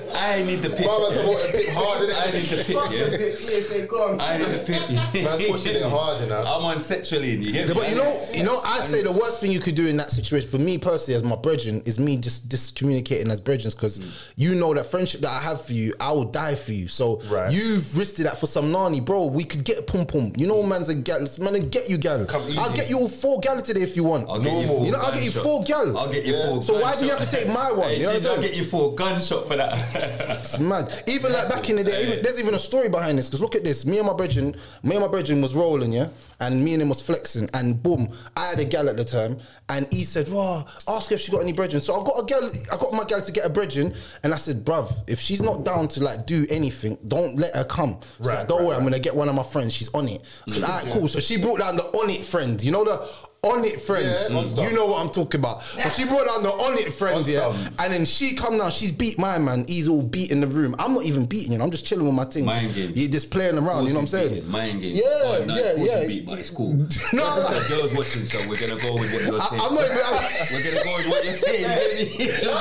[SPEAKER 2] fam. I ain't need the pick.
[SPEAKER 3] My man's brought a bit hard,
[SPEAKER 2] I
[SPEAKER 3] innit?
[SPEAKER 2] need the
[SPEAKER 4] Fuck
[SPEAKER 2] pick,
[SPEAKER 4] the
[SPEAKER 2] yeah.
[SPEAKER 4] bitch, yes, they gone.
[SPEAKER 2] I need the pick.
[SPEAKER 3] Man pushing it hard, you know.
[SPEAKER 2] I'm on sexually, you get me?
[SPEAKER 1] But you know, you know, I say the worst thing you could do in that situation for me personally, as my brethren, is me just discommunicating as brethren
[SPEAKER 2] Mm.
[SPEAKER 1] because you know that friendship that I have for you, I will die for you. So
[SPEAKER 3] Right.
[SPEAKER 1] you've risked it that for some nani, bro. We could get a pum pum. You know, man's a gal. Man, will get you gal.
[SPEAKER 3] Come easy.
[SPEAKER 1] I'll get you all four gal today if you want.
[SPEAKER 2] I'll get you
[SPEAKER 1] Normal.
[SPEAKER 2] four
[SPEAKER 1] You know, I'll get you
[SPEAKER 2] gunshot.
[SPEAKER 1] four gal.
[SPEAKER 2] I'll get you
[SPEAKER 3] Yeah.
[SPEAKER 2] four.
[SPEAKER 1] So why do you
[SPEAKER 2] gunshot.
[SPEAKER 1] have to take my one?
[SPEAKER 2] Hey,
[SPEAKER 1] You know what I'm
[SPEAKER 2] geez, I'll
[SPEAKER 1] saying?
[SPEAKER 2] get you four gunshot for that.
[SPEAKER 1] It's mad. Even like back in the day, even, there's even a story behind this. Because look at this. Me and my brethren, me and my brethren was rolling, yeah, and me and him was flexing, and boom, I had a gal at the time, and he said, "Raw, ask her if she got any brethren." So I got a gal, I got my gal to get a brethren, and I said, "Bruv, if she's not down to like do anything, don't let her come." She's
[SPEAKER 3] Right,
[SPEAKER 1] like, "Don't
[SPEAKER 3] right,
[SPEAKER 1] worry, I'm gonna get one of my friends. She's on it." I said, "All right, cool." So she brought down the on it friend. You know the. On it friend, Mm.
[SPEAKER 3] Yeah, on stuff.
[SPEAKER 1] you know what I'm talking about. So she brought down the on it friend,
[SPEAKER 3] On
[SPEAKER 1] yeah,
[SPEAKER 3] stuff.
[SPEAKER 1] and then she come down, she's beat my man. He's all beat in the room. I'm not even beating you. know, I'm just chilling with my thing.
[SPEAKER 2] Mind games.
[SPEAKER 1] You're just playing around. You know what I'm saying?
[SPEAKER 2] Mind game.
[SPEAKER 1] Yeah,
[SPEAKER 2] Oh, no,
[SPEAKER 1] yeah,
[SPEAKER 2] of course
[SPEAKER 1] yeah.
[SPEAKER 2] You beat, but it's cool.
[SPEAKER 1] No.
[SPEAKER 2] the girls watching, so we're gonna go with what you're
[SPEAKER 1] I,
[SPEAKER 2] saying.
[SPEAKER 1] I'm not even. I'm,
[SPEAKER 2] We're gonna go with what you're saying. baby. We're gonna go with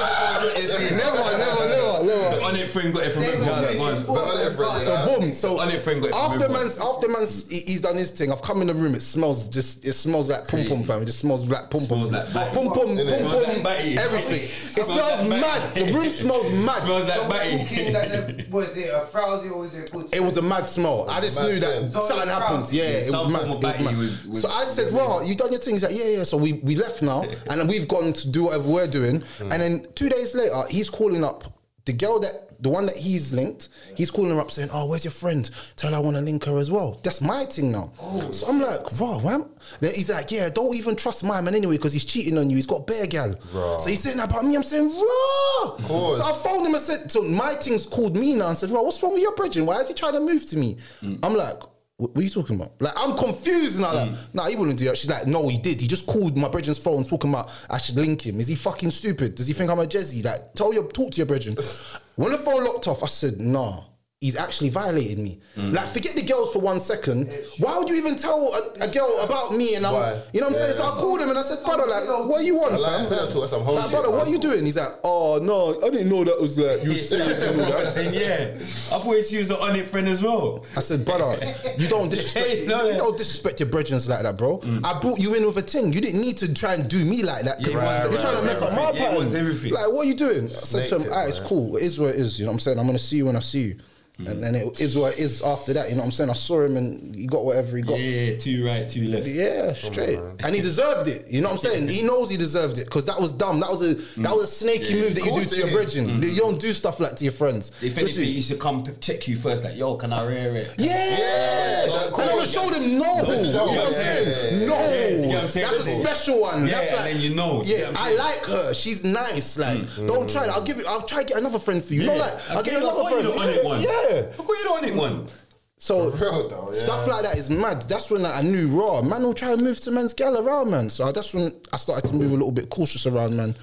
[SPEAKER 2] what you're saying.
[SPEAKER 1] never, never, never, never.
[SPEAKER 2] The on it friend got it from
[SPEAKER 4] They
[SPEAKER 2] everyone.
[SPEAKER 4] gonna make
[SPEAKER 2] One.
[SPEAKER 4] you fall
[SPEAKER 3] But
[SPEAKER 4] and
[SPEAKER 3] everyone-
[SPEAKER 4] bust.
[SPEAKER 1] So boom. So
[SPEAKER 2] Only friend got it from
[SPEAKER 1] after
[SPEAKER 2] everyone.
[SPEAKER 1] man's after man's he- he's done his thing. I've come in the room. It smells just. It smells like pum pum
[SPEAKER 2] Crazy.
[SPEAKER 1] fam. It just smells like pum pum.
[SPEAKER 2] Smells like batty.
[SPEAKER 1] Pum pum pum
[SPEAKER 3] Innit?
[SPEAKER 2] Smells
[SPEAKER 1] pum.
[SPEAKER 2] like batty.
[SPEAKER 1] Everything. It
[SPEAKER 2] Smells like
[SPEAKER 1] smells mad.
[SPEAKER 2] batty.
[SPEAKER 1] The room smells mad.
[SPEAKER 2] Smells like
[SPEAKER 4] Cooking
[SPEAKER 2] batty.
[SPEAKER 4] like that- was it a frowsy or was it a good?
[SPEAKER 1] It was a mad smell. I just
[SPEAKER 3] Mad
[SPEAKER 1] knew that
[SPEAKER 4] smell.
[SPEAKER 1] something
[SPEAKER 4] Something
[SPEAKER 1] happened.
[SPEAKER 4] crap.
[SPEAKER 1] Yeah, it was
[SPEAKER 2] Something
[SPEAKER 1] mad.
[SPEAKER 2] will
[SPEAKER 1] It was
[SPEAKER 2] bite you
[SPEAKER 1] mad.
[SPEAKER 2] with- with-
[SPEAKER 1] so I said, "Raw, you done your things." Like, yeah, yeah. So we, we left now, and then we've gone to do whatever we're doing. And then two days later, he's calling up the girl that the one that he's linked. He's calling her up saying, "Oh, where's your friend? Tell her I want to link her as well." That's my thing now. So I'm like, "Raw, wham." Then he's like, "Yeah, don't even trust my man anyway because he's cheating on you. He's got bear gal." So he's saying that about me. I'm saying, "Raw."
[SPEAKER 3] course.
[SPEAKER 1] So I phoned him and said, so my thing's called me now and said, well, what's wrong with your bridging? Why is he trying to move to me?
[SPEAKER 3] Mm.
[SPEAKER 1] I'm like, what, what are you talking about? Like, I'm confused now. Like,
[SPEAKER 3] Mm.
[SPEAKER 1] nah, he wouldn't do that. She's like, no, he did. He just called my brethren's phone talking about I should link him. Is he fucking stupid? Does he think I'm a Jezzy? Like, tell your talk to your brethren. when the phone locked off, I said, nah. He's actually violated me.
[SPEAKER 3] Mm.
[SPEAKER 1] Like, forget the girls for one second. Why would you even tell a, a girl about me? And I'm,
[SPEAKER 3] Why?
[SPEAKER 1] you know what I'm
[SPEAKER 3] Yeah,
[SPEAKER 1] saying? So
[SPEAKER 3] yeah.
[SPEAKER 1] I called him and I said, brother, like, what you want,
[SPEAKER 3] I like
[SPEAKER 1] fam?
[SPEAKER 3] pillow talk, that's some whole
[SPEAKER 1] Like,
[SPEAKER 3] shit,
[SPEAKER 1] brother, what
[SPEAKER 3] man.
[SPEAKER 1] you doing? He's like, oh no, I didn't know that was like you serious and all that.
[SPEAKER 2] Thing, yeah. I thought she was an on it friend as well.
[SPEAKER 1] I said, brother, you don't disrespect
[SPEAKER 2] Hey, no, Mm.
[SPEAKER 1] you
[SPEAKER 2] yeah.
[SPEAKER 1] don't disrespect your brethren like that, bro. I brought you in with a thing. You didn't need to try and do me like that. 'cause
[SPEAKER 2] Yeah, right,
[SPEAKER 1] you're
[SPEAKER 2] right,
[SPEAKER 1] trying to
[SPEAKER 2] right,
[SPEAKER 1] mess up
[SPEAKER 2] right.
[SPEAKER 1] my
[SPEAKER 2] Yeah, it
[SPEAKER 1] pattern.
[SPEAKER 2] was everything.
[SPEAKER 1] Like, what are you doing? I said to
[SPEAKER 3] Snaked
[SPEAKER 1] him,
[SPEAKER 3] it,
[SPEAKER 1] ah, it's
[SPEAKER 3] man.
[SPEAKER 1] cool. It is what it is. You know what I'm saying? I'm gonna see you when I see you.
[SPEAKER 9] Mm.
[SPEAKER 1] and then it is what it is after that. You know what I'm saying? I saw him and he got whatever he got.
[SPEAKER 9] Yeah, two right, two left.
[SPEAKER 1] Yeah, straight, and he deserved it. You know what I'm saying? He knows he deserved it because that was dumb. That was a
[SPEAKER 9] Mm.
[SPEAKER 1] that was a snaky move that you do
[SPEAKER 3] course
[SPEAKER 1] to
[SPEAKER 3] it
[SPEAKER 1] your
[SPEAKER 3] is.
[SPEAKER 1] brethren. You don't do stuff like to your friends.
[SPEAKER 9] If anything, you should come p- check you first, like, yo, can I rear it?
[SPEAKER 1] Yeah,
[SPEAKER 3] Yeah,
[SPEAKER 1] and I'm gonna show them no. you know what I'm saying?
[SPEAKER 3] Yeah,
[SPEAKER 1] No,
[SPEAKER 9] what I'm saying?
[SPEAKER 1] that's a
[SPEAKER 9] Listen.
[SPEAKER 1] special one.
[SPEAKER 9] Yeah,
[SPEAKER 1] that's
[SPEAKER 9] and
[SPEAKER 1] like,
[SPEAKER 9] then you know. You
[SPEAKER 1] Yeah,
[SPEAKER 9] know what I'm
[SPEAKER 1] I
[SPEAKER 9] saying? Mm.
[SPEAKER 1] like her. She's nice. Like, don't try. it. I'll give you. I'll try to get another friend for you. No,
[SPEAKER 9] Yeah.
[SPEAKER 1] like, I'll,
[SPEAKER 9] Okay,
[SPEAKER 1] get you
[SPEAKER 9] look
[SPEAKER 1] another
[SPEAKER 9] what you
[SPEAKER 1] friend.
[SPEAKER 9] don't want
[SPEAKER 1] yeah,
[SPEAKER 9] it one.
[SPEAKER 1] yeah.
[SPEAKER 9] Look what you don't on it, one.
[SPEAKER 1] So
[SPEAKER 3] For real though, yeah.
[SPEAKER 1] Stuff like that is mad. That's when like, I knew raw man will try and move to man's gal around man. So that's when I started to move a little bit cautious around man.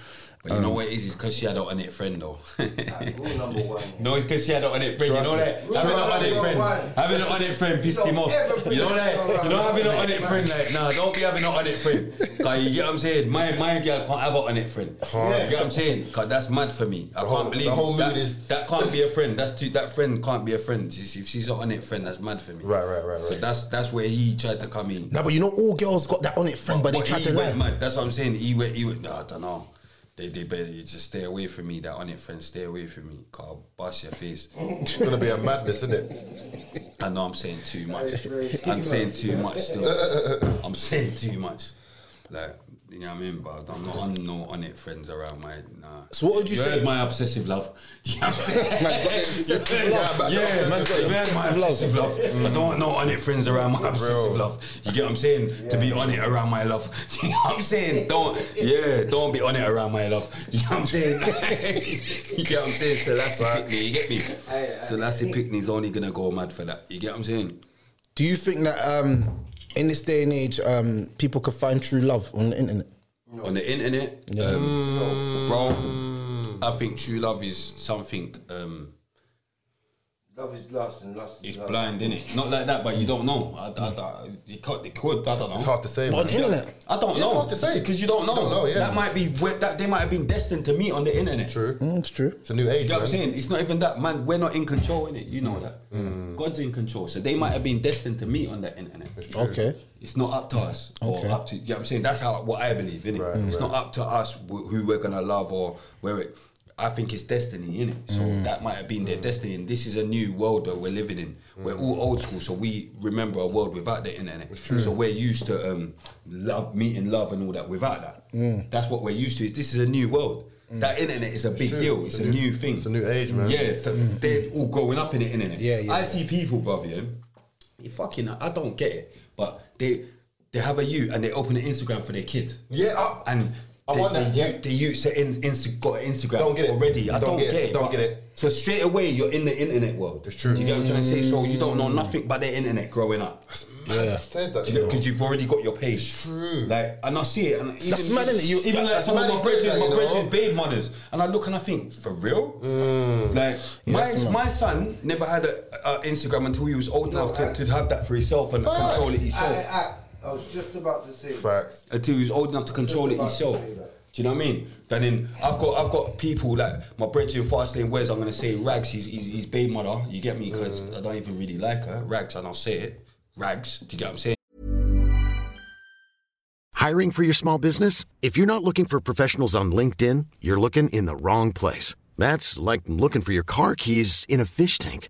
[SPEAKER 1] Um,
[SPEAKER 2] But
[SPEAKER 3] Uh,
[SPEAKER 2] you know what it is? It's because she had an on it friend though.
[SPEAKER 4] Rule number one.
[SPEAKER 9] No, it's because she had an on it friend. You know that?
[SPEAKER 4] Trust
[SPEAKER 9] Having an on it
[SPEAKER 4] me.
[SPEAKER 9] friend. Having an on it friend pissed him off. You know that? You know having an on it friend like, nah, don't be having an on it friend. Like, you get what I'm saying? My my girl can't have an on it friend. You get what I'm saying? Cause that's mad for me. I
[SPEAKER 3] whole-
[SPEAKER 2] can't believe
[SPEAKER 3] the whole
[SPEAKER 2] that,
[SPEAKER 3] mood is-
[SPEAKER 2] that can't be a friend. That's too, that friend can't be a friend. She's- If she's an on it friend, that's mad for me.
[SPEAKER 3] Right, right, right,
[SPEAKER 2] So
[SPEAKER 3] right.
[SPEAKER 2] that's that's where he tried to come in.
[SPEAKER 1] Now, but you know all girls got that on it friend, but they
[SPEAKER 2] But
[SPEAKER 1] tried
[SPEAKER 2] he
[SPEAKER 1] to
[SPEAKER 2] went
[SPEAKER 1] lie.
[SPEAKER 2] mad. That's what I'm saying. He went. He went. Nah, I don't know. They, they better you just stay away from me. That on it friend, stay away from me. Cause I'll bust your face.
[SPEAKER 3] It's gonna be a madness, isn't it?
[SPEAKER 2] I know I'm saying too much.
[SPEAKER 4] is very
[SPEAKER 2] I'm saying
[SPEAKER 4] serious.
[SPEAKER 2] too much still. I'm saying too much. Like, you know what I mean? But I'm not on no on it friends around my nah.
[SPEAKER 1] So what would you
[SPEAKER 2] you
[SPEAKER 1] say?
[SPEAKER 2] heard my obsessive love. You know what I'm saying?
[SPEAKER 1] Man's got the obsessive
[SPEAKER 2] Yeah,
[SPEAKER 1] love.
[SPEAKER 2] but- Yeah, man's got you heard my obsessive love. I don't want no on it friends around my obsessive love. You get what I'm saying? To be on it around my love. You know what I'm saying? Don't yeah, don't be on it around my love. You know what I'm saying? you get what I'm saying? So that's Pickney, you get me? So that's Pickney's only gonna go mad for that. You get what I'm saying?
[SPEAKER 1] Do you think that um, in this day and age, um, people could find true love on the internet?
[SPEAKER 2] on the internet, um, bro. I think true love is something. Um,
[SPEAKER 4] Love is lost and lost is
[SPEAKER 2] it's
[SPEAKER 4] lost.
[SPEAKER 2] blind, innit? Not like that, but you don't know. I, I, I, it could, it could. I don't know.
[SPEAKER 3] It's hard to say.
[SPEAKER 1] On
[SPEAKER 3] Man.
[SPEAKER 1] the internet,
[SPEAKER 2] I don't
[SPEAKER 3] It's
[SPEAKER 2] know.
[SPEAKER 3] hard to say.
[SPEAKER 2] because you don't know.
[SPEAKER 3] Don't know, yeah.
[SPEAKER 2] That might be where, that they might have been destined to meet on the internet.
[SPEAKER 3] True.
[SPEAKER 1] Mm, it's true.
[SPEAKER 3] It's a new age,
[SPEAKER 2] You know what
[SPEAKER 3] man.
[SPEAKER 2] I'm saying? It's not even that, man. We're not in control, innit? You know that. God's in control, so they might have been destined to meet on the internet.
[SPEAKER 1] Okay.
[SPEAKER 2] It's not up to us or
[SPEAKER 1] Okay.
[SPEAKER 2] up to you know what I'm saying. That's how what I believe in it.
[SPEAKER 3] Right, Mm.
[SPEAKER 2] It's not up to us wh- who we're gonna love or where it. I think it's destiny in it. So that might have been their destiny. And this is a new world that we're living in. We're all old school, so we remember a world without the internet. So we're used to um, love, meeting love, and all that without that.
[SPEAKER 3] Mm.
[SPEAKER 1] Mm.
[SPEAKER 2] That's what we're used to. This is a new world. That internet is a big deal. It's, a, new thing. It's
[SPEAKER 3] a new age, man. Mm.
[SPEAKER 2] Yeah, it's a- they're all growing up in the internet.
[SPEAKER 1] Yeah, yeah,
[SPEAKER 2] I
[SPEAKER 1] yeah.
[SPEAKER 2] see people, brother. Yeah, you fucking, I don't get it. But they they have a youth and they open an Instagram for their kid.
[SPEAKER 3] Yeah, I-
[SPEAKER 2] and
[SPEAKER 3] I
[SPEAKER 2] they,
[SPEAKER 3] want that,
[SPEAKER 2] The,
[SPEAKER 3] yeah.
[SPEAKER 2] youth, the youths are in, Insta, got an Instagram
[SPEAKER 3] Don't get it.
[SPEAKER 2] already. I don't, get, it.
[SPEAKER 3] Don't
[SPEAKER 2] but-
[SPEAKER 3] get it.
[SPEAKER 2] So straight away you're in the internet world.
[SPEAKER 3] It's true. Mm.
[SPEAKER 2] You get what I'm trying to say? So you don't know nothing but the internet growing up.
[SPEAKER 3] Yeah. Said that, you know.
[SPEAKER 2] Because you've already got your page. True. Like, and I see it. And even,
[SPEAKER 1] That's mad, innit? You-
[SPEAKER 2] even like
[SPEAKER 3] that's
[SPEAKER 2] some of
[SPEAKER 3] mad
[SPEAKER 2] my
[SPEAKER 3] he said
[SPEAKER 2] friends,
[SPEAKER 3] that,
[SPEAKER 2] my
[SPEAKER 3] you know?
[SPEAKER 2] friends with babe mothers, and I look and I think, for real? Like,
[SPEAKER 1] that's
[SPEAKER 2] my,
[SPEAKER 1] mad.
[SPEAKER 2] my son never had an Instagram until he was old enough to, to have that for himself and control it
[SPEAKER 4] I,
[SPEAKER 2] himself.
[SPEAKER 4] I, I was just about to say.
[SPEAKER 3] Facts.
[SPEAKER 2] until he was old enough to control it himself. Do you know what I mean? Then in, I've got I've got people like my brethren fast lane where's I'm gonna say Rags, he's he's, he's babe mother. You get me? Because I don't even really like her, Rags, and I'll say it, Rags. Do you get what I'm saying?
[SPEAKER 10] Hiring for your small business? If you're not looking for professionals on LinkedIn, you're looking in the wrong place. That's like looking for your car keys in a fish tank.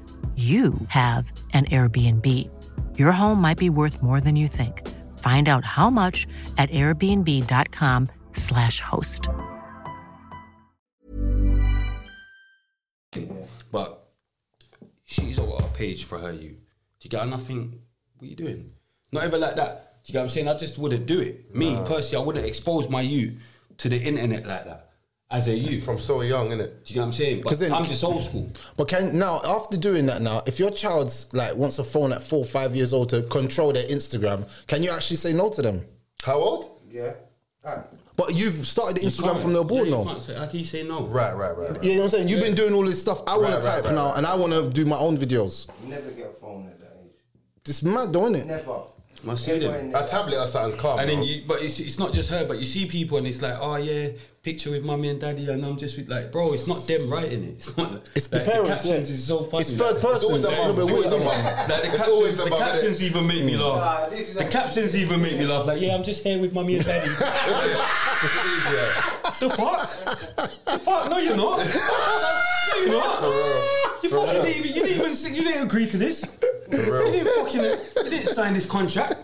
[SPEAKER 11] you have an Airbnb. Your home might be worth more than you think. Find out how much at airbnb.com/slash host.
[SPEAKER 2] But she's got a page for her. You, do you get nothing? What are you doing? Not even like that. Do you get what I'm saying? I just wouldn't do it. Me personally, I wouldn't expose my you to the internet like that as a you.
[SPEAKER 3] From so young, innit?
[SPEAKER 2] Do you know what I'm saying?
[SPEAKER 1] 'Cause
[SPEAKER 2] But
[SPEAKER 1] then-
[SPEAKER 2] I'm just old school.
[SPEAKER 1] But can now after doing that now, if your child's like wants a phone at four, five years old to control their Instagram, can you actually say no to them?
[SPEAKER 3] How old?
[SPEAKER 4] Yeah. Ah,
[SPEAKER 1] But you've started the Instagram from their board
[SPEAKER 2] yeah, you
[SPEAKER 1] now.
[SPEAKER 2] can't say, how can you say no?
[SPEAKER 3] Right, right, right. right.
[SPEAKER 1] You know what I'm saying? You've been doing all this stuff. I want
[SPEAKER 3] Right,
[SPEAKER 1] to
[SPEAKER 3] right,
[SPEAKER 1] type
[SPEAKER 3] right,
[SPEAKER 1] now,
[SPEAKER 3] right.
[SPEAKER 1] and I want to do my own videos.
[SPEAKER 4] you never get a phone at that age.
[SPEAKER 1] It's mad, though, isn't it?
[SPEAKER 4] Never.
[SPEAKER 2] I see them.
[SPEAKER 4] in
[SPEAKER 3] A tablet or something's calm.
[SPEAKER 2] And then
[SPEAKER 3] bro.
[SPEAKER 2] you, but it's, it's not just her, but you see people and it's like, oh yeah, picture with mummy and daddy, and I'm just with like, bro, it's not them writing it. It's, not,
[SPEAKER 1] It's the
[SPEAKER 2] like,
[SPEAKER 1] parents,
[SPEAKER 2] The
[SPEAKER 1] yeah.
[SPEAKER 2] captions is so funny.
[SPEAKER 1] It's third
[SPEAKER 2] like,
[SPEAKER 3] It's
[SPEAKER 1] person.
[SPEAKER 3] always
[SPEAKER 1] It's
[SPEAKER 3] the
[SPEAKER 1] a
[SPEAKER 3] mum.
[SPEAKER 1] little
[SPEAKER 3] It's
[SPEAKER 1] bit
[SPEAKER 3] always the
[SPEAKER 1] weird.
[SPEAKER 3] mum.
[SPEAKER 2] Like the
[SPEAKER 3] It's
[SPEAKER 2] captions,
[SPEAKER 3] always the
[SPEAKER 2] the
[SPEAKER 3] mum. innit?
[SPEAKER 2] captions even make me
[SPEAKER 4] Nah,
[SPEAKER 2] laugh.
[SPEAKER 4] this is
[SPEAKER 2] the
[SPEAKER 4] like-
[SPEAKER 2] captions even make me laugh. Like, yeah, I'm just here with mummy and daddy. the fuck? The fuck? No, you're not. No, you're not. You fucking didn't even. You didn't even. sing- You didn't agree to this. You didn't fucking. You didn't sign this contract.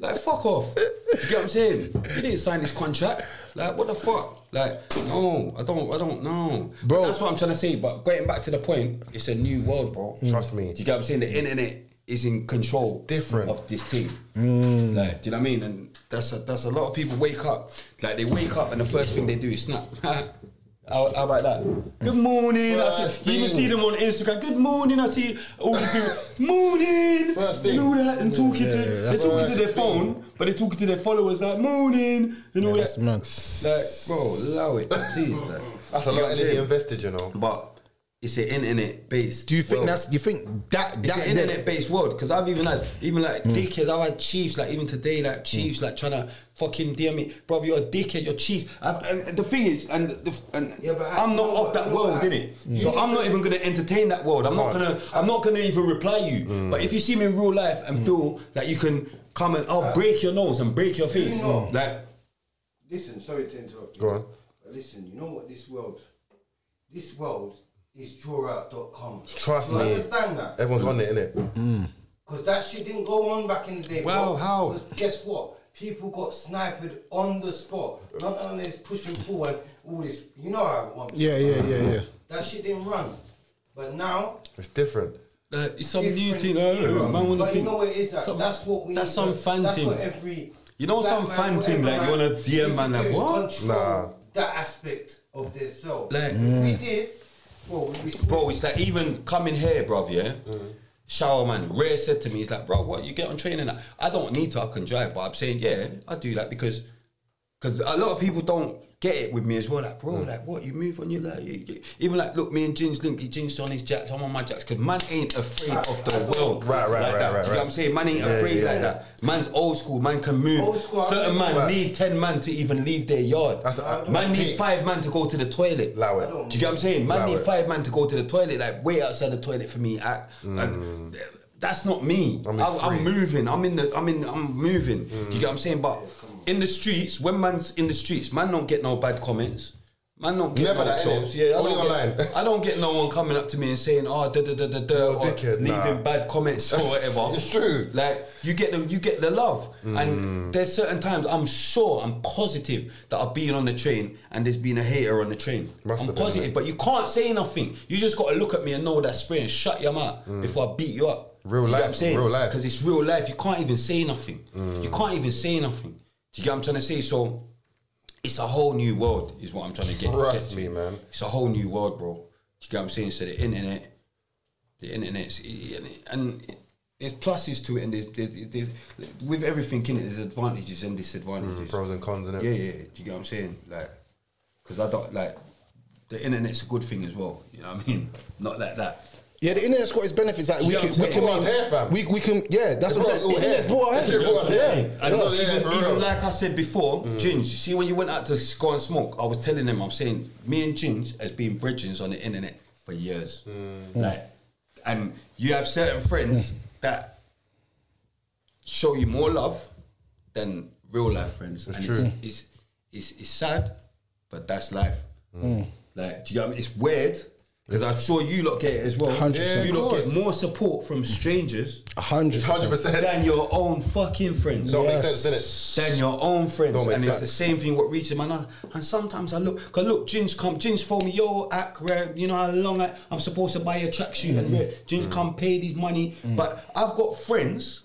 [SPEAKER 2] Like, fuck off. You get what I'm saying? You didn't sign this contract. Like, what the fuck? Like, no, I don't. I don't know, bro. That's what I'm trying to say. But getting back to the point, it's a new world, bro.
[SPEAKER 3] Trust me.
[SPEAKER 2] Do you get what I'm saying? The internet is in control
[SPEAKER 3] different.
[SPEAKER 2] of this thing.
[SPEAKER 3] Mm.
[SPEAKER 2] Like, do you know what I mean? And that's a, that's a lot of people wake up. Like they wake up and the first thing they do is snap. How, how about that? Good morning. I
[SPEAKER 3] First
[SPEAKER 2] see, you even
[SPEAKER 3] thing.
[SPEAKER 2] see them on Instagram. Good morning. I see all the people. Morning.
[SPEAKER 3] First thing.
[SPEAKER 2] and all that and talking
[SPEAKER 1] Yeah,
[SPEAKER 2] to
[SPEAKER 1] yeah,
[SPEAKER 2] they're
[SPEAKER 1] that's
[SPEAKER 2] talking to
[SPEAKER 3] first
[SPEAKER 2] their
[SPEAKER 3] thing.
[SPEAKER 2] phone, but they're talking to their followers like morning and all
[SPEAKER 1] That's
[SPEAKER 2] that.
[SPEAKER 1] mad.
[SPEAKER 2] Like, bro, allow it, please. Like,
[SPEAKER 3] That's a lot of
[SPEAKER 2] You know what I'm
[SPEAKER 3] energy
[SPEAKER 2] saying?
[SPEAKER 3] invested, you know.
[SPEAKER 2] But it's an internet based.
[SPEAKER 1] Do you think that's? Do you think that
[SPEAKER 2] It's
[SPEAKER 1] that
[SPEAKER 2] an internet based world because I've even had even like
[SPEAKER 1] Hmm.
[SPEAKER 2] dickheads. I've had chiefs like even today like chiefs like trying to fucking DM me, bro. You're a dickhead. You're chiefs. I've, and the thing is, and the, f- and
[SPEAKER 4] Yeah, but I-
[SPEAKER 2] I'm not
[SPEAKER 4] no,
[SPEAKER 2] of
[SPEAKER 4] but
[SPEAKER 2] that
[SPEAKER 4] no,
[SPEAKER 2] world,
[SPEAKER 4] I-
[SPEAKER 2] innit?
[SPEAKER 1] Hmm.
[SPEAKER 2] So I'm not even gonna entertain that world. I'm not gonna I'm not gonna even reply you.
[SPEAKER 1] Hmm.
[SPEAKER 2] But if you see me in real life and feel that you can come and I'll break your nose and break your face,
[SPEAKER 1] Hmm.
[SPEAKER 4] know-
[SPEAKER 2] like
[SPEAKER 4] Listen, sorry to interrupt. you.
[SPEAKER 3] Go on.
[SPEAKER 4] But listen, you know what this world, this world is drawout.com.
[SPEAKER 3] Trust
[SPEAKER 4] you
[SPEAKER 3] me.
[SPEAKER 4] understand that?
[SPEAKER 3] Everyone's on it, innit?
[SPEAKER 4] Because that shit didn't go on back in the day.
[SPEAKER 2] Mm. Wow,
[SPEAKER 4] bro.
[SPEAKER 2] how?
[SPEAKER 4] 'Cause Guess what? People got sniped on the spot. Not on this push and pull and all this. You know how it was.
[SPEAKER 1] Yeah, yeah, yeah, yeah.
[SPEAKER 4] That shit didn't run. But now,
[SPEAKER 3] It's different.
[SPEAKER 2] uh, it's some new
[SPEAKER 4] different
[SPEAKER 2] thing.
[SPEAKER 4] era.
[SPEAKER 2] uh, man wanna
[SPEAKER 4] but you
[SPEAKER 2] think-
[SPEAKER 4] know what it is? Like,
[SPEAKER 2] some-
[SPEAKER 4] that's what we.
[SPEAKER 2] That's
[SPEAKER 4] need
[SPEAKER 2] some
[SPEAKER 4] to-
[SPEAKER 2] fan
[SPEAKER 4] That's
[SPEAKER 2] thing.
[SPEAKER 4] what every.
[SPEAKER 2] You know
[SPEAKER 4] black
[SPEAKER 2] some
[SPEAKER 4] man,
[SPEAKER 2] fan thing,
[SPEAKER 4] whatever,
[SPEAKER 2] like, you wanna DM
[SPEAKER 4] needs
[SPEAKER 2] man,
[SPEAKER 4] to
[SPEAKER 2] like,
[SPEAKER 4] do is
[SPEAKER 2] what?
[SPEAKER 4] control
[SPEAKER 3] Nah.
[SPEAKER 4] That aspect of their self.
[SPEAKER 2] Like- mm.
[SPEAKER 4] we did. Well, we, we
[SPEAKER 2] bro, it's like even coming here, bruv, yeah. Shower man, Ray said to me, he's like, bro, what you get on training? I don't need to, I can drive, but I'm saying, yeah, I do that because because a lot of people don't get it with me as well. Like, bro,
[SPEAKER 3] Mm.
[SPEAKER 2] like, what you move on your like, you, you- even like, look, me and Jin's link, he Jin's on his jacks, I'm on my jacks, because man ain't afraid of the world.
[SPEAKER 3] Right, right,
[SPEAKER 2] like
[SPEAKER 3] right,
[SPEAKER 2] that.
[SPEAKER 3] right,
[SPEAKER 2] Do you know what I'm
[SPEAKER 3] right.
[SPEAKER 2] saying? Man ain't afraid like that. Man's old school, man can move.
[SPEAKER 4] Old school, I
[SPEAKER 2] Certain man
[SPEAKER 4] remember
[SPEAKER 3] that.
[SPEAKER 2] need 10 man to even leave their yard.
[SPEAKER 3] That's- I-
[SPEAKER 2] man
[SPEAKER 3] that's
[SPEAKER 2] need
[SPEAKER 3] peak.
[SPEAKER 2] five man to go to the toilet.
[SPEAKER 3] Allow it.
[SPEAKER 2] Do you get what I'm saying? Man
[SPEAKER 3] Allow
[SPEAKER 2] need
[SPEAKER 3] it.
[SPEAKER 2] five man to go to the toilet, like wait outside the toilet for me. I, and th- that's not me.
[SPEAKER 3] Mm. I'm
[SPEAKER 2] I'm,
[SPEAKER 3] in free.
[SPEAKER 2] I'm moving. I'm in the. I'm in. I'm moving. Do you get what I'm saying? But in the streets, when man's in the streets, man don't get no bad comments. Man don't get
[SPEAKER 3] Never
[SPEAKER 2] no
[SPEAKER 3] that,
[SPEAKER 2] jokes.
[SPEAKER 3] innit?
[SPEAKER 2] Yeah, I
[SPEAKER 3] Only
[SPEAKER 2] don't,
[SPEAKER 3] online.
[SPEAKER 2] Get, I don't get no one coming up to me and saying, "Oh, da da da da da," or
[SPEAKER 3] dickhead, nah.
[SPEAKER 2] leaving bad comments or whatever.
[SPEAKER 3] It's true.
[SPEAKER 2] Like you get the you get the love,
[SPEAKER 3] Mm.
[SPEAKER 2] and there's certain times I'm sure I'm positive that I've been on the train and there's been a hater on the train.
[SPEAKER 3] Must
[SPEAKER 2] I'm
[SPEAKER 3] have been,
[SPEAKER 2] positive,
[SPEAKER 3] mate.
[SPEAKER 2] but you can't say nothing. You just got to look at me and know that spray and shut your mouth before I beat you up.
[SPEAKER 3] Mm. Real
[SPEAKER 2] You get
[SPEAKER 3] life,
[SPEAKER 2] what I'm saying?
[SPEAKER 3] real life. Mm.
[SPEAKER 2] Because it's real life. You can't even say nothing. You can't even say nothing. Do you get what I'm trying to say? So it's a whole new world, is what I'm trying to get.
[SPEAKER 3] Trust
[SPEAKER 2] get to.
[SPEAKER 3] me, man.
[SPEAKER 2] It's a whole new world, bro. Do you get what I'm saying? So the internet The internet's and, it, and there's pluses to it, and there's, there's, there's with everything in it, there's advantages and disadvantages.
[SPEAKER 3] Mm, Pros and cons, innit?
[SPEAKER 2] Yeah, yeah. Do you get what I'm saying? Like, because I don't like the internet's a good thing as well. You know what I mean? Not like that.
[SPEAKER 1] Yeah, the internet's got its benefits. Like we
[SPEAKER 3] Yeah,
[SPEAKER 1] can,
[SPEAKER 3] I'm
[SPEAKER 1] we
[SPEAKER 3] saying,
[SPEAKER 1] can
[SPEAKER 3] it brought us
[SPEAKER 1] make-
[SPEAKER 3] here, fam.
[SPEAKER 1] we, we can, yeah, that's what I'm saying. The internet's brought us here.
[SPEAKER 3] brought us here.
[SPEAKER 2] And
[SPEAKER 3] Yeah,
[SPEAKER 2] look,
[SPEAKER 3] yeah,
[SPEAKER 2] even,
[SPEAKER 3] for
[SPEAKER 2] even
[SPEAKER 3] real.
[SPEAKER 2] like I said before, Ginge, you see when you went out to s- go and smoke, I was telling them, I'm saying, me and Ginge has been bridgings on the internet for years.
[SPEAKER 3] Mm.
[SPEAKER 2] Like, and you have certain friends that show you more love than real life friends. and
[SPEAKER 3] true.
[SPEAKER 2] It's, it's, it's, it's sad, but that's life. Like, do you know what I mean? It's weird. Because I'm sure you lot get it as well.
[SPEAKER 1] 100%.
[SPEAKER 2] You lot get
[SPEAKER 3] course.
[SPEAKER 2] more support from strangers
[SPEAKER 1] 100
[SPEAKER 3] Hundred percent.
[SPEAKER 2] than your own fucking friends
[SPEAKER 3] Don't make sense, innit?
[SPEAKER 2] than your own friends.
[SPEAKER 3] Don't make
[SPEAKER 2] And it's the
[SPEAKER 3] sense.
[SPEAKER 2] same thing with reaching man. And sometimes I look, cause look, Jin's come, Jin's phone me, yo, act rare, you know how long I, I'm supposed to buy a tracksuit and rare. Jin's
[SPEAKER 3] Mm.
[SPEAKER 2] come pay these money. But I've got friends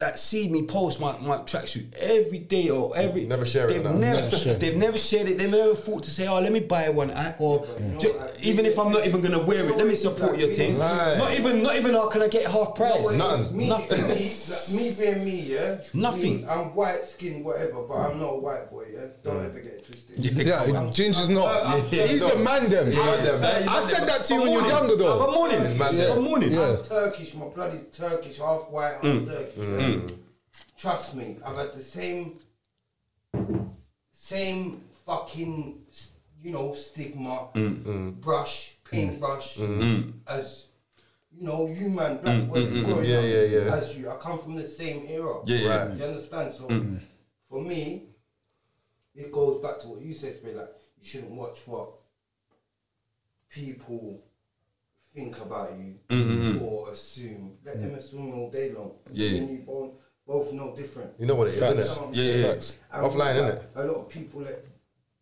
[SPEAKER 2] that see me post my, my tracksuit every day or every
[SPEAKER 3] Never share it,
[SPEAKER 2] they've
[SPEAKER 3] no.
[SPEAKER 2] Never,
[SPEAKER 3] Never
[SPEAKER 1] share.
[SPEAKER 2] They've never shared it. They've never thought to say, oh, let me buy one act or ju- even if I'm not even gonna wear it, let me support your thing.
[SPEAKER 3] Right.
[SPEAKER 2] Not even not even oh, can I get half price?
[SPEAKER 3] way. Nothing.
[SPEAKER 4] Me,
[SPEAKER 2] Nothing.
[SPEAKER 4] Me, like, me being me, yeah.
[SPEAKER 2] Nothing.
[SPEAKER 4] Me, I'm white skin, whatever, but I'm not a white boy, yeah. Don't ever get it twisted.
[SPEAKER 1] Yeah, Ginger's not.
[SPEAKER 4] Yeah,
[SPEAKER 1] He's the man them.
[SPEAKER 3] man them.
[SPEAKER 1] I said that to you when you was
[SPEAKER 2] morning.
[SPEAKER 1] younger though.
[SPEAKER 2] From morning.
[SPEAKER 3] Man
[SPEAKER 2] From
[SPEAKER 3] them.
[SPEAKER 2] morning.
[SPEAKER 1] Yeah.
[SPEAKER 4] I'm Turkish, my blood is Turkish, half white,
[SPEAKER 3] Mm.
[SPEAKER 4] I'm Turkish. yeah. Trust me, I've had the same, same fucking, s- you know, stigma,
[SPEAKER 3] Mm.
[SPEAKER 4] brush, paintbrush, as, you know, you man, black
[SPEAKER 3] Mm.
[SPEAKER 4] boys growing
[SPEAKER 3] Yeah,
[SPEAKER 4] up
[SPEAKER 3] yeah, yeah.
[SPEAKER 4] as you. I come from the same era.
[SPEAKER 3] yeah.
[SPEAKER 2] Mm.
[SPEAKER 4] Do you understand? So, for me, it goes back to what you said to me, like, you shouldn't watch what people think about you
[SPEAKER 2] Mm,
[SPEAKER 4] or assume. Let them assume all day long.
[SPEAKER 2] Yeah.
[SPEAKER 4] Me and you both, both know different.
[SPEAKER 3] You know what it is,
[SPEAKER 4] Facts.
[SPEAKER 3] innit?
[SPEAKER 2] Yeah, yeah.
[SPEAKER 1] Facts.
[SPEAKER 4] And
[SPEAKER 3] Offline,
[SPEAKER 4] like,
[SPEAKER 3] innit?
[SPEAKER 4] A lot of people let,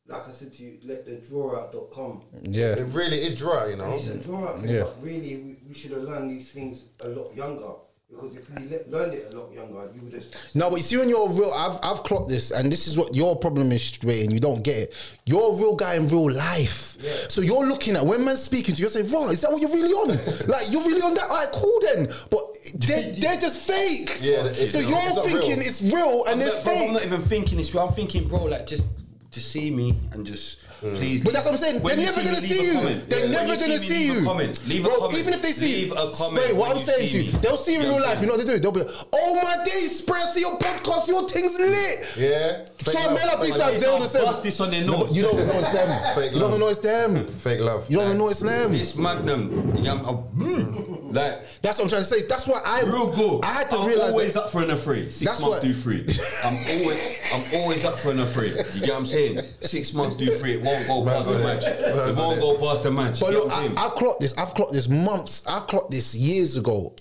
[SPEAKER 4] like I said to you, let the drawout.com.
[SPEAKER 1] Yeah.
[SPEAKER 3] It really is dry, you
[SPEAKER 4] And
[SPEAKER 3] know.
[SPEAKER 4] it's a drawout thing,
[SPEAKER 1] Yeah.
[SPEAKER 4] but really, we, we should have learned these things a lot younger. Because if we le- learned it a lot younger, you would have.
[SPEAKER 1] No, but you see, when you're a real, I've I've clocked this, and this is what your problem is, Ray, and you don't get it. You're a real guy in real life, so you're looking at when man's speaking to you, you're saying, "Raw, is that what you're really on? like you're really on that? Alright, cool then." But they're, they're just fake.
[SPEAKER 3] Yeah, that is,
[SPEAKER 1] so
[SPEAKER 3] you know,
[SPEAKER 1] you're
[SPEAKER 3] it's not
[SPEAKER 1] thinking
[SPEAKER 3] real.
[SPEAKER 1] it's real and
[SPEAKER 2] I'm
[SPEAKER 1] they're
[SPEAKER 2] not, bro, I'm
[SPEAKER 1] fake.
[SPEAKER 2] not even thinking this. I'm thinking, bro, like just just see me and just
[SPEAKER 3] Hmm.
[SPEAKER 2] please.
[SPEAKER 1] But that's what I'm saying.
[SPEAKER 2] When
[SPEAKER 1] They're
[SPEAKER 2] you
[SPEAKER 1] never gonna
[SPEAKER 2] me,
[SPEAKER 1] see
[SPEAKER 2] leave
[SPEAKER 1] you.
[SPEAKER 2] a comment.
[SPEAKER 1] They're
[SPEAKER 2] When
[SPEAKER 1] never
[SPEAKER 2] you
[SPEAKER 1] gonna
[SPEAKER 2] me,
[SPEAKER 1] see
[SPEAKER 2] leave
[SPEAKER 1] you.
[SPEAKER 2] A comment. Leave
[SPEAKER 1] Bro,
[SPEAKER 2] a comment.
[SPEAKER 1] even if they see
[SPEAKER 2] leave
[SPEAKER 1] you,
[SPEAKER 2] a comment.
[SPEAKER 1] Spray, what
[SPEAKER 2] when
[SPEAKER 1] I'm saying to you,
[SPEAKER 2] me.
[SPEAKER 1] they'll see you in
[SPEAKER 2] You
[SPEAKER 1] real
[SPEAKER 2] know what
[SPEAKER 1] life.
[SPEAKER 2] I'm
[SPEAKER 1] You know what they do? They'll be like, "Oh my days, Spray, I see your podcast, your thing's lit."
[SPEAKER 3] Yeah. Fake
[SPEAKER 1] Try and
[SPEAKER 3] love,
[SPEAKER 1] mail up
[SPEAKER 3] fake
[SPEAKER 1] these
[SPEAKER 3] love.
[SPEAKER 1] times. They'll just say,
[SPEAKER 2] Bust this on their
[SPEAKER 1] No,
[SPEAKER 2] nose.
[SPEAKER 1] but you don't even know it's
[SPEAKER 3] Fake
[SPEAKER 1] them. You don't
[SPEAKER 3] love.
[SPEAKER 1] even know it's them.
[SPEAKER 3] Fake love.
[SPEAKER 1] You don't even know it's them.
[SPEAKER 2] This magnum, yeah, I'm, I'm, mm, like
[SPEAKER 1] That's what I'm trying to say. That's why I
[SPEAKER 2] real good.
[SPEAKER 1] I had to
[SPEAKER 2] I'm
[SPEAKER 1] realize
[SPEAKER 2] always
[SPEAKER 1] that.
[SPEAKER 2] up for an free. Six
[SPEAKER 1] That's
[SPEAKER 2] months
[SPEAKER 1] what-
[SPEAKER 2] do free. I'm always I'm always up for an free. You get what I'm saying? Six months do free. It won't go past the
[SPEAKER 3] got it.
[SPEAKER 2] match.
[SPEAKER 3] Man
[SPEAKER 2] It
[SPEAKER 3] got
[SPEAKER 2] won't
[SPEAKER 3] it.
[SPEAKER 2] go past the match.
[SPEAKER 1] But
[SPEAKER 2] You know
[SPEAKER 1] look,
[SPEAKER 2] what
[SPEAKER 1] I,
[SPEAKER 2] I'm saying?
[SPEAKER 1] I've clocked this. I've clocked this months. I clocked this years ago.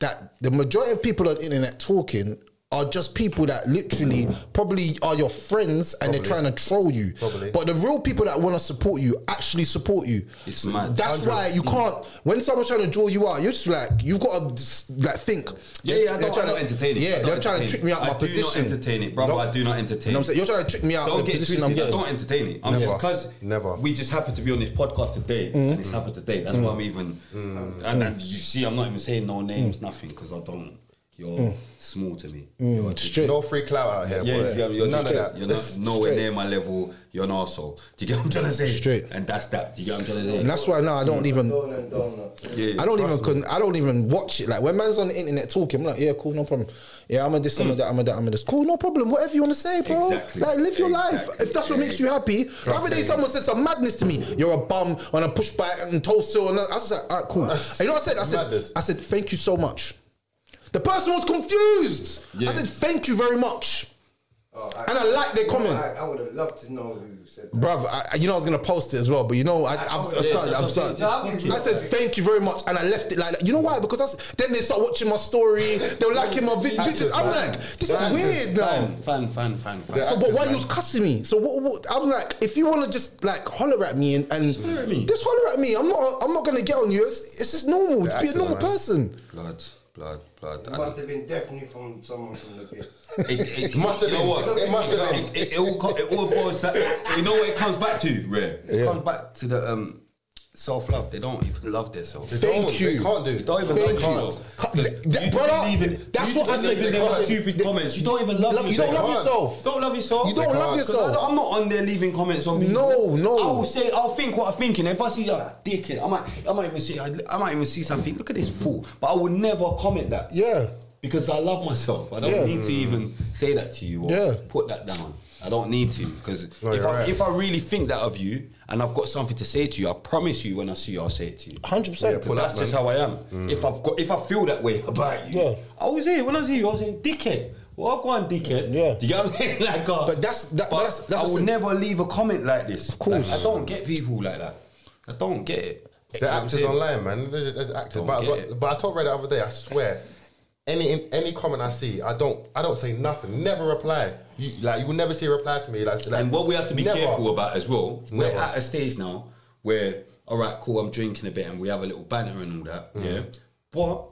[SPEAKER 1] That the majority of people on the internet talking are just people that literally probably are your friends and they're trying to troll you.
[SPEAKER 3] Probably.
[SPEAKER 1] But the real people that want to support you actually support you.
[SPEAKER 2] It's mad.
[SPEAKER 1] That's why you can't. When someone's trying to draw you out, you're just like you've got to like think.
[SPEAKER 2] Yeah,
[SPEAKER 1] They're-
[SPEAKER 2] yeah, I
[SPEAKER 1] they're
[SPEAKER 2] don't,
[SPEAKER 1] trying
[SPEAKER 2] I don't
[SPEAKER 1] to-
[SPEAKER 2] entertain it. I
[SPEAKER 1] Yeah,
[SPEAKER 2] don't
[SPEAKER 1] they're trying
[SPEAKER 2] entertain
[SPEAKER 1] to
[SPEAKER 2] it.
[SPEAKER 1] trick me out
[SPEAKER 2] I
[SPEAKER 1] my position.
[SPEAKER 2] do not entertain it, brother. I do not entertain
[SPEAKER 1] You know what I'm
[SPEAKER 2] it.
[SPEAKER 1] saying? You're trying to trick me out
[SPEAKER 2] Don't
[SPEAKER 1] the
[SPEAKER 2] get
[SPEAKER 1] position
[SPEAKER 2] twisted.
[SPEAKER 1] I'm
[SPEAKER 2] I
[SPEAKER 1] getting.
[SPEAKER 2] don't entertain it. I'm
[SPEAKER 3] Never.
[SPEAKER 2] just because
[SPEAKER 3] Never.
[SPEAKER 2] we just happen to be on this podcast today,
[SPEAKER 1] Mm-hmm.
[SPEAKER 2] and it's happened today. That's why I'm even. And, and you see, I'm not even saying no
[SPEAKER 1] Mm.
[SPEAKER 2] names, nothing, because I don't. You're small to me. You're a-
[SPEAKER 1] Straight.
[SPEAKER 3] No free clout out here,
[SPEAKER 2] yeah,
[SPEAKER 3] boy.
[SPEAKER 2] yeah, you're,
[SPEAKER 3] None of
[SPEAKER 2] straight.
[SPEAKER 3] that.
[SPEAKER 2] You're not nowhere near my level. You're an arsehole. Do you get what I'm trying to say?
[SPEAKER 1] Straight.
[SPEAKER 2] And that's that. Do you get what I'm trying to say? Mm.
[SPEAKER 1] And that's why now I don't even.
[SPEAKER 4] Don't and don't.
[SPEAKER 2] yeah,
[SPEAKER 1] I don't even con- I don't even watch it. Like when man's on the internet talking, I'm like, yeah, cool, no problem. Yeah, I'm a this, I'm a that, I'm a that, I'm a this. Cool, no problem. Whatever you want to say, bro.
[SPEAKER 2] Exactly.
[SPEAKER 1] Like live your life.
[SPEAKER 2] Exactly.
[SPEAKER 1] If that's what makes you happy. The other day someone said some madness to me. You're a bum on a pushback and Tulsa and I was just like, all right, cool. And you know what I said? I said,
[SPEAKER 3] Madness.
[SPEAKER 1] I said, thank you so much. The person was confused. I
[SPEAKER 2] Yeah.
[SPEAKER 1] said, thank you very much.
[SPEAKER 4] Oh,
[SPEAKER 1] And I like their comment.
[SPEAKER 4] I, I would have loved to know who said that.
[SPEAKER 1] Bruv, I, I- you know I was gonna post it as well, but you know I, I've,
[SPEAKER 2] yeah,
[SPEAKER 1] I started.
[SPEAKER 2] that's
[SPEAKER 1] I've
[SPEAKER 2] what I'm
[SPEAKER 1] started.
[SPEAKER 2] saying, just fuck it.
[SPEAKER 1] I said thank you very much, and I left it like that. You know why? Because I was, then they start watching my story. They were liking my vi- pictures. I'm like, this is weird now.
[SPEAKER 2] Fan, fan, fan, fan, fan.
[SPEAKER 1] So, but why you was cussing me? So what, what? I'm like, if you wanna just like holler at me and, and
[SPEAKER 2] holler at me.
[SPEAKER 1] just holler at me. I'm not. I'm not gonna get on you. It's, it's just normal. Just be a
[SPEAKER 3] actors,
[SPEAKER 1] normal
[SPEAKER 3] man.
[SPEAKER 1] person.
[SPEAKER 2] Blood, blood, blood.
[SPEAKER 4] It must have been definitely from someone from the pit.
[SPEAKER 2] It, it,
[SPEAKER 3] Must have
[SPEAKER 2] you know
[SPEAKER 3] been.
[SPEAKER 2] what?
[SPEAKER 3] It must have
[SPEAKER 2] It, it, it all co- it all boils to you know what it comes back to. Rare. It comes back to the um self love. They don't even love themselves.
[SPEAKER 3] They Thank don't, you. they can't do.
[SPEAKER 2] They don't even
[SPEAKER 3] Thank
[SPEAKER 2] love
[SPEAKER 3] you.
[SPEAKER 2] themselves.
[SPEAKER 3] Can't-
[SPEAKER 2] They-
[SPEAKER 3] th- th-
[SPEAKER 2] you
[SPEAKER 3] brother,
[SPEAKER 2] don't even-
[SPEAKER 3] that's
[SPEAKER 2] you
[SPEAKER 3] what I
[SPEAKER 2] don't
[SPEAKER 3] said,
[SPEAKER 2] even
[SPEAKER 3] they
[SPEAKER 2] leave
[SPEAKER 3] can't.
[SPEAKER 2] stupid comments. You don't even love,
[SPEAKER 3] Love- you
[SPEAKER 2] yourself.
[SPEAKER 3] don't love yourself.
[SPEAKER 2] Don't love yourself.
[SPEAKER 3] You don't They love can't.
[SPEAKER 2] 'Cause
[SPEAKER 3] yourself.
[SPEAKER 2] I don't- I'm not on there leaving comments on me.
[SPEAKER 3] No, no.
[SPEAKER 2] I will say I'll think what I think, and if I see you're a dickhead, I might, I might even see, I, I might even see something. Look at this fool, but I will never comment that.
[SPEAKER 3] Yeah.
[SPEAKER 2] because I love myself. I don't
[SPEAKER 3] Yeah.
[SPEAKER 2] need to even say that to you or
[SPEAKER 3] Yeah.
[SPEAKER 2] put that down. I don't need to because
[SPEAKER 3] No,
[SPEAKER 2] if,
[SPEAKER 3] you're
[SPEAKER 2] I
[SPEAKER 3] right.
[SPEAKER 2] if I really think that of you and I've got something to say to you, I promise you when I see you, I'll say it to you.
[SPEAKER 1] 100%.
[SPEAKER 3] Yeah,
[SPEAKER 2] 'Cause
[SPEAKER 3] pull up,
[SPEAKER 2] that's just
[SPEAKER 3] man. Mm.
[SPEAKER 2] how I am. If I've got, if I feel that way about you,
[SPEAKER 1] Yeah.
[SPEAKER 2] I was here when I see you. I was saying, dickhead. Well, I'll go on, dickhead.
[SPEAKER 1] Yeah.
[SPEAKER 2] Do you get what I'm saying? Like, uh,
[SPEAKER 1] But that's- that-
[SPEAKER 2] but
[SPEAKER 1] that's- that's
[SPEAKER 2] I
[SPEAKER 1] the
[SPEAKER 2] will
[SPEAKER 1] thing.
[SPEAKER 2] never leave a comment like this. Of
[SPEAKER 1] course.
[SPEAKER 2] I don't get people like that. I don't get it.
[SPEAKER 3] They're
[SPEAKER 2] You know what I'm
[SPEAKER 3] actors
[SPEAKER 2] saying?
[SPEAKER 3] online, man. There's, there's actors,
[SPEAKER 2] Don't
[SPEAKER 3] but I
[SPEAKER 2] get
[SPEAKER 3] got,
[SPEAKER 2] it.
[SPEAKER 3] but I told Red the other day. I swear, any any comment I see, I don't I don't say nothing. Never reply. You, like you will never see a reply to me. Like, like
[SPEAKER 2] and what we have to be
[SPEAKER 3] never.
[SPEAKER 2] careful about as well,
[SPEAKER 3] Never.
[SPEAKER 2] we're at a stage now where, all right, cool, I'm drinking a bit and we have a little banter and all that,
[SPEAKER 3] Mm.
[SPEAKER 2] yeah. But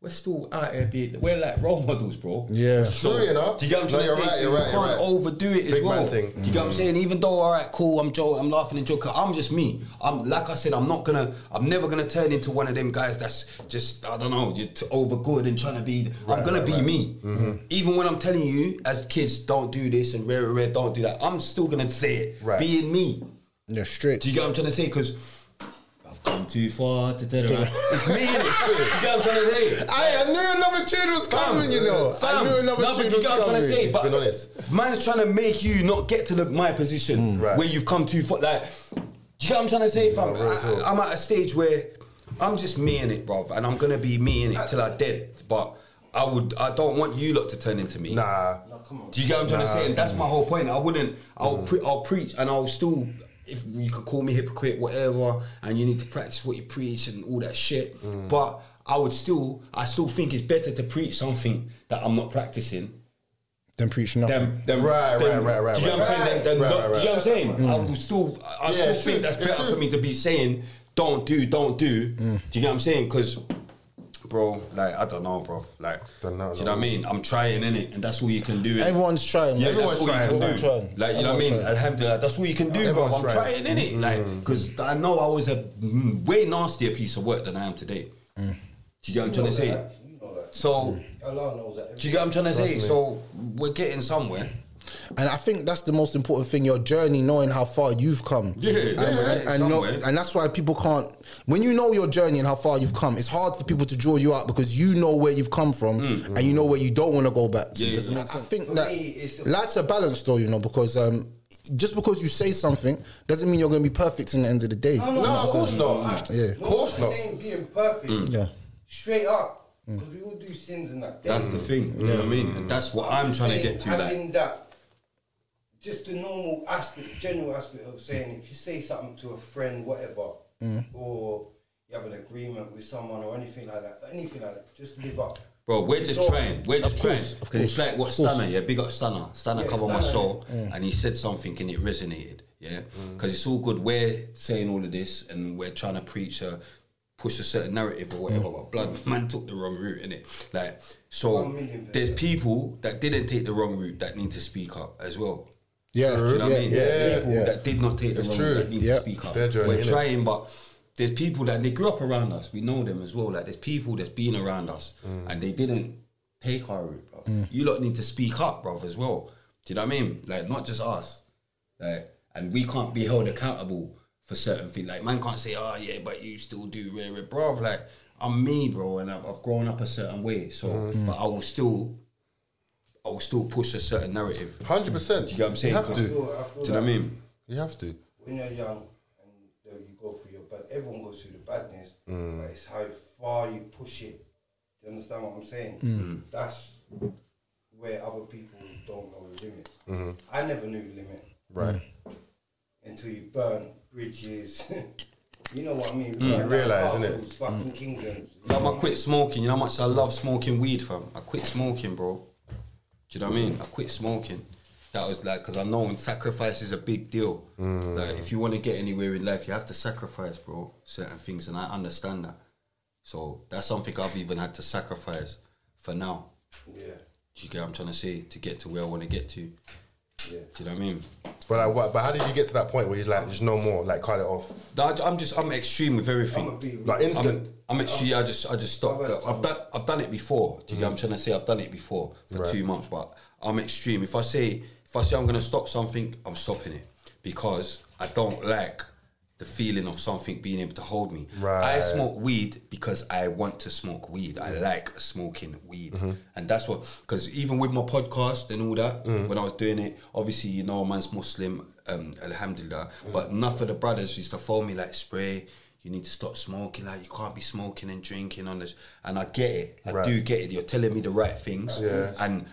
[SPEAKER 2] we're still out here being, we're like role models, bro.
[SPEAKER 1] Yeah.
[SPEAKER 3] It's true, you know.
[SPEAKER 2] Do you get what
[SPEAKER 3] No,
[SPEAKER 2] I'm trying
[SPEAKER 3] you're
[SPEAKER 2] to say?
[SPEAKER 3] right,
[SPEAKER 2] So
[SPEAKER 3] you're
[SPEAKER 2] you
[SPEAKER 3] right, you're
[SPEAKER 2] can't
[SPEAKER 3] right.
[SPEAKER 2] overdo it as
[SPEAKER 3] Big
[SPEAKER 2] well.
[SPEAKER 3] man thing.
[SPEAKER 2] Do you get what I'm saying? Even though, all right, cool, I'm Joe, I'm laughing and joking. I'm just me. I'm like I said, I'm not gonna, I'm never gonna turn into one of them guys that's just, I don't know, you're t- over good and trying to be. I'm gonna be me.
[SPEAKER 3] Mm-hmm.
[SPEAKER 2] Even when I'm telling you as kids, don't do this and rare, rare, rare, don't do that. I'm still gonna say it,
[SPEAKER 3] Right.
[SPEAKER 2] being me.
[SPEAKER 1] Yeah, straight.
[SPEAKER 2] Do you get what I'm trying to say? Because. I've come too far to turn around. It's me, innit? Do you get what I'm trying to say?
[SPEAKER 1] I, I knew another tune was coming, you know. I
[SPEAKER 2] Fam,
[SPEAKER 1] knew another
[SPEAKER 2] no,
[SPEAKER 1] tune
[SPEAKER 2] but you
[SPEAKER 1] was
[SPEAKER 2] get what I'm trying to say.
[SPEAKER 1] coming.
[SPEAKER 2] But
[SPEAKER 3] been honest. Mm.
[SPEAKER 2] man's trying to make you not get to the, my position
[SPEAKER 3] Right.
[SPEAKER 2] where you've come too far. Like, do you get what I'm trying to say, fam?
[SPEAKER 3] real talk.
[SPEAKER 2] I, am at a stage where I'm just me in it, bruv, and I'm gonna be me in it till I'm dead. But I would, I don't want you lot to turn into me.
[SPEAKER 3] Nah.
[SPEAKER 2] Do you get what I'm trying to say? And that's my whole point. I wouldn't. I'll
[SPEAKER 3] Mm.
[SPEAKER 2] pre- I'll preach, and I'll still. If you could call me hypocrite, whatever, and you need to practice what you preach and all that shit, but I would still, I still think it's better to preach something that I'm not practicing
[SPEAKER 1] Then preach nothing.
[SPEAKER 2] than than
[SPEAKER 3] Right,
[SPEAKER 2] than-
[SPEAKER 3] right, right, right,
[SPEAKER 2] Do you get what I'm
[SPEAKER 3] right.
[SPEAKER 2] saying? Than- than
[SPEAKER 3] Right,
[SPEAKER 2] not-
[SPEAKER 3] right, Mm.
[SPEAKER 2] Do you get what I'm saying? I would still, I
[SPEAKER 3] Yeah,
[SPEAKER 2] still
[SPEAKER 3] it's
[SPEAKER 2] think
[SPEAKER 3] true,
[SPEAKER 2] that's
[SPEAKER 3] it's
[SPEAKER 2] better for
[SPEAKER 3] true.
[SPEAKER 2] me to be saying, don't do, don't do.
[SPEAKER 1] Mm.
[SPEAKER 2] Do you get what I'm saying? Because, bro, like I don't know, bro, like,
[SPEAKER 3] Don't know,
[SPEAKER 2] do you know
[SPEAKER 3] no.
[SPEAKER 2] what I mean? I'm trying in it, and that's all you can do. innit?
[SPEAKER 1] Everyone's trying,
[SPEAKER 2] Yeah,
[SPEAKER 1] man.
[SPEAKER 2] that's all you can
[SPEAKER 1] Everyone's
[SPEAKER 2] do.
[SPEAKER 1] trying.
[SPEAKER 2] Like, you know what I mean?
[SPEAKER 1] Everyone's trying.
[SPEAKER 2] Alhamdulillah, that's all you can do,
[SPEAKER 3] Everyone's
[SPEAKER 2] bro. I'm
[SPEAKER 3] trying.
[SPEAKER 2] trying, innit? Like, because I know I was a mm, way nastier piece of work than I am today. Do you get what I'm trying to say?
[SPEAKER 4] You know that.
[SPEAKER 2] So,
[SPEAKER 4] Allah knows that.
[SPEAKER 2] do you get what I'm trying to say? So, we're getting somewhere.
[SPEAKER 1] And I think that's the most important thing your journey, knowing how far you've come.
[SPEAKER 2] Yeah,
[SPEAKER 1] and,
[SPEAKER 2] yeah,
[SPEAKER 1] and,
[SPEAKER 2] yeah,
[SPEAKER 1] and,
[SPEAKER 2] somewhere.
[SPEAKER 1] and that's why people can't, when you know your journey and how far you've come, it's hard for people to draw you out because you know where you've come from and you know where you don't want to go back to.
[SPEAKER 2] Yeah,
[SPEAKER 1] Does it
[SPEAKER 2] yeah.
[SPEAKER 1] make sense? I think
[SPEAKER 4] For
[SPEAKER 1] that
[SPEAKER 4] me, it's-
[SPEAKER 1] life's a balance, though, you know, because um, just because you say something doesn't mean you're going to be perfect in the end of the day.
[SPEAKER 4] No,
[SPEAKER 3] No, of course not.
[SPEAKER 4] not.
[SPEAKER 1] Yeah.
[SPEAKER 3] Of course
[SPEAKER 4] No,
[SPEAKER 3] not.
[SPEAKER 4] this ain't being perfect.
[SPEAKER 2] Mm.
[SPEAKER 1] Yeah.
[SPEAKER 4] Straight up, because we all do sins and that.
[SPEAKER 2] That's the thing. You know what I mean? And that's what I'm trying to get to. Like,
[SPEAKER 4] Having that, just the normal aspect, general aspect of saying, if you say something to a friend, whatever,
[SPEAKER 1] Mm.
[SPEAKER 4] or you have an agreement with someone or anything like that, anything like that, just live up.
[SPEAKER 2] bro, we're just
[SPEAKER 4] No.
[SPEAKER 2] trying. We're just
[SPEAKER 1] Of
[SPEAKER 2] trying.
[SPEAKER 1] course, of
[SPEAKER 2] Because it's
[SPEAKER 1] course,
[SPEAKER 2] like what
[SPEAKER 1] of course.
[SPEAKER 2] Stanner, yeah, big up Stanner. Stanner
[SPEAKER 4] Yeah,
[SPEAKER 2] covered my
[SPEAKER 4] Stanner,
[SPEAKER 2] soul and he said something and it resonated, yeah?
[SPEAKER 1] Mm.
[SPEAKER 2] Because it's all good. We're saying all of this and we're trying to preach a, push a certain narrative or
[SPEAKER 1] Mm.
[SPEAKER 2] whatever, but blood, man took the wrong route, innit? Like, so
[SPEAKER 4] One million
[SPEAKER 2] there's people that didn't take the wrong route that need to speak up as well.
[SPEAKER 1] Yeah,
[SPEAKER 2] Do you know what I mean?
[SPEAKER 3] yeah,
[SPEAKER 2] There's people
[SPEAKER 1] yeah.
[SPEAKER 2] that did not take the
[SPEAKER 3] It's
[SPEAKER 2] wrong
[SPEAKER 3] true.
[SPEAKER 2] that need
[SPEAKER 1] Yeah.
[SPEAKER 2] to speak up.
[SPEAKER 3] Their journey,
[SPEAKER 2] We're
[SPEAKER 3] innit?
[SPEAKER 2] trying, but there's people that they grew up around us. We know them as well. Like there's people that's been around us
[SPEAKER 3] Mm.
[SPEAKER 2] and they didn't take our route, bro. You lot need to speak up, bro, as well. Do you know what I mean? Like not just us. Like and we can't be held accountable for certain things. Like man can't say, oh yeah, but you still do rare, rare, bro. Like I'm me, bro, and I've, I've grown up a certain way. So,
[SPEAKER 3] Mm.
[SPEAKER 2] but I will still, I will still push a certain narrative.
[SPEAKER 3] Hundred percent.
[SPEAKER 2] You get what I'm saying?
[SPEAKER 3] You have to.
[SPEAKER 2] Do you know what I mean?
[SPEAKER 3] You have to.
[SPEAKER 4] When you're young and you, know, you go through your bad, everyone goes through the badness,
[SPEAKER 3] Mm.
[SPEAKER 4] but it's how far you push it. Do you understand what I'm saying?
[SPEAKER 3] Mm.
[SPEAKER 4] That's where other people don't know the limit. I never knew the limit.
[SPEAKER 3] Mm-hmm. Right.
[SPEAKER 2] Mm.
[SPEAKER 4] until you burn bridges. you know what I mean?
[SPEAKER 3] Mm, you realise, innit? Mm.
[SPEAKER 4] it? Fucking kingdoms.
[SPEAKER 2] Fam, I quit smoking. You know how much I love smoking weed, fam. I quit smoking, bro. Do you know what I mean? I quit smoking. That was like because I know sacrifice is a big deal. Like if you want to get anywhere in life, you have to sacrifice, bro. Certain things, and I understand that. So that's something I've even had to sacrifice for now.
[SPEAKER 4] Yeah.
[SPEAKER 2] Do you get what I'm trying to say? To get to where I want to get to. Do you know what I mean?
[SPEAKER 3] But like, what, but how did you get to that point where you're like, there's no more, like, cut it off?
[SPEAKER 2] That- I'm just I'm extreme with everything.
[SPEAKER 3] Like, instant.
[SPEAKER 2] I'm, I'm actually I just I just stopped. I've done I've done it before. Do you know what I'm
[SPEAKER 3] Mm.
[SPEAKER 2] trying to say? I've done it before for two months, but I'm extreme. If I say if I say I'm gonna stop something, I'm stopping it because I don't like the feeling of something being able to hold me. I
[SPEAKER 3] Right.
[SPEAKER 2] smoke weed because I want to smoke weed. I like smoking weed, and that's what. Because even with my podcast and all that, when I was doing it, obviously you know, a man's Muslim, um, Alhamdulillah. But enough of the brothers used to phone me like, "Spray, you need to stop smoking. Like you can't be smoking and drinking on this." And I get it. I
[SPEAKER 3] Right.
[SPEAKER 2] do get it. You're telling me the right things, and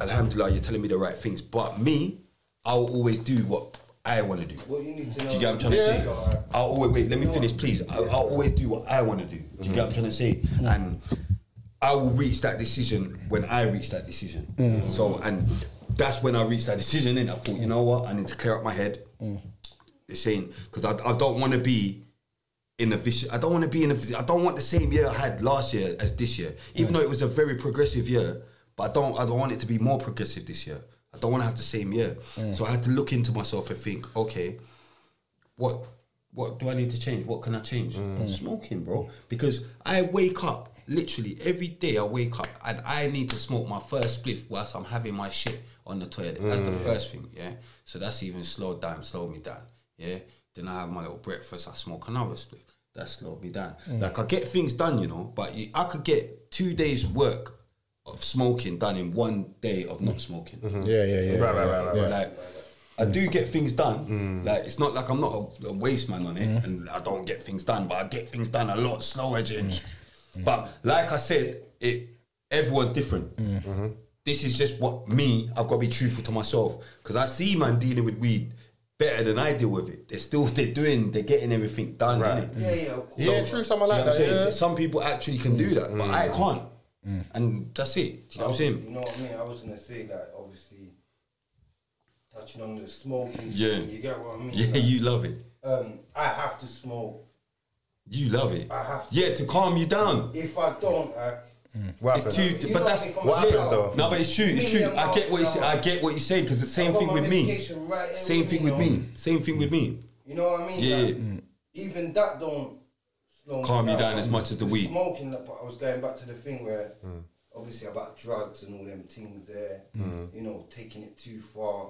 [SPEAKER 2] Alhamdulillah, you're telling me the right things. But me, I'll always do what I want to do.
[SPEAKER 4] What you need to know.
[SPEAKER 2] Do you get what I'm trying to say? I'll always wait. Let me finish, please. I, I'll always do what I want to do. Do you get what I'm trying to say? And I will reach that decision when I reach that decision. So, and that's when I reached that decision. And I thought, you know what? I need to clear up my head.
[SPEAKER 3] Mm.
[SPEAKER 2] It's saying because I, I don't want to be in a vicious. I don't want to be in a. vici- I don't want the same year I had last year as this year, even though it was a very progressive year. But I don't. I don't want it to be more progressive this year. I don't want to have the same year. So I had to look into myself and think, okay, what what do I need to change? What can I change? Smoking, bro. Because I wake up literally every day. I wake up and I need to smoke my first spliff whilst I'm having my shit on the toilet. That's the first thing, yeah. So that's even slowed down, slowed me down, yeah. Then I have my little breakfast. I smoke another spliff. That slowed me down.
[SPEAKER 1] Mm.
[SPEAKER 2] Like I get things done, you know, but you, I could get two days work of smoking done in one day of not smoking.
[SPEAKER 1] Yeah, yeah, yeah.
[SPEAKER 3] Mm-hmm. Right, right, right, right. Mm. right.
[SPEAKER 2] Like, I do get things done. Like, it's not like I'm not a, a waste man on it
[SPEAKER 1] Mm.
[SPEAKER 2] and I don't get things done, but I get things done a lot slower, James.
[SPEAKER 1] Mm.
[SPEAKER 2] Mm-hmm. But like I said, it everyone's different.
[SPEAKER 3] Mm-hmm.
[SPEAKER 2] This is just what me, I've got to be truthful to myself because I see man dealing with weed better than I deal with it. They're still, they're doing, they're getting everything done,
[SPEAKER 3] Right.
[SPEAKER 2] innit?
[SPEAKER 4] Yeah, yeah, of course.
[SPEAKER 3] Yeah, true, something like
[SPEAKER 2] You know what
[SPEAKER 3] that.
[SPEAKER 2] I'm saying?
[SPEAKER 3] Yeah.
[SPEAKER 2] Some people actually can do that, but
[SPEAKER 3] Mm.
[SPEAKER 2] I can't. And that's it. Do You
[SPEAKER 3] Oh.
[SPEAKER 2] know what I'm
[SPEAKER 4] You
[SPEAKER 2] saying?
[SPEAKER 4] know what I mean? I was gonna say that obviously touching on the smoking.
[SPEAKER 2] Yeah.
[SPEAKER 4] thing, you get what I mean?
[SPEAKER 2] Yeah,
[SPEAKER 4] Like,
[SPEAKER 2] you love it.
[SPEAKER 4] Um, I have to smoke.
[SPEAKER 2] You love it.
[SPEAKER 3] Ah.
[SPEAKER 4] I have to.
[SPEAKER 2] Yeah, to calm you down.
[SPEAKER 4] If I don't, I
[SPEAKER 3] Mm. What
[SPEAKER 2] It's
[SPEAKER 3] happened?
[SPEAKER 2] too,
[SPEAKER 4] You
[SPEAKER 2] but
[SPEAKER 4] know
[SPEAKER 2] that's
[SPEAKER 4] me from
[SPEAKER 3] What
[SPEAKER 4] my
[SPEAKER 3] happens,
[SPEAKER 4] mouth.
[SPEAKER 3] though?
[SPEAKER 2] No, but it's true. It's
[SPEAKER 4] Me
[SPEAKER 2] true.
[SPEAKER 4] and
[SPEAKER 2] I get what you
[SPEAKER 4] mouth
[SPEAKER 2] say. I get what you're saying because the same
[SPEAKER 4] got
[SPEAKER 2] thing
[SPEAKER 4] my
[SPEAKER 2] with me.
[SPEAKER 4] medication right here
[SPEAKER 2] Same
[SPEAKER 4] with
[SPEAKER 2] thing
[SPEAKER 4] me,
[SPEAKER 2] with me.
[SPEAKER 4] though.
[SPEAKER 2] Same thing with me.
[SPEAKER 4] You know what I mean?
[SPEAKER 2] Yeah,
[SPEAKER 4] Like,
[SPEAKER 2] yeah.
[SPEAKER 4] Even that don't slow
[SPEAKER 2] Calm
[SPEAKER 4] me
[SPEAKER 2] you down as much as the weed.
[SPEAKER 4] Smoking, like, but I was going back to the thing where obviously about drugs and all them things there. You know, taking it too far.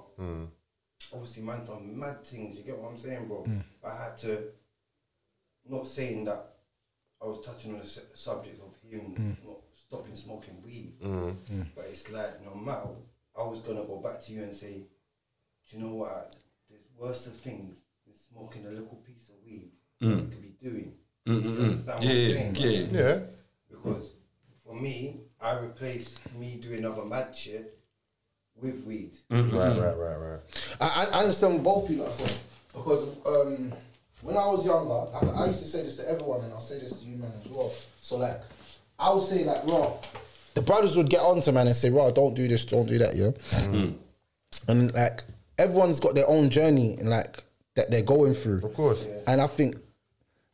[SPEAKER 4] Obviously, man done mad things. You get what I'm saying, bro?
[SPEAKER 2] Hmm.
[SPEAKER 4] I had to. Not saying that I was touching on the su- subject of him
[SPEAKER 2] Hmm.
[SPEAKER 4] not stopping smoking weed, Mm.
[SPEAKER 2] Mm.
[SPEAKER 4] but it's like no matter. I was gonna go back to you and say, do you know what? There's worse of things than smoking a little piece of weed
[SPEAKER 2] Mm.
[SPEAKER 4] that you could be doing. Do you understand what I'm
[SPEAKER 2] Yeah, yeah,
[SPEAKER 4] saying?
[SPEAKER 2] yeah.
[SPEAKER 3] Yeah.
[SPEAKER 4] Because for me, I replaced me doing other mad shit with weed.
[SPEAKER 2] Mm,
[SPEAKER 3] Right, right, right, right.
[SPEAKER 1] I, I understand what both of you lot are saying because um, when I was younger, I, I used to say this to everyone, and I'll say this to you, man, as well. So like, I would say like, raw. The brothers would get onto man and say, raw, don't do this, don't do that, yeah. And like, everyone's got their own journey and like that they're going through.
[SPEAKER 3] Of course.
[SPEAKER 1] And I think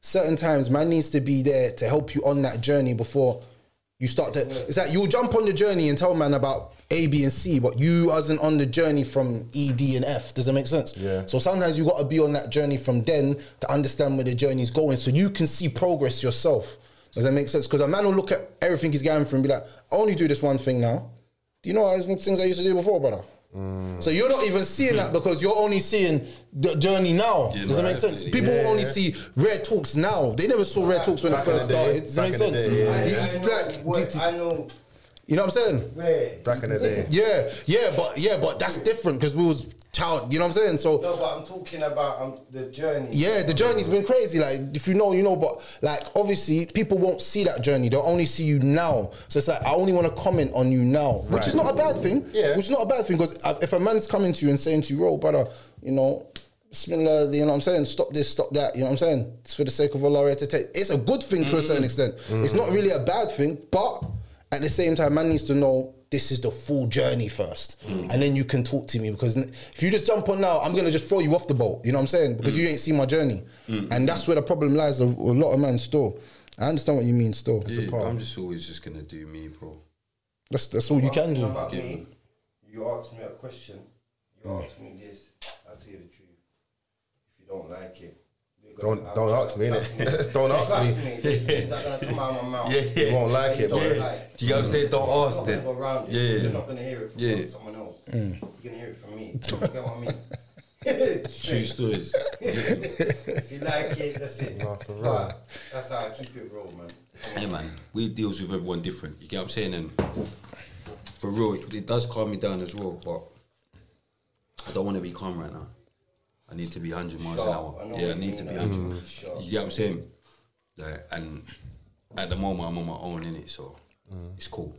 [SPEAKER 1] certain times man needs to be there to help you on that journey before you start to it's like you'll jump on the journey and tell man about A, B, and C, but you wasn't on the journey from E, D, and F. Does that make sense?
[SPEAKER 3] Yeah.
[SPEAKER 1] So sometimes you gotta be on that journey from then to understand where the journey's going so you can see progress yourself. Does that make sense? Because a man will look at everything he's going through and be like, I only do this one thing now. Do you know those things I used to do before, brother?
[SPEAKER 10] 嗯
[SPEAKER 1] So you're not even seeing that because you're only seeing the journey now. Does that make sense? People only see Red Talks now. They never saw Red Talks when it
[SPEAKER 3] Back in
[SPEAKER 1] first
[SPEAKER 3] the day.
[SPEAKER 1] started. Does that make
[SPEAKER 3] Back in the
[SPEAKER 1] sense?
[SPEAKER 3] day, yeah,
[SPEAKER 4] I,
[SPEAKER 1] You-
[SPEAKER 4] I
[SPEAKER 1] you-
[SPEAKER 4] know
[SPEAKER 1] like,
[SPEAKER 4] what-
[SPEAKER 1] d- d-
[SPEAKER 4] I know
[SPEAKER 1] You know what I'm saying?
[SPEAKER 4] where.
[SPEAKER 3] Back in the day.
[SPEAKER 1] Yeah, yeah, but yeah, but that's different because we was child. You know what I'm saying? So
[SPEAKER 4] No, but I'm talking about um, the journey.
[SPEAKER 1] yeah, the journey's been crazy. Like if you know, you know. But like obviously, people won't see that journey. They'll only see you now. So it's like I only want to comment on you now, which is not a bad thing.
[SPEAKER 3] Yeah.
[SPEAKER 1] which is not a bad thing because if a man's coming to you and saying to you, "Bro, brother, you know." Similar, you know what I'm saying? Stop this, stop that, you know what I'm saying? It's for the sake of Allah to take. It's a good thing to a certain extent. It's not really a bad thing, but at the same time, man needs to know this is the full journey first,
[SPEAKER 2] Mm.
[SPEAKER 1] and then you can talk to me because n- if you just jump on now, I'm gonna just throw you off the boat. You know what I'm saying? Because
[SPEAKER 2] Mm.
[SPEAKER 1] you ain't seen my journey, and that's where the problem lies. A, a lot of men still. I understand what you mean. Still,
[SPEAKER 2] Yeah, I'm just always just gonna do me, bro.
[SPEAKER 1] that's that's all you can do.
[SPEAKER 4] About me, you asked me a question. You
[SPEAKER 3] Hmm.
[SPEAKER 4] ask me this, I'll tell you the truth. If you don't like it, you're gonna-
[SPEAKER 3] Don't
[SPEAKER 4] I'll-
[SPEAKER 3] don't ask me, innit? don't ask
[SPEAKER 4] Trust
[SPEAKER 3] me.
[SPEAKER 4] me. It's not gonna come out of my mouth.
[SPEAKER 12] Yeah, yeah.
[SPEAKER 3] You won't like it,
[SPEAKER 4] Don't
[SPEAKER 3] bro.
[SPEAKER 4] like.
[SPEAKER 12] Do you know what I'm saying? Don't
[SPEAKER 4] You're
[SPEAKER 12] ask
[SPEAKER 4] not gonna
[SPEAKER 12] then.
[SPEAKER 4] go around it.
[SPEAKER 12] Yeah, yeah.
[SPEAKER 4] You're not gonna hear it from
[SPEAKER 12] Yeah. Hmm.
[SPEAKER 4] someone else. You're gonna hear it from me. You get what I mean?
[SPEAKER 12] True stories.
[SPEAKER 4] if you like it, that's it. But that's how I keep it real, man.
[SPEAKER 2] Yeah, man. We deals with everyone different. You get what I'm saying? And for real, it, it does calm me down as well. But I don't want to be calm right now. I need to be 100 miles an
[SPEAKER 4] Sharp,
[SPEAKER 2] hour.
[SPEAKER 4] I know
[SPEAKER 2] yeah, I
[SPEAKER 4] what you
[SPEAKER 2] need to
[SPEAKER 4] mean,
[SPEAKER 2] be
[SPEAKER 4] I
[SPEAKER 2] 100.
[SPEAKER 4] need to be sharp.
[SPEAKER 2] You get what I'm saying? Like, and at the moment, I'm on my own in it, so it's cool.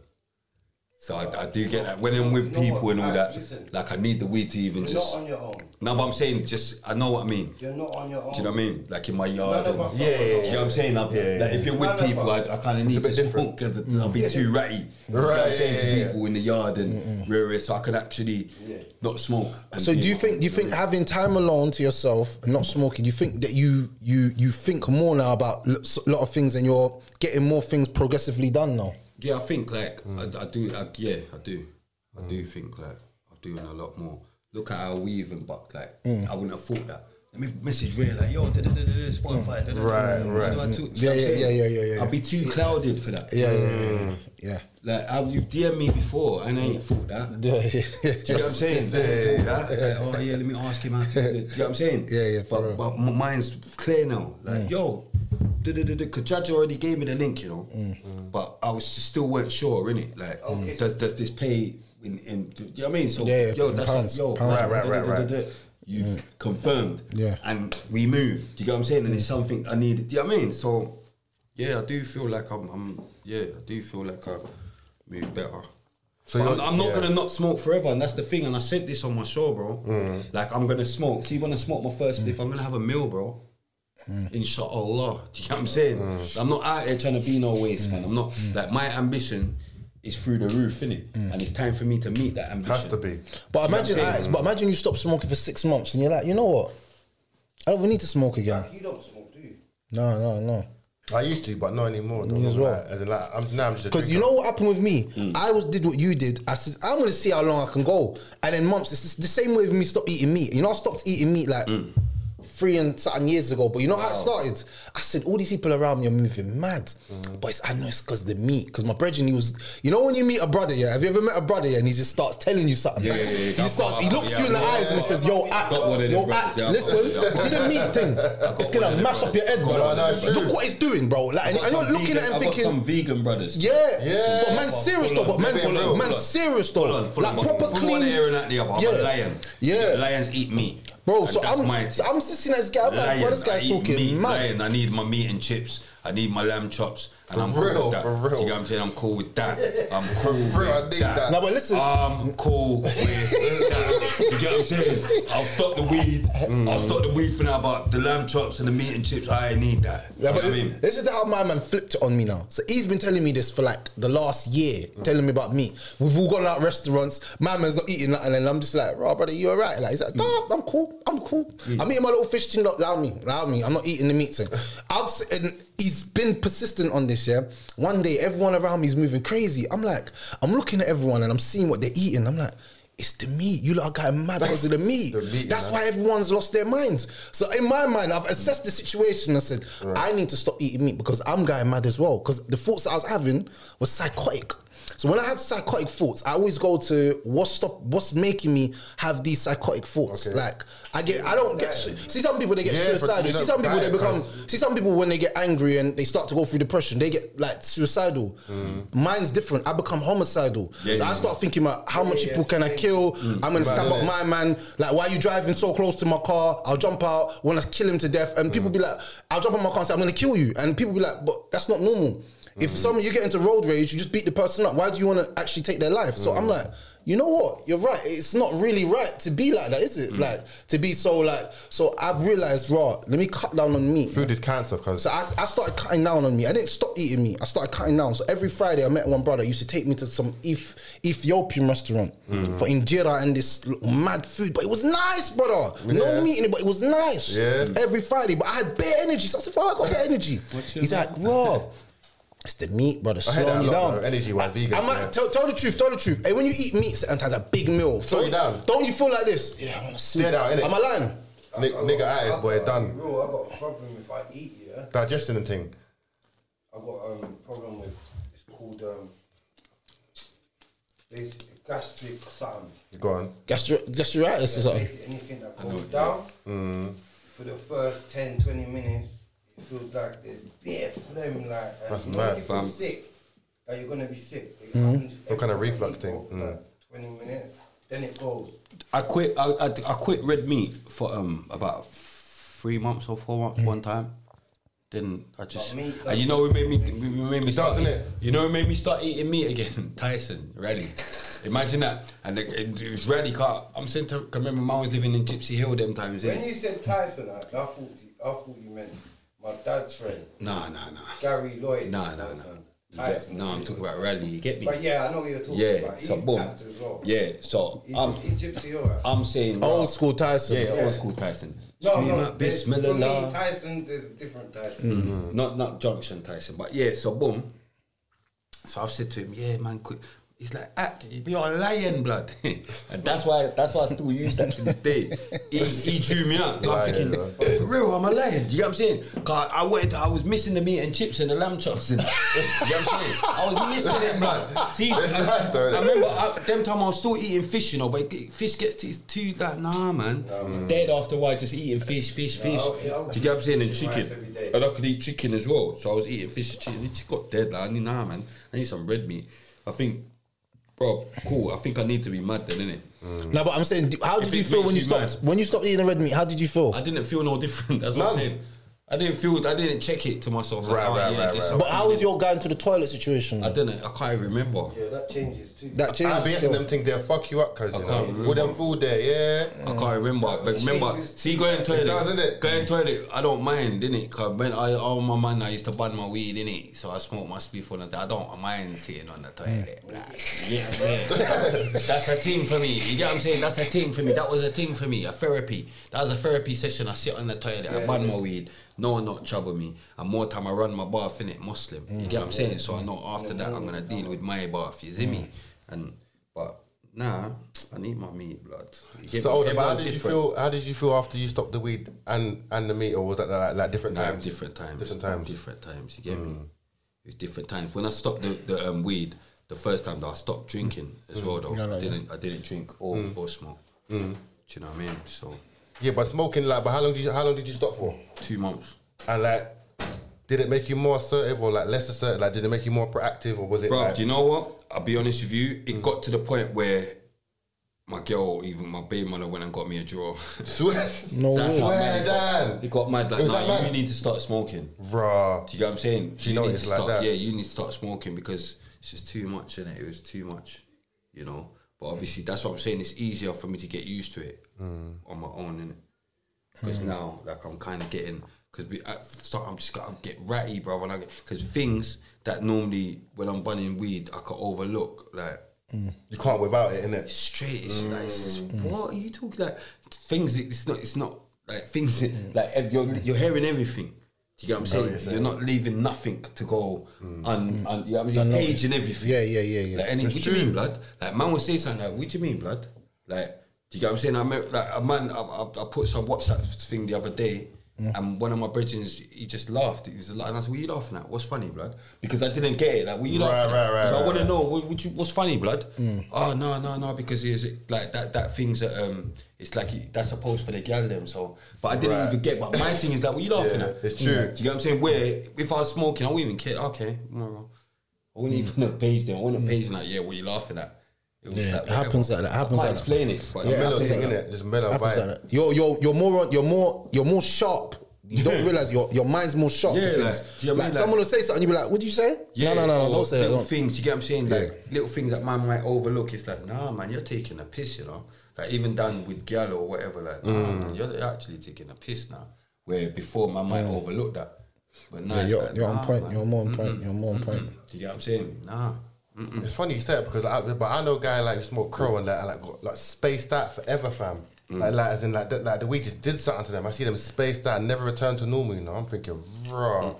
[SPEAKER 2] So I, I do get that when I'm with
[SPEAKER 4] Mm. You know
[SPEAKER 2] people
[SPEAKER 4] what,
[SPEAKER 2] and all
[SPEAKER 4] guys,
[SPEAKER 2] that.
[SPEAKER 4] listen.
[SPEAKER 2] like I need the weed to even
[SPEAKER 4] You're
[SPEAKER 2] just.
[SPEAKER 4] not on your own.
[SPEAKER 2] No, but I'm saying just I know what I mean.
[SPEAKER 4] You're not on your own.
[SPEAKER 2] Do you know what I mean? Like in my yard.
[SPEAKER 4] None of
[SPEAKER 2] and-
[SPEAKER 4] us are
[SPEAKER 2] yeah,
[SPEAKER 4] on our
[SPEAKER 2] yeah,
[SPEAKER 4] own.
[SPEAKER 2] You know what I'm saying? I'm, like, if you're with
[SPEAKER 4] None of
[SPEAKER 2] people, I,
[SPEAKER 4] us.
[SPEAKER 2] I kind of need to
[SPEAKER 3] bit different.
[SPEAKER 2] talk because I'll be too ratty. You know what I'm
[SPEAKER 3] Right,
[SPEAKER 2] saying
[SPEAKER 3] yeah,
[SPEAKER 2] to
[SPEAKER 3] yeah,
[SPEAKER 2] people in the yard and rare, rare, so I can actually not smoke. and
[SPEAKER 1] So do you
[SPEAKER 2] my-
[SPEAKER 1] think do you think having time alone to yourself, and not smoking, you think that you you you think more now about a lot of things, and you're getting more things progressively done now.
[SPEAKER 2] Yeah, I think like I, I do. I, yeah, I do. I do think like I'm doing a lot more. Look at how we even buck. Like I wouldn't have thought that. Let me message Ray like yo, da, da, da, da, da, Spotify. Da, da, da,
[SPEAKER 3] Right,
[SPEAKER 2] da,
[SPEAKER 3] right.
[SPEAKER 2] da, da, da, da,
[SPEAKER 1] Yeah, yeah, yeah,
[SPEAKER 2] da, da, da, da,
[SPEAKER 1] yeah,
[SPEAKER 2] da,
[SPEAKER 1] yeah, yeah, yeah.
[SPEAKER 2] I'd be too clouded for that.
[SPEAKER 1] Yeah, yeah, yeah, yeah, yeah.
[SPEAKER 2] Like I, you've DM'd me before and I ain't thought that.
[SPEAKER 1] Yeah, yeah, yeah.
[SPEAKER 2] Do you know what I'm saying? Yeah, Like, oh yeah, let me ask him how to do this. Do you know what I'm saying?
[SPEAKER 1] Yeah, yeah, for
[SPEAKER 2] But,
[SPEAKER 1] real.
[SPEAKER 2] but my mind's clear now. Like, yo, because Judge already gave me the link, you know. But I was just, still weren't sure, innit? Like, does does this pay in, in do you know what I mean? So
[SPEAKER 1] Yeah, yeah,
[SPEAKER 2] yo,
[SPEAKER 1] in
[SPEAKER 2] that's
[SPEAKER 1] pounds,
[SPEAKER 2] yo,
[SPEAKER 1] pounds.
[SPEAKER 2] that's-
[SPEAKER 3] Right, right, right,
[SPEAKER 2] duh-duh-duh-duh-duh. You've
[SPEAKER 3] Mm.
[SPEAKER 2] confirmed.
[SPEAKER 1] Yeah.
[SPEAKER 2] And we move. Do you get what I'm saying? And
[SPEAKER 3] Mm.
[SPEAKER 2] it's something I need. Do you know what I mean? So yeah, I do feel like I'm, I'm yeah, I do feel like I move better.
[SPEAKER 3] So
[SPEAKER 2] But I'm,
[SPEAKER 3] you're-
[SPEAKER 2] I'm not
[SPEAKER 3] yeah.
[SPEAKER 2] gonna not smoke forever, and that's the thing. And I said this on my show, bro.
[SPEAKER 3] Mm.
[SPEAKER 2] Like I'm gonna smoke. See, when I smoke my first spliff, I'm gonna have a meal, bro.
[SPEAKER 3] Mm.
[SPEAKER 2] Inshallah, do you get what I'm saying? I'm not out here trying to be no waste, man. I'm not
[SPEAKER 3] Mm.
[SPEAKER 2] like my ambition is through the roof, innit? And it's time for me to meet that ambition.
[SPEAKER 3] Has to be.
[SPEAKER 1] But imagine,
[SPEAKER 2] what I'm
[SPEAKER 1] that, but imagine you stop smoking for six months, and you're like, you know what? I don't even need to smoke again.
[SPEAKER 4] You don't smoke, do you?
[SPEAKER 1] No, no, no.
[SPEAKER 3] I used to, but not anymore. Though,
[SPEAKER 1] Me as well.
[SPEAKER 3] Like, as in, like, I'm, now I'm just a
[SPEAKER 1] Because you
[SPEAKER 3] drinker.
[SPEAKER 1] know what happened with me?
[SPEAKER 2] Mm.
[SPEAKER 1] I was did what you did. I said, I'm gonna see how long I can go. And then months, it's the same way with me stop eating meat. You know, I stopped eating meat like
[SPEAKER 2] Mm.
[SPEAKER 1] three and something years ago, but you know how it started? I said, all these people around me are moving mad.
[SPEAKER 2] Mm.
[SPEAKER 1] But it's, I know it's because the meat. Because my brethren, he was, you know, when you meet a brother, yeah? Have you ever met a brother, yeah? And he just starts telling you something.
[SPEAKER 2] Yeah, yeah, yeah.
[SPEAKER 1] he
[SPEAKER 2] That's
[SPEAKER 1] starts,
[SPEAKER 2] what
[SPEAKER 1] he
[SPEAKER 2] I-
[SPEAKER 1] looks
[SPEAKER 2] yeah,
[SPEAKER 1] you in the
[SPEAKER 2] yeah,
[SPEAKER 1] eyes and
[SPEAKER 2] yeah.
[SPEAKER 1] says, yo, act,
[SPEAKER 2] Got one of them
[SPEAKER 1] yo,
[SPEAKER 2] brothers,
[SPEAKER 1] act,
[SPEAKER 2] yeah, I've got
[SPEAKER 1] listen,
[SPEAKER 2] one of them
[SPEAKER 1] see the meat thing?
[SPEAKER 2] got
[SPEAKER 1] It's
[SPEAKER 2] one of
[SPEAKER 1] gonna
[SPEAKER 2] them
[SPEAKER 1] mash up
[SPEAKER 2] brothers.
[SPEAKER 1] your head,
[SPEAKER 2] Got
[SPEAKER 1] bro.
[SPEAKER 2] one of them
[SPEAKER 1] Look
[SPEAKER 2] brothers.
[SPEAKER 1] what it's doing, bro. Like, and
[SPEAKER 2] I've
[SPEAKER 1] you're
[SPEAKER 2] got some
[SPEAKER 1] looking
[SPEAKER 2] vegan-
[SPEAKER 1] at
[SPEAKER 2] I've
[SPEAKER 1] it and
[SPEAKER 2] got
[SPEAKER 1] thinking,
[SPEAKER 2] some vegan brothers.
[SPEAKER 1] yeah.
[SPEAKER 3] Yeah.
[SPEAKER 1] But man, serious though. But man,
[SPEAKER 3] Being real,
[SPEAKER 1] man,
[SPEAKER 3] hold on.
[SPEAKER 1] serious though.
[SPEAKER 2] Hold on, hold
[SPEAKER 1] like
[SPEAKER 2] on.
[SPEAKER 1] proper
[SPEAKER 2] From
[SPEAKER 1] clean.
[SPEAKER 2] one ear and out the other. I'm
[SPEAKER 1] Yeah.
[SPEAKER 2] a lion.
[SPEAKER 1] Yeah.
[SPEAKER 2] lions eat meat,
[SPEAKER 1] Bro,
[SPEAKER 2] And
[SPEAKER 1] so
[SPEAKER 2] that's
[SPEAKER 1] I'm,
[SPEAKER 2] my
[SPEAKER 1] so I'm sitting at this guy. I'm like, bro,
[SPEAKER 2] Lion,
[SPEAKER 1] this
[SPEAKER 2] I
[SPEAKER 1] guy's
[SPEAKER 2] eat
[SPEAKER 1] talking
[SPEAKER 2] meat,
[SPEAKER 1] mad.
[SPEAKER 2] lion. I need my meat and chips. I need my lamb chops. And
[SPEAKER 3] For
[SPEAKER 2] I'm cool
[SPEAKER 3] real,
[SPEAKER 2] with that.
[SPEAKER 3] for real.
[SPEAKER 2] You know what I'm saying? I'm cool with that. I'm cool with
[SPEAKER 3] real, I
[SPEAKER 2] that.
[SPEAKER 3] need that.
[SPEAKER 1] Now, but listen.
[SPEAKER 2] I'm cool with that. You get what I'm saying? I'll stop the weed. I'll stop the weed for now, but the lamb chops and the meat and chips, I ain't need that.
[SPEAKER 1] Yeah,
[SPEAKER 2] you know
[SPEAKER 1] but
[SPEAKER 2] what I mean?
[SPEAKER 1] this is how my man flipped it on me now. So he's been telling me this for like the last year, telling me about meat. We've all gone out restaurants. My man's not eating nothing, and I'm just like, "Raw, brother, you alright?" Like he's like, "Nah,
[SPEAKER 2] Mm.
[SPEAKER 1] I'm cool. I'm cool. I'm eating my little fish thing. Allow me, allow me. I'm not eating the meat thing." I've s- and he's been persistent on this. Yeah, one day everyone around me is moving crazy. I'm like, I'm looking at everyone and I'm seeing what they're eating. I'm like. It's the meat. You lot got mad because of the meat.
[SPEAKER 3] The meat,
[SPEAKER 1] That's
[SPEAKER 3] man.
[SPEAKER 1] why why everyone's lost their minds. So in my mind, I've assessed the situation and said, I need to stop eating meat because I'm going mad as well. Because the thoughts that I was having was psychotic. So when I have psychotic thoughts, I always go to what's stop what's making me have these psychotic thoughts. Like I get I don't get su- see some people they get
[SPEAKER 3] Yeah, but
[SPEAKER 1] suicidal.
[SPEAKER 3] you
[SPEAKER 1] See
[SPEAKER 3] don't
[SPEAKER 1] some people
[SPEAKER 3] die
[SPEAKER 1] they become
[SPEAKER 3] because-
[SPEAKER 1] see some people when they get angry and they start to go through depression, they get like suicidal. Mine's different. I become homicidal. so I start thinking about how much people can I kill? I'm gonna stab up my man. Like, why are you driving so close to my car? I'll jump out, wanna kill him to death. And people be like, I'll jump on my car and say, I'm gonna kill you. And people be like, but that's not normal. If some you get into road rage, you just beat the person up. Why do you want to actually take their life? So I'm like, you know what? You're right. It's not really right to be like that, is it? Like to be so like. So I've realized, raw. Let me cut down on meat.
[SPEAKER 3] food is cancer because
[SPEAKER 1] So I, I started cutting down on meat. I didn't stop eating meat. I started cutting down. So every Friday, I met one brother. He used to take me to some Eth- Ethiopian restaurant
[SPEAKER 3] Mm.
[SPEAKER 1] for injera and this l- mad food. But it was nice, brother. No
[SPEAKER 3] Yeah.
[SPEAKER 1] meat in it, but it was nice.
[SPEAKER 3] Yeah.
[SPEAKER 1] Every Friday, but I had bare energy. So I said, "Bro, I got bare energy." He's like, "Rob." It's the meat, brother.
[SPEAKER 3] I heard that
[SPEAKER 1] slowing
[SPEAKER 3] a
[SPEAKER 1] you
[SPEAKER 3] lot,
[SPEAKER 1] down.
[SPEAKER 3] bro. Energy wise, vegan.
[SPEAKER 1] I'm
[SPEAKER 3] yeah.
[SPEAKER 1] like, tell, tell the truth, tell the truth. Hey, when you eat meat, sometimes a big meal.
[SPEAKER 3] Slow you
[SPEAKER 1] don't-
[SPEAKER 3] down.
[SPEAKER 1] Don't you feel like this? Yeah, I want to see.
[SPEAKER 3] Dead out, innit?
[SPEAKER 1] Am I lying?
[SPEAKER 3] Ni- nigga at his boy, done.
[SPEAKER 4] Bro, I got a problem if I eat, yeah?
[SPEAKER 3] Digestion and thing.
[SPEAKER 4] I got um, a problem with, it's called, um, basic gastric something.
[SPEAKER 3] Go on.
[SPEAKER 1] Gastro- gastritis or something.
[SPEAKER 4] Basically anything that goes down,
[SPEAKER 2] Mm.
[SPEAKER 4] for the first 10, 20 minutes, it feels like there's bare phlegm, like, and
[SPEAKER 3] That's
[SPEAKER 4] you know
[SPEAKER 3] mad,
[SPEAKER 4] when you feel
[SPEAKER 3] fam.
[SPEAKER 4] sick, like you're going to be sick. It
[SPEAKER 1] Mm-hmm.
[SPEAKER 4] happens
[SPEAKER 3] Some kind of
[SPEAKER 4] every time
[SPEAKER 3] reflux
[SPEAKER 4] I
[SPEAKER 3] thing,
[SPEAKER 4] eat,
[SPEAKER 3] mm.
[SPEAKER 4] like 20 minutes, then it goes.
[SPEAKER 2] I quit. I, I, I quit red meat for um about three months or four months one time. Then I just
[SPEAKER 4] meat,
[SPEAKER 2] and you know it made me we made me start
[SPEAKER 3] does,
[SPEAKER 2] eat-
[SPEAKER 3] innit?
[SPEAKER 2] you know it made me start eating meat again. Tyson Raddy, imagine that. And it, it, was Raddy. Car. I'm saying to I remember when I was living in Gypsy Hill them times.
[SPEAKER 4] When
[SPEAKER 2] innit?
[SPEAKER 4] you said Tyson, I, I, thought, you, I thought you meant my dad's friend,
[SPEAKER 2] Nah, nah, nah.
[SPEAKER 4] Gary Lloyd.
[SPEAKER 2] Nah, nah, nah.
[SPEAKER 4] Tyson.
[SPEAKER 2] You get-
[SPEAKER 4] Tyson.
[SPEAKER 2] Nah, I'm talking about Raddy. You get me?
[SPEAKER 4] But yeah, I know what you're talking
[SPEAKER 2] Yeah.
[SPEAKER 4] about.
[SPEAKER 2] So
[SPEAKER 4] He's
[SPEAKER 2] boom.
[SPEAKER 4] tapped as well.
[SPEAKER 2] Yeah. So
[SPEAKER 4] He's
[SPEAKER 2] I'm
[SPEAKER 4] Egyptian, alright.
[SPEAKER 2] I'm saying
[SPEAKER 1] Old school Tyson.
[SPEAKER 2] Yeah,
[SPEAKER 4] Yeah.
[SPEAKER 2] old school Tyson.
[SPEAKER 4] No,
[SPEAKER 2] Scream
[SPEAKER 4] no,
[SPEAKER 2] out,
[SPEAKER 4] there's- for me,
[SPEAKER 2] Bismillah. Mm-hmm.
[SPEAKER 4] Tyson's is a different Tyson.
[SPEAKER 2] not not Johnson Tyson, but yeah. So boom. So I've said to him, yeah, man, quick. He's like, "Ah, act, you're a lion, blood, and that's why that's why I still use that to this day. He, he drew me up. I'm thinking, for real, I'm a lion. You know what I'm saying? Cause I wanted, I was missing the meat and chips and the lamb chops. And, you know what I'm saying? I
[SPEAKER 3] Oh,
[SPEAKER 2] was missing it, blood. See,
[SPEAKER 3] That's
[SPEAKER 2] I,
[SPEAKER 3] nice, though,
[SPEAKER 2] I
[SPEAKER 3] isn't it?
[SPEAKER 2] remember I, them time I was still eating fish, you know, but it- fish gets to, it's too like, nah, man. It's dead after a while, just eating fish, fish, fish.
[SPEAKER 4] okay, Um, I'll
[SPEAKER 2] Do you get what I'm saying? And
[SPEAKER 4] eat rice
[SPEAKER 2] chicken.
[SPEAKER 4] every day.
[SPEAKER 2] And I could eat chicken as well. So I was eating fish and chicken. It just got dead. Like, I need nah, man. I need some red meat. I think, bro, cool. I think I need to be mad then, innit?
[SPEAKER 1] Mm. No, but I'm saying, how
[SPEAKER 2] If
[SPEAKER 1] did
[SPEAKER 2] it
[SPEAKER 1] you feel
[SPEAKER 2] makes
[SPEAKER 1] when you
[SPEAKER 2] you
[SPEAKER 1] stopped?
[SPEAKER 2] mad.
[SPEAKER 1] When you stopped eating the red meat, how did you feel?
[SPEAKER 2] I didn't feel no different. That's what I'm
[SPEAKER 3] None.
[SPEAKER 2] saying. I didn't feel. I didn't check it to myself. Like,
[SPEAKER 3] Right,
[SPEAKER 2] oh,
[SPEAKER 3] right,
[SPEAKER 2] yeah,
[SPEAKER 3] right,
[SPEAKER 2] this
[SPEAKER 3] right.
[SPEAKER 2] I'm
[SPEAKER 1] But how was
[SPEAKER 2] feeling.
[SPEAKER 1] your going to the toilet situation?
[SPEAKER 2] I didn't. I can't even remember.
[SPEAKER 4] Yeah, that changes too.
[SPEAKER 1] That
[SPEAKER 3] I
[SPEAKER 1] changed.
[SPEAKER 3] be asking
[SPEAKER 1] still.
[SPEAKER 3] them things they'll fuck you up because you
[SPEAKER 2] I
[SPEAKER 3] know
[SPEAKER 2] can't
[SPEAKER 3] all them food there, yeah.
[SPEAKER 2] I can't remember, but remember,
[SPEAKER 4] changes.
[SPEAKER 2] see, going toilet,
[SPEAKER 3] It does, innit?
[SPEAKER 2] going toilet, I don't mind, didn't Cause when I, all my man, I used to bun my weed, innit? So I smoke my spiff on the. I don't mind sitting on the toilet. Like, yeah, yeah. that's a thing for me. You get what I'm saying? That's a thing for me. That was a thing for me. A therapy. That was a therapy session. I sit on the toilet. I bun my weed. No one not trouble me. And more time I run my bath, innit? Muslim. You get what
[SPEAKER 3] Mm.
[SPEAKER 2] I'm saying? So I know after that I'm gonna deal with my bath. You see me? And but. Nah, I need my meat, blood. You get
[SPEAKER 3] So
[SPEAKER 2] me?
[SPEAKER 3] older, but how
[SPEAKER 2] Everyone's
[SPEAKER 3] did you
[SPEAKER 2] different.
[SPEAKER 3] feel? How did you feel after you stopped the weed and and the meat, or was that like, like different
[SPEAKER 2] No, it
[SPEAKER 3] times?
[SPEAKER 2] was different times.
[SPEAKER 3] Different times. Mm.
[SPEAKER 2] Different times. You get me? It was different times. When I stopped the, the um, weed, the first time that I stopped drinking
[SPEAKER 3] Mm.
[SPEAKER 2] as well, though, I didn't I didn't drink or, or smoke. Do you know what I mean? So
[SPEAKER 3] Yeah, but smoking like, but how long did you how long did you stop for?
[SPEAKER 2] two months.
[SPEAKER 3] And like, did it make you more assertive or like less assertive? Like, did it make you more proactive or was it?
[SPEAKER 2] Bro,
[SPEAKER 3] like, Mm.
[SPEAKER 2] do you know what? I'll be honest with you. It got to the point where my girl, even my baby mother, went and got me a draw.
[SPEAKER 3] swear,
[SPEAKER 1] No
[SPEAKER 2] That's
[SPEAKER 1] way.
[SPEAKER 2] how
[SPEAKER 3] swear
[SPEAKER 2] mad it got.
[SPEAKER 3] down,
[SPEAKER 2] It got mad. Like,
[SPEAKER 3] It was
[SPEAKER 2] nah,
[SPEAKER 3] that mad?
[SPEAKER 2] you need to start smoking.
[SPEAKER 3] bro.
[SPEAKER 2] Do you get what I'm saying?
[SPEAKER 3] She
[SPEAKER 2] You
[SPEAKER 3] know
[SPEAKER 2] need
[SPEAKER 3] it's
[SPEAKER 2] to
[SPEAKER 3] like
[SPEAKER 2] start,
[SPEAKER 3] that.
[SPEAKER 2] Yeah, you need to start smoking because it's just too much, innit? It was too much, you know. But obviously, that's what I'm saying. It's easier for me to get used to it
[SPEAKER 3] Mm.
[SPEAKER 2] on my own, innit? Because now, like, I'm kind of getting because we at start. I'm just gotta get ratty, bro. When I because things that normally when I'm bunning weed, I could overlook, like
[SPEAKER 3] Mm. You can't without it, innit? Mm.
[SPEAKER 2] straight. It's like, it's just, what are you talking like? Things. that- It's not. It's not like things. that-
[SPEAKER 3] Mm.
[SPEAKER 2] Like ev- you're you're hearing everything. Do you get what I'm saying? You're not leaving nothing to go
[SPEAKER 3] Mm.
[SPEAKER 2] un, un, you know what I mean? You're paging everything.
[SPEAKER 1] Yeah, yeah, yeah, yeah.
[SPEAKER 2] Like, and what do you mean, blood? Like, man will say something like, what do you mean, blood? Like, do you get what I'm saying? I met, like, a man, I, I, I put some WhatsApp thing the other day,
[SPEAKER 3] Mm.
[SPEAKER 2] and one of my brethrens, he just laughed. He was like, and I said, what are you laughing at? What's funny, blood? Because I didn't get it. Like, what you
[SPEAKER 3] Right,
[SPEAKER 2] laughing at?
[SPEAKER 3] right, right,
[SPEAKER 2] so I
[SPEAKER 3] right,
[SPEAKER 2] want to
[SPEAKER 3] right. Mm.
[SPEAKER 2] know, what, what you, what's funny, blood? Oh, no, no, no, because it's like, that that thing's, a, um, it's like, that's a post for the gal them, so. But I didn't
[SPEAKER 3] Right.
[SPEAKER 2] even get, but my thing is that, what you laughing
[SPEAKER 3] Yeah,
[SPEAKER 2] at?
[SPEAKER 3] it's true.
[SPEAKER 2] Do you get what I'm saying? Where, if I was smoking, I wouldn't even care. Okay, well, I wouldn't even have paged them. I wouldn't have paged them like, yeah, what are you laughing at? It was
[SPEAKER 1] Yeah, it
[SPEAKER 2] whatever.
[SPEAKER 1] happens like that, it happens
[SPEAKER 2] I can't
[SPEAKER 1] like that.
[SPEAKER 2] explain it. But
[SPEAKER 3] Yeah,
[SPEAKER 2] yeah,
[SPEAKER 3] mellow
[SPEAKER 1] happens
[SPEAKER 3] thing,
[SPEAKER 1] like
[SPEAKER 3] innit? Just mellow
[SPEAKER 1] Happens
[SPEAKER 3] vibe.
[SPEAKER 1] like that. You're you're you're more on- you're more you're more sharp. You don't realize your your mind's more sharp.
[SPEAKER 2] Yeah,
[SPEAKER 1] to things.
[SPEAKER 2] like,
[SPEAKER 1] Like,
[SPEAKER 2] do you know what I mean?
[SPEAKER 1] someone will say something, you be like, "What did you say?
[SPEAKER 2] yeah,
[SPEAKER 1] no, no, no, no,
[SPEAKER 2] or
[SPEAKER 1] don't say that.
[SPEAKER 2] little
[SPEAKER 1] don't."
[SPEAKER 2] things. You get what I'm saying? Like little things that man might overlook. It's like, nah, man, you're taking a piss, you know. Like even done with gal or whatever. Like, nah,
[SPEAKER 3] Mm.
[SPEAKER 2] man, you're actually taking a piss now. Where before man might overlook that, but now
[SPEAKER 1] Yeah,
[SPEAKER 2] it's
[SPEAKER 1] you're,
[SPEAKER 2] like,
[SPEAKER 1] you're
[SPEAKER 2] nah,
[SPEAKER 1] on point.
[SPEAKER 2] man.
[SPEAKER 1] You're more on point. You're more on point.
[SPEAKER 2] Do you get what I'm saying? Nah.
[SPEAKER 3] It's funny you said it because I, but I know a guy like who smoked crow and that like got like spaced out forever, fam.
[SPEAKER 2] Mm.
[SPEAKER 3] Like, like as in like, that, like the weed just did something to them. I see them spaced out, never returned to normal. You know, I'm thinking, raw.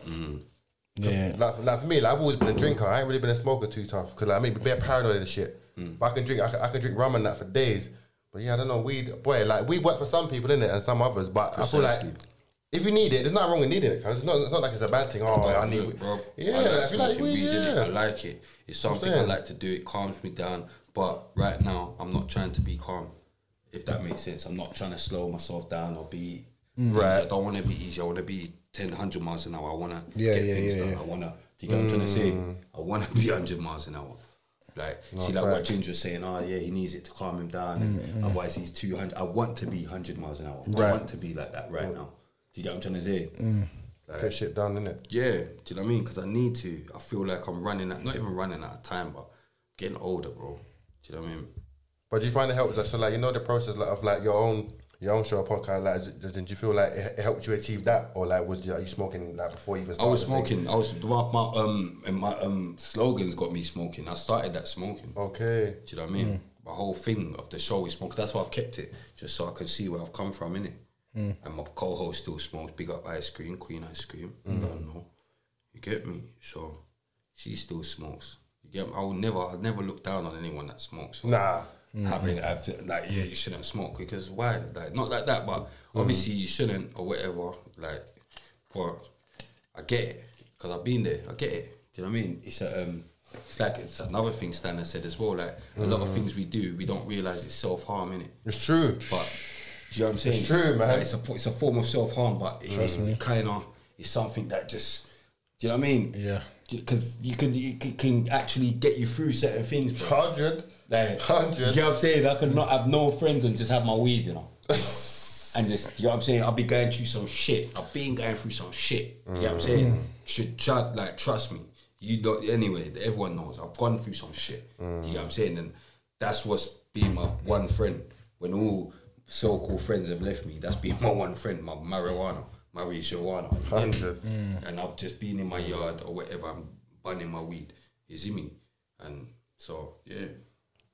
[SPEAKER 3] Yeah. Like, for- like for me, like I've always been a drinker. I ain't really been a smoker too tough because like, I mean, be bit paranoid and shit.
[SPEAKER 2] Mm.
[SPEAKER 3] But I can drink, I can, I can drink rum and that for days. But yeah, I don't know weed. Boy, like weed work for some people, innit, and some others. But I feel like
[SPEAKER 2] Precisely.
[SPEAKER 3] if you need it, there's nothing wrong with needing it. Cause it's not, it's not like it's a bad thing. Oh, I need
[SPEAKER 2] Look,
[SPEAKER 3] weed.
[SPEAKER 2] bro,
[SPEAKER 3] Yeah,
[SPEAKER 2] I
[SPEAKER 3] like,
[SPEAKER 2] like
[SPEAKER 3] if you like
[SPEAKER 2] smoking
[SPEAKER 3] weed,
[SPEAKER 2] weed, innit?
[SPEAKER 3] yeah.
[SPEAKER 2] I like it. It's something I
[SPEAKER 3] saying.
[SPEAKER 2] like to do. It calms me down. But right now, I'm not trying to be calm. If that makes sense, I'm not trying to slow myself down or be. Right. I don't want to be easy. I want to be 10, 100 miles an hour. I want to
[SPEAKER 1] Yeah,
[SPEAKER 2] get
[SPEAKER 1] yeah,
[SPEAKER 2] things
[SPEAKER 1] yeah,
[SPEAKER 2] done.
[SPEAKER 1] yeah.
[SPEAKER 2] I want to. Do you get what I'm trying to say? I want to be 100 miles an hour. Like, see, like what Ginger was saying, oh, yeah, he needs it to calm him down. And Otherwise, he's 200. I want to be 100 miles an hour. I want to be like that right now. Do you get what I'm trying to say?
[SPEAKER 3] Get shit done, innit?
[SPEAKER 2] Yeah, do you know what I mean? Because I need to. I feel like I'm running out, not even running out of time, but getting older, bro. Do you know what I mean?
[SPEAKER 3] But do you find it helps? Like, so, like, you know, the process like, of like your own your own show or podcast. Like, is it- does, did you feel like it, it helped you achieve that, or like was you, like, you smoking like before you even?
[SPEAKER 2] I
[SPEAKER 3] Started
[SPEAKER 2] was
[SPEAKER 3] the thing?
[SPEAKER 2] smoking. I was my, my um and my um slogans got me smoking. I started that smoking.
[SPEAKER 3] Okay. Mm.
[SPEAKER 2] Do you know what I mean? My whole thing of the show is smoking. That's why I've kept it, just so I can see where I've come from, innit?
[SPEAKER 3] Mm.
[SPEAKER 2] And my co-host still smokes. Big up ice cream, queen ice cream.
[SPEAKER 3] Mm.
[SPEAKER 2] I don't know. You get me? So she still smokes. You get me? I will never, I never look down on anyone that smokes.
[SPEAKER 3] Nah. Mm-hmm.
[SPEAKER 2] having I've, like yeah you shouldn't smoke because why like not like that but obviously you shouldn't or whatever like but I get it because I've been there I get it do you know what I mean it's a um it's like it's another thing Stanley said as well like a lot of things we do we don't realise it's self harm in it
[SPEAKER 3] It's true.
[SPEAKER 2] but do you know what I'm saying?
[SPEAKER 3] It's true, man.
[SPEAKER 2] Like, it's, a, it's a form of self harm, but it's kind of it's something that just do you know what I mean?
[SPEAKER 1] Yeah.
[SPEAKER 2] Because you can you can- can actually get you through certain things, bro.
[SPEAKER 3] Hundred.
[SPEAKER 2] Like,
[SPEAKER 3] Hundred.
[SPEAKER 2] You get what I'm saying? I could not have no friends and just have my weed, you know. and just, you know what I'm saying? I'll be going through some shit. I've been going through some shit. You know what I'm saying? Should try, like, trust me. You don't, anyway, everyone knows. I've gone through some shit. You know what I'm saying? And that's what's been my one friend. When all so called friends have left me, that's been my one friend, my marijuana, my marijuana. You get me?
[SPEAKER 3] Hundred.
[SPEAKER 2] And I've just been in my yard or whatever, I'm burning my weed. You see me? And so, yeah.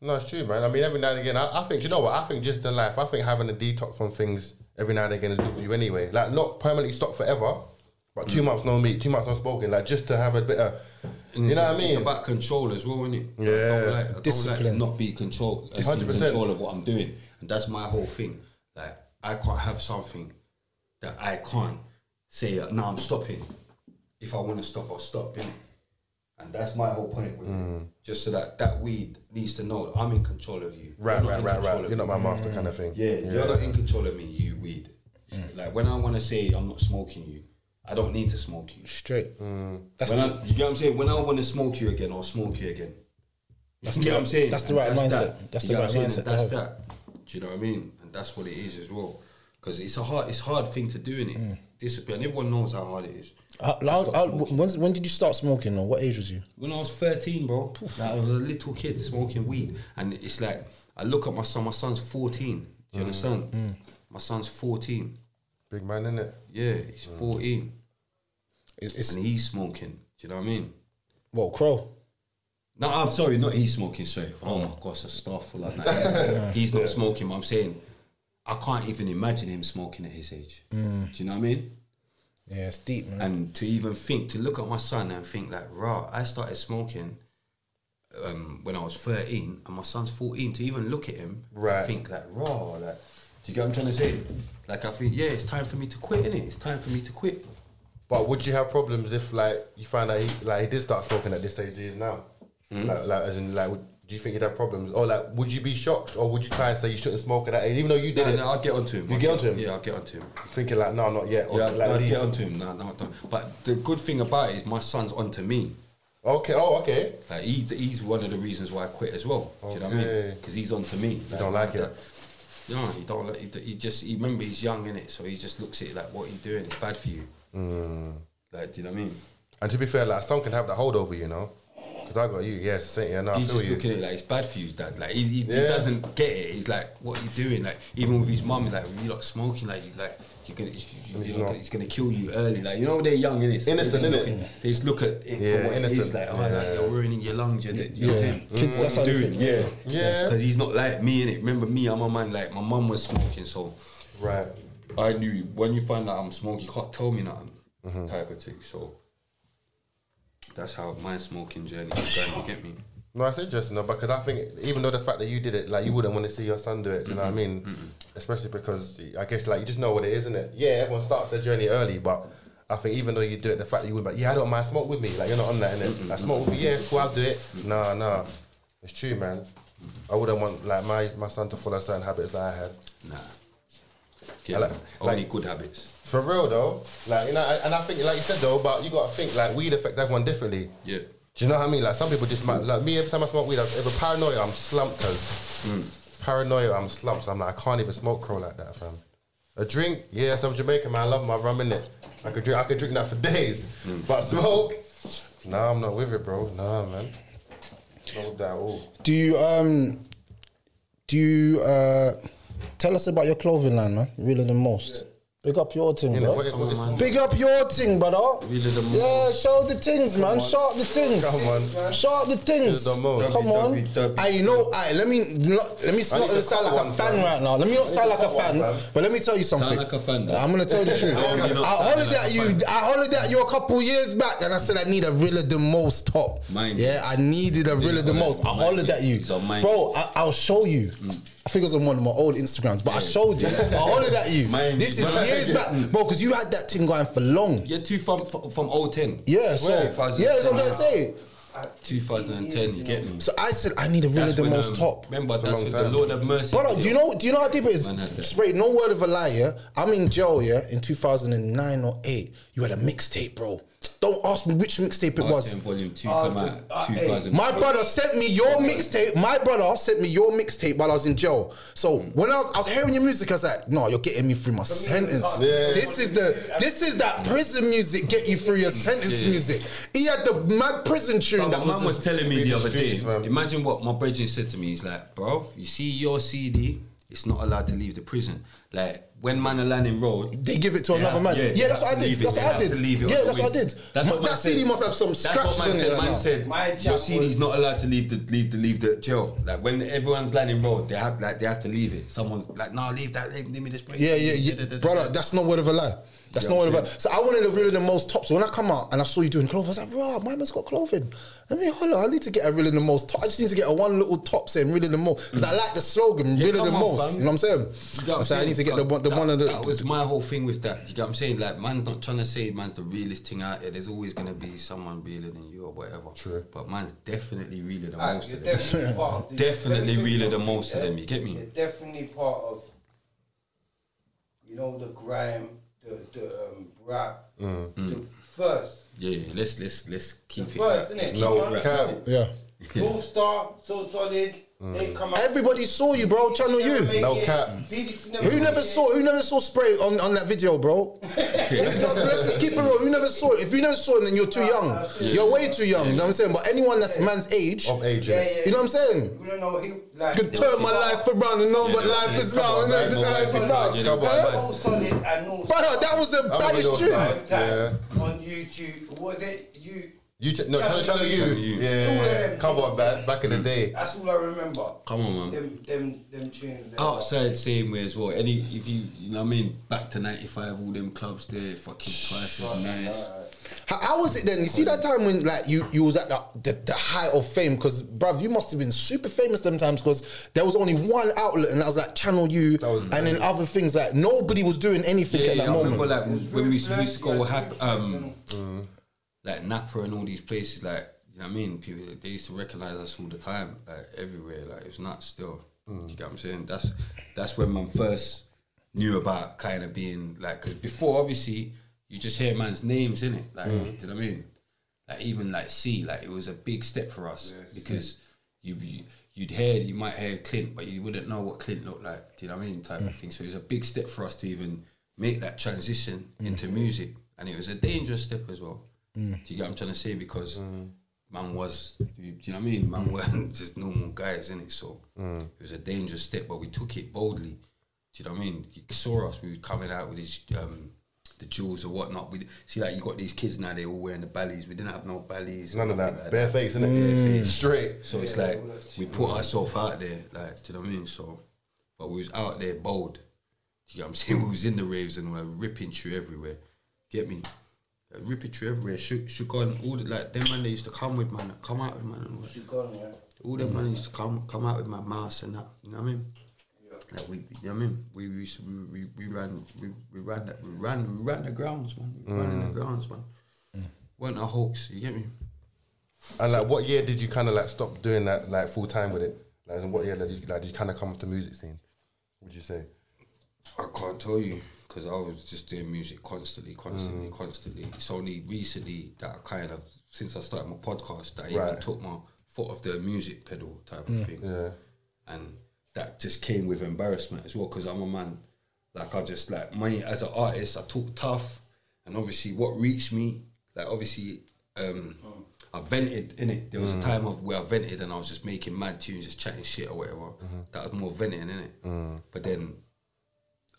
[SPEAKER 3] No, it's true, man. I mean, every now and again, I, I think you know what? I think just in life, I think having a detox from things every now and again is good for you anyway. Like not permanently stop forever, but
[SPEAKER 2] Mm.
[SPEAKER 3] two months no meat, two months no smoking. Like just to have a bit of,
[SPEAKER 2] And
[SPEAKER 3] you
[SPEAKER 2] it's-
[SPEAKER 3] know what I
[SPEAKER 2] It's
[SPEAKER 3] mean?
[SPEAKER 2] about control as well, isn't it? I
[SPEAKER 3] Yeah.
[SPEAKER 2] don't like, I Don't like to
[SPEAKER 1] Discipline.
[SPEAKER 2] not be control, uh, in
[SPEAKER 3] 100%.
[SPEAKER 2] control of what I'm doing, and that's my whole thing. Like I can't have something that I can't say. Uh, no, I'm stopping. If I want to stop, I'll stop. Innit? And that's my whole point with
[SPEAKER 4] Mm.
[SPEAKER 2] it. Just so that that weed needs to know that I'm in control of you.
[SPEAKER 3] right,
[SPEAKER 2] You're not
[SPEAKER 3] right,
[SPEAKER 2] in
[SPEAKER 3] right,
[SPEAKER 2] control
[SPEAKER 3] right.
[SPEAKER 2] of
[SPEAKER 3] You're not
[SPEAKER 2] me.
[SPEAKER 3] my master kind of thing.
[SPEAKER 2] Yeah, you're not in control of me. You weed. Like when I want to say I'm not smoking you, I don't need to smoke you
[SPEAKER 1] Straight.
[SPEAKER 3] Mm.
[SPEAKER 1] That's
[SPEAKER 2] when
[SPEAKER 1] the,
[SPEAKER 2] I, you get what I'm saying? When I want to smoke you again, I'll smoke you again. That's you get what I'm saying?
[SPEAKER 1] that's the
[SPEAKER 2] And
[SPEAKER 1] right mindset.
[SPEAKER 2] that.
[SPEAKER 1] That's the
[SPEAKER 2] You get what
[SPEAKER 1] right
[SPEAKER 2] I'm saying?
[SPEAKER 1] mindset
[SPEAKER 2] And
[SPEAKER 1] to
[SPEAKER 2] That's
[SPEAKER 1] have.
[SPEAKER 2] that. Do you know what I mean? And that's what it is as well. Because it's a hard, it's hard thing to do in it.
[SPEAKER 1] Mm.
[SPEAKER 2] Discipline. Everyone knows how hard it is.
[SPEAKER 1] How- how- how- when, when did you start smoking or what age was you?
[SPEAKER 2] When I was 13, bro, like, I was a little kid smoking weed. And it's like, I look at my son, my son's 14. Do
[SPEAKER 1] Mm.
[SPEAKER 2] you understand? My son's 14.
[SPEAKER 3] Big man, innit? Mm.
[SPEAKER 2] Yeah, he's 14.
[SPEAKER 1] It's, it's
[SPEAKER 2] And he's smoking. Do you know what I mean?
[SPEAKER 1] well, crow.
[SPEAKER 2] No, I'm sorry, not he's smoking, sorry. Oh my gosh, a stuff full like that. He's not smoking, but I'm saying I can't even imagine him smoking at his age. Do you know what I mean?
[SPEAKER 1] Mm. Yeah, it's deep, man.
[SPEAKER 2] And to even think, to look at my son and think like, rah, I started smoking um, when I was 13 and my son's 14, to even look at him
[SPEAKER 3] Right.
[SPEAKER 2] and think like, rah, like, do you get what I'm trying to say? Like I think, yeah, it's time for me to quit, innit? It's time for me to quit.
[SPEAKER 3] But would you have problems if like you find out he like he did start smoking at this stage he is now?
[SPEAKER 2] Hmm?
[SPEAKER 3] Like, like as in like would, do you think you'd have problems? Or like would you be shocked or would you try and say you shouldn't smoke at that age? Even though you did
[SPEAKER 2] No,
[SPEAKER 3] it,
[SPEAKER 2] no, I'll get onto him.
[SPEAKER 3] You
[SPEAKER 2] I'll
[SPEAKER 3] get onto him?
[SPEAKER 2] Yeah, I'll get onto him.
[SPEAKER 3] thinking like no not yet or
[SPEAKER 2] Yeah,
[SPEAKER 3] like
[SPEAKER 2] no,
[SPEAKER 3] these.
[SPEAKER 2] get onto him. No, no, I don't. But the good thing about it is my son's onto me.
[SPEAKER 3] Okay, oh okay.
[SPEAKER 2] Like he, he's one of the reasons why I quit as well. Do you know what I mean?
[SPEAKER 3] Okay.
[SPEAKER 2] Because he's onto me.
[SPEAKER 3] You don't like it.
[SPEAKER 2] No, he don't. Like, he, he just he remember he's young in it, so he just looks at it like, "What are you doing? It's bad for you." Like, do you know what I mean?
[SPEAKER 3] Hmm. And to be fair, like some can have that hold over you, you know. Because I got you, yes, same, yeah, no, I
[SPEAKER 2] he's
[SPEAKER 3] feel
[SPEAKER 2] just
[SPEAKER 3] you.
[SPEAKER 2] looking at it like it's bad for you, dad. Like he, he, he
[SPEAKER 3] Yeah.
[SPEAKER 2] doesn't get it. He's like, "What are you doing?" Like even with his mum, he's like, "You lot smoking? Like you like." You're gonna, you,
[SPEAKER 3] he's
[SPEAKER 2] you're not
[SPEAKER 3] not.
[SPEAKER 2] gonna, it's gonna kill you early. Like you know they're young in it.
[SPEAKER 3] Innocent, innit?
[SPEAKER 2] They just look at it
[SPEAKER 3] Yeah,
[SPEAKER 2] for what it
[SPEAKER 3] innocent.
[SPEAKER 2] is. Like, oh, like you're ruining your lungs. You're, dead. you know what I'm saying?
[SPEAKER 1] Kids, that's how
[SPEAKER 2] What
[SPEAKER 1] they
[SPEAKER 2] you
[SPEAKER 1] think.
[SPEAKER 2] doing? Yeah,
[SPEAKER 3] Yeah.
[SPEAKER 2] Because he's not like me in it. Remember me? I'm a man. Like my mum was smoking, so
[SPEAKER 3] Right. Mm-hmm.
[SPEAKER 2] I knew when you find out I'm smoking, you can't tell me nothing. Type of thing. So
[SPEAKER 13] That's how my smoking journey is going. You get me?
[SPEAKER 3] No, I say just no, because I think even though the fact that you did it, like you wouldn't want to see your son do it. Do you know what I mean? Especially because I guess like you just know what it is, isn't it? Yeah, everyone starts their journey early, but I think even though you do it, the fact that you would like, yeah, I don't mind smoke with me. Like you're not on that, innit? Like smoke with me, yeah, cool, I'll do it. Nah, nah, it's true, man. I wouldn't want like my, my son to follow certain habits that I had.
[SPEAKER 13] Nah. Get
[SPEAKER 3] I
[SPEAKER 13] me?
[SPEAKER 3] like-
[SPEAKER 13] Only
[SPEAKER 3] like-
[SPEAKER 13] good habits.
[SPEAKER 3] For real though, like you know, I- and I think like you said though, but you gotta think like weed affect everyone differently.
[SPEAKER 13] Yeah.
[SPEAKER 3] Do you know what I mean? Like some people just might, like me. Every time I smoke weed, I'm, if a paranoia, I'm slumped.
[SPEAKER 2] Mm.
[SPEAKER 3] Cause paranoia, I'm slumped. So I'm like, I can't even smoke crow like that, fam. A drink, yeah, some Jamaican man. I love my rum in it. I could drink, I could drink that for days. But smoke, nah, I'm not with it, bro. Nah, man. Not with that at all.
[SPEAKER 1] Do you um do you uh tell us about your clothing line, man? Really the most. Big up your thing,
[SPEAKER 3] You know,
[SPEAKER 1] bro.
[SPEAKER 3] what, what, what,
[SPEAKER 1] Big up your thing, brother.
[SPEAKER 13] Really the
[SPEAKER 1] Yeah, show the things, man. Sharp the things.
[SPEAKER 3] Come on.
[SPEAKER 1] Sharp the things.
[SPEAKER 3] You're the most.
[SPEAKER 1] Come on.
[SPEAKER 13] Dubby, dubby, dubby.
[SPEAKER 1] I know. I let me not, let me not
[SPEAKER 3] to
[SPEAKER 1] sound
[SPEAKER 3] cut
[SPEAKER 1] like a
[SPEAKER 3] one,
[SPEAKER 1] fan
[SPEAKER 3] fam.
[SPEAKER 1] right now. Let me not sound like a fan,
[SPEAKER 3] fam.
[SPEAKER 1] but let me tell you something.
[SPEAKER 2] like a fan, though.
[SPEAKER 1] I'm gonna tell you the truth.
[SPEAKER 3] Okay.
[SPEAKER 1] I hollered at you. I hollered at you a couple years back, and I said I need a really the most top.
[SPEAKER 2] Mind
[SPEAKER 1] yeah, I needed a really the
[SPEAKER 2] holler at
[SPEAKER 1] most.
[SPEAKER 2] me.
[SPEAKER 1] I hollered
[SPEAKER 2] Mind
[SPEAKER 1] at you,
[SPEAKER 2] It's on mind.
[SPEAKER 1] bro. I, I'll show you.
[SPEAKER 2] Mm.
[SPEAKER 1] I think it was on one of my old Instagrams, but I showed you. I hollered at you.
[SPEAKER 2] Mind
[SPEAKER 1] This
[SPEAKER 2] you.
[SPEAKER 1] is years back,
[SPEAKER 2] Mm.
[SPEAKER 1] bro, because you had that thing going for long.
[SPEAKER 2] You're two from from, from 010.
[SPEAKER 1] Yeah, so yeah, that's what I'm saying.
[SPEAKER 2] 2010, you get me?
[SPEAKER 1] So I said I need a really
[SPEAKER 2] That's
[SPEAKER 1] the
[SPEAKER 2] when,
[SPEAKER 1] most
[SPEAKER 2] um,
[SPEAKER 1] top.
[SPEAKER 2] Remember,
[SPEAKER 3] a
[SPEAKER 2] that's
[SPEAKER 3] long
[SPEAKER 2] with
[SPEAKER 3] time.
[SPEAKER 2] the Lord of Mercy.
[SPEAKER 1] Brother,
[SPEAKER 2] video.
[SPEAKER 1] do you know do you know how deep it
[SPEAKER 2] Man had
[SPEAKER 1] is?
[SPEAKER 2] that.
[SPEAKER 1] Spray, no word of a lie, yeah? I'm in jail, yeah, in 2009 or 8. You had a mixtape, bro. Don't ask me which mixtape it
[SPEAKER 2] Part
[SPEAKER 1] was.
[SPEAKER 2] 10 Volume 2 come out 2000.
[SPEAKER 1] Uh, My brother sent me your mixtape. My brother sent me your mixtape while I was in jail. So
[SPEAKER 2] Mm.
[SPEAKER 1] when I was, I was hearing your music, I was like, "No, you're getting me through my sentence. This is the this is that prison music get you through your sentence music." He had the mad prison tune
[SPEAKER 2] Bro,
[SPEAKER 1] that
[SPEAKER 2] my man
[SPEAKER 1] was.
[SPEAKER 2] was
[SPEAKER 1] his-
[SPEAKER 2] telling me
[SPEAKER 3] in
[SPEAKER 2] the
[SPEAKER 3] the
[SPEAKER 2] other
[SPEAKER 3] streets,
[SPEAKER 2] day.
[SPEAKER 3] fam.
[SPEAKER 2] Imagine what my brethren said to me. He's like, bro, you see your CD, it's not allowed to leave the prison. Like, when man are landing road,
[SPEAKER 1] They give it to
[SPEAKER 2] they
[SPEAKER 1] another man.
[SPEAKER 2] have-
[SPEAKER 1] Yeah,
[SPEAKER 2] they
[SPEAKER 1] that's what I
[SPEAKER 2] have to
[SPEAKER 1] did.
[SPEAKER 2] leave it.
[SPEAKER 1] That's what
[SPEAKER 2] They
[SPEAKER 1] I
[SPEAKER 2] have to
[SPEAKER 1] did.
[SPEAKER 2] leave it
[SPEAKER 1] Yeah,
[SPEAKER 2] on the
[SPEAKER 1] that's what I
[SPEAKER 2] wing.
[SPEAKER 1] did.
[SPEAKER 2] That's what
[SPEAKER 1] Ma-
[SPEAKER 2] man
[SPEAKER 1] that CD
[SPEAKER 2] said.
[SPEAKER 1] must have some
[SPEAKER 2] That's
[SPEAKER 1] scratches
[SPEAKER 2] what man
[SPEAKER 1] in it.
[SPEAKER 2] said. Man
[SPEAKER 1] like that.
[SPEAKER 2] said,
[SPEAKER 4] My
[SPEAKER 2] your
[SPEAKER 4] jack
[SPEAKER 2] CD's
[SPEAKER 4] was-
[SPEAKER 2] not allowed to leave the leave the leave the jail. Like when everyone's landing road, they have like they have to leave it. Someone's like, no, leave that. Leave, leave me this place.
[SPEAKER 1] Yeah, yeah, yeah. Brother, that's no word of a lie. That's no word of a So I wanted to really the most top. So when I come out and I saw you doing clothing, I was like, raw, my man's got clothing. I mean, hold on, I need to get a really the most top. I just need to get a one little top saying really the most. Because I like the slogan,
[SPEAKER 2] Yeah,
[SPEAKER 1] really the
[SPEAKER 2] come on,
[SPEAKER 1] most.
[SPEAKER 2] fam.
[SPEAKER 1] You know what I'm
[SPEAKER 2] You
[SPEAKER 1] saying?
[SPEAKER 2] get what
[SPEAKER 1] I
[SPEAKER 2] I'm
[SPEAKER 1] said, I
[SPEAKER 2] saying?
[SPEAKER 1] need to get the, one- the
[SPEAKER 2] that,
[SPEAKER 1] one of the.
[SPEAKER 2] That was my whole thing with that. You get what I'm saying? Like, man's not trying to say man's the realest thing out there. There's always going to be someone realer than you or whatever. True. But man's definitely realer than
[SPEAKER 4] Alright,
[SPEAKER 2] most
[SPEAKER 4] Ah, you're
[SPEAKER 2] of them.
[SPEAKER 4] definitely part of the-
[SPEAKER 2] Definitely realer than most of
[SPEAKER 4] Yeah?
[SPEAKER 2] them, you get me?
[SPEAKER 4] You're definitely part of, you know, the grime, the the um, rap,
[SPEAKER 1] Mm.
[SPEAKER 4] the first,
[SPEAKER 2] Mm. Yeah, yeah, let's let's let's keep
[SPEAKER 4] the
[SPEAKER 2] it.
[SPEAKER 4] first, innit?
[SPEAKER 2] let's keep
[SPEAKER 3] No
[SPEAKER 2] it rap.
[SPEAKER 3] cap.
[SPEAKER 1] yeah.
[SPEAKER 4] North Star, so solid. They
[SPEAKER 1] Mm.
[SPEAKER 4] come out.
[SPEAKER 1] Everybody saw you, bro. Channel
[SPEAKER 4] Never
[SPEAKER 1] you.
[SPEAKER 4] make
[SPEAKER 3] No
[SPEAKER 4] it.
[SPEAKER 3] cap.
[SPEAKER 4] BBC
[SPEAKER 1] Who
[SPEAKER 4] make
[SPEAKER 1] never
[SPEAKER 4] it.
[SPEAKER 1] saw who never saw spray on, on that video, bro? Let's just keep it real. Who never saw it? If you never saw him, then you're too young. You're way too young. You know what I'm saying? But anyone that's man's age,
[SPEAKER 3] Of age,
[SPEAKER 4] Yeah,
[SPEAKER 3] innit?
[SPEAKER 4] yeah.
[SPEAKER 1] you know what I'm saying?
[SPEAKER 4] You don't know. He, like,
[SPEAKER 1] could turn my life around and know what
[SPEAKER 2] yeah,
[SPEAKER 1] life
[SPEAKER 2] yeah,
[SPEAKER 1] is
[SPEAKER 2] come
[SPEAKER 1] about.
[SPEAKER 2] on,
[SPEAKER 1] and
[SPEAKER 2] man,
[SPEAKER 1] know
[SPEAKER 2] come on,
[SPEAKER 1] life
[SPEAKER 2] man,
[SPEAKER 1] is
[SPEAKER 2] come on,
[SPEAKER 1] about.
[SPEAKER 2] you
[SPEAKER 3] know,
[SPEAKER 1] Huh?
[SPEAKER 3] man.
[SPEAKER 4] So solid and North
[SPEAKER 1] Brother, that was the
[SPEAKER 3] I remember
[SPEAKER 1] baddest
[SPEAKER 3] those
[SPEAKER 1] tune.
[SPEAKER 3] times.
[SPEAKER 4] time
[SPEAKER 3] Yeah.
[SPEAKER 4] on YouTube. Was it you?
[SPEAKER 3] You ch- no, channel, channel you.
[SPEAKER 2] you.
[SPEAKER 3] Yeah, come on, man. Back in
[SPEAKER 2] Mm.
[SPEAKER 3] the day.
[SPEAKER 4] That's all I remember.
[SPEAKER 2] Come on, man.
[SPEAKER 4] Them, them, them tunes. there.
[SPEAKER 2] Outside same way as well. Any if you you know what I mean, back to ninety five, all them clubs there, fucking prices nice.
[SPEAKER 1] How, how was it then? You see that time when like you you was at the the, the height of fame because bruv, you must have been super famous them times because there was only one outlet and that was like Channel U and then other things like nobody was doing anything
[SPEAKER 2] Yeah,
[SPEAKER 1] at
[SPEAKER 2] yeah,
[SPEAKER 1] that
[SPEAKER 2] I
[SPEAKER 1] moment.
[SPEAKER 2] remember like when we used, we used to go
[SPEAKER 4] Yeah,
[SPEAKER 2] hap, um, like Napa and all these places. Like you know what I mean? People they used to recognize us all the time, like everywhere. Like it was nuts. Still, Do you get what I'm saying? That's that's when man first knew about kind of being like because before obviously you just hear man's names in it. Like do you know what I mean? Like even like C, like it was a big step for us because you. you You'd hear, you might hear Clint, but you wouldn't know what Clint looked like. Do you know what I mean? Type of thing. So it was a big step for us to even make that transition into music, and it was a dangerous step as well. Do you get what I'm trying to say? Because man was, you, do you know what I mean? Man weren't just normal guys, innit? So it was a dangerous step, but we took it boldly. Do you know what I mean? You saw us, we were coming out with these, um, the jewels or whatnot. We See, like, you got these kids now, they all wearing the ballys. We didn't have no ballys.
[SPEAKER 3] None of
[SPEAKER 2] nothing
[SPEAKER 3] that.
[SPEAKER 2] like
[SPEAKER 3] Bare face, innit? Mm.
[SPEAKER 2] Bare face.
[SPEAKER 3] Straight.
[SPEAKER 2] So it's like, we put ourselves out there, like, do you know what I mean? So, but we was out there bold. Do you get what I'm saying? We was in the raves and we were ripping through everywhere. Get me? Rippetry everywhere. Shook, shook on all the, like them man they used to come with man, come out with man. And all that.
[SPEAKER 4] Gone, yeah.
[SPEAKER 2] All them man used to come come out with my mouse and that. You know what I mean? Like we, you know what I mean? We we used to, we, we, we ran we, we ran that we ran we ran the grounds man. We ran in
[SPEAKER 3] Mm.
[SPEAKER 2] the grounds man. Weren't a hoax. You get me?
[SPEAKER 3] And like, what year did you kind of like stop doing that like full time with it? Like, in what year did you like did you kind of come off the music scene? Would you say?
[SPEAKER 2] I can't tell you because I was just doing music constantly, constantly, constantly. It's only recently that I kind of, since I started my podcast, that I even
[SPEAKER 3] Right.
[SPEAKER 2] took my foot off the music pedal type of thing. And that just came with embarrassment as well because I'm a man, like I just like, my, as an artist, I talk tough. And obviously what reached me, like obviously um, I vented in it. There was a time of where I vented and I was just making mad tunes, just chatting shit or whatever. That was more venting in it. But then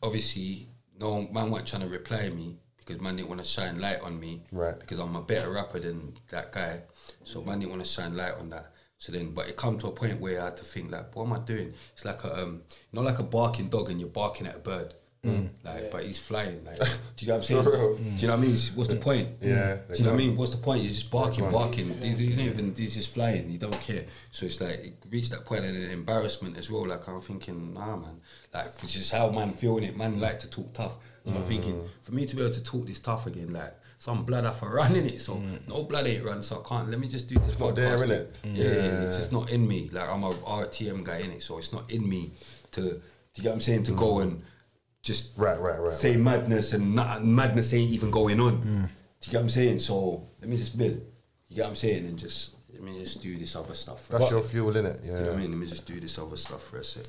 [SPEAKER 2] obviously no man weren't trying to reply me because man didn't want to shine light on me.
[SPEAKER 3] Right.
[SPEAKER 2] Because I'm a better rapper than that guy. So man didn't want to shine light on that. So then but it come to a point where I had to think like, what am I doing? It's like a um you know like a barking dog and you're barking at a bird. Like but he's flying. Like do you know what I'm saying?
[SPEAKER 3] Mm. For real.
[SPEAKER 2] Do you know what I mean? It's- What's the point?
[SPEAKER 3] Yeah,
[SPEAKER 2] Do you know what I mean? What's the point? You're just barking, barking. These, these ain't even these just flying. You don't care. So it's like it reached that point and an embarrassment as well. Like I'm thinking, nah, man. Like it's just how man feeling it. Man like to talk tough. So I'm thinking, for me to be able to talk this tough again, like some blood have to run in it. So no blood ain't run. So I can't. Let me just do this. It's
[SPEAKER 3] not there, innit?
[SPEAKER 2] Yeah, yeah, it's just not in me. Like I'm a RTM guy in it, so it's not in me to. Do you get what I'm saying? To go and just
[SPEAKER 3] Mm. Right, right, right,
[SPEAKER 2] say
[SPEAKER 3] right. Mm.
[SPEAKER 2] madness and not, madness ain't even going on. Do you get what I'm saying? So let me just build. You get what I'm saying? And just let me just do this other stuff.
[SPEAKER 3] That's
[SPEAKER 2] first.
[SPEAKER 3] your fuel, innit? Yeah. Mm.
[SPEAKER 2] You know what I mean? Let me just do this other stuff for a sec.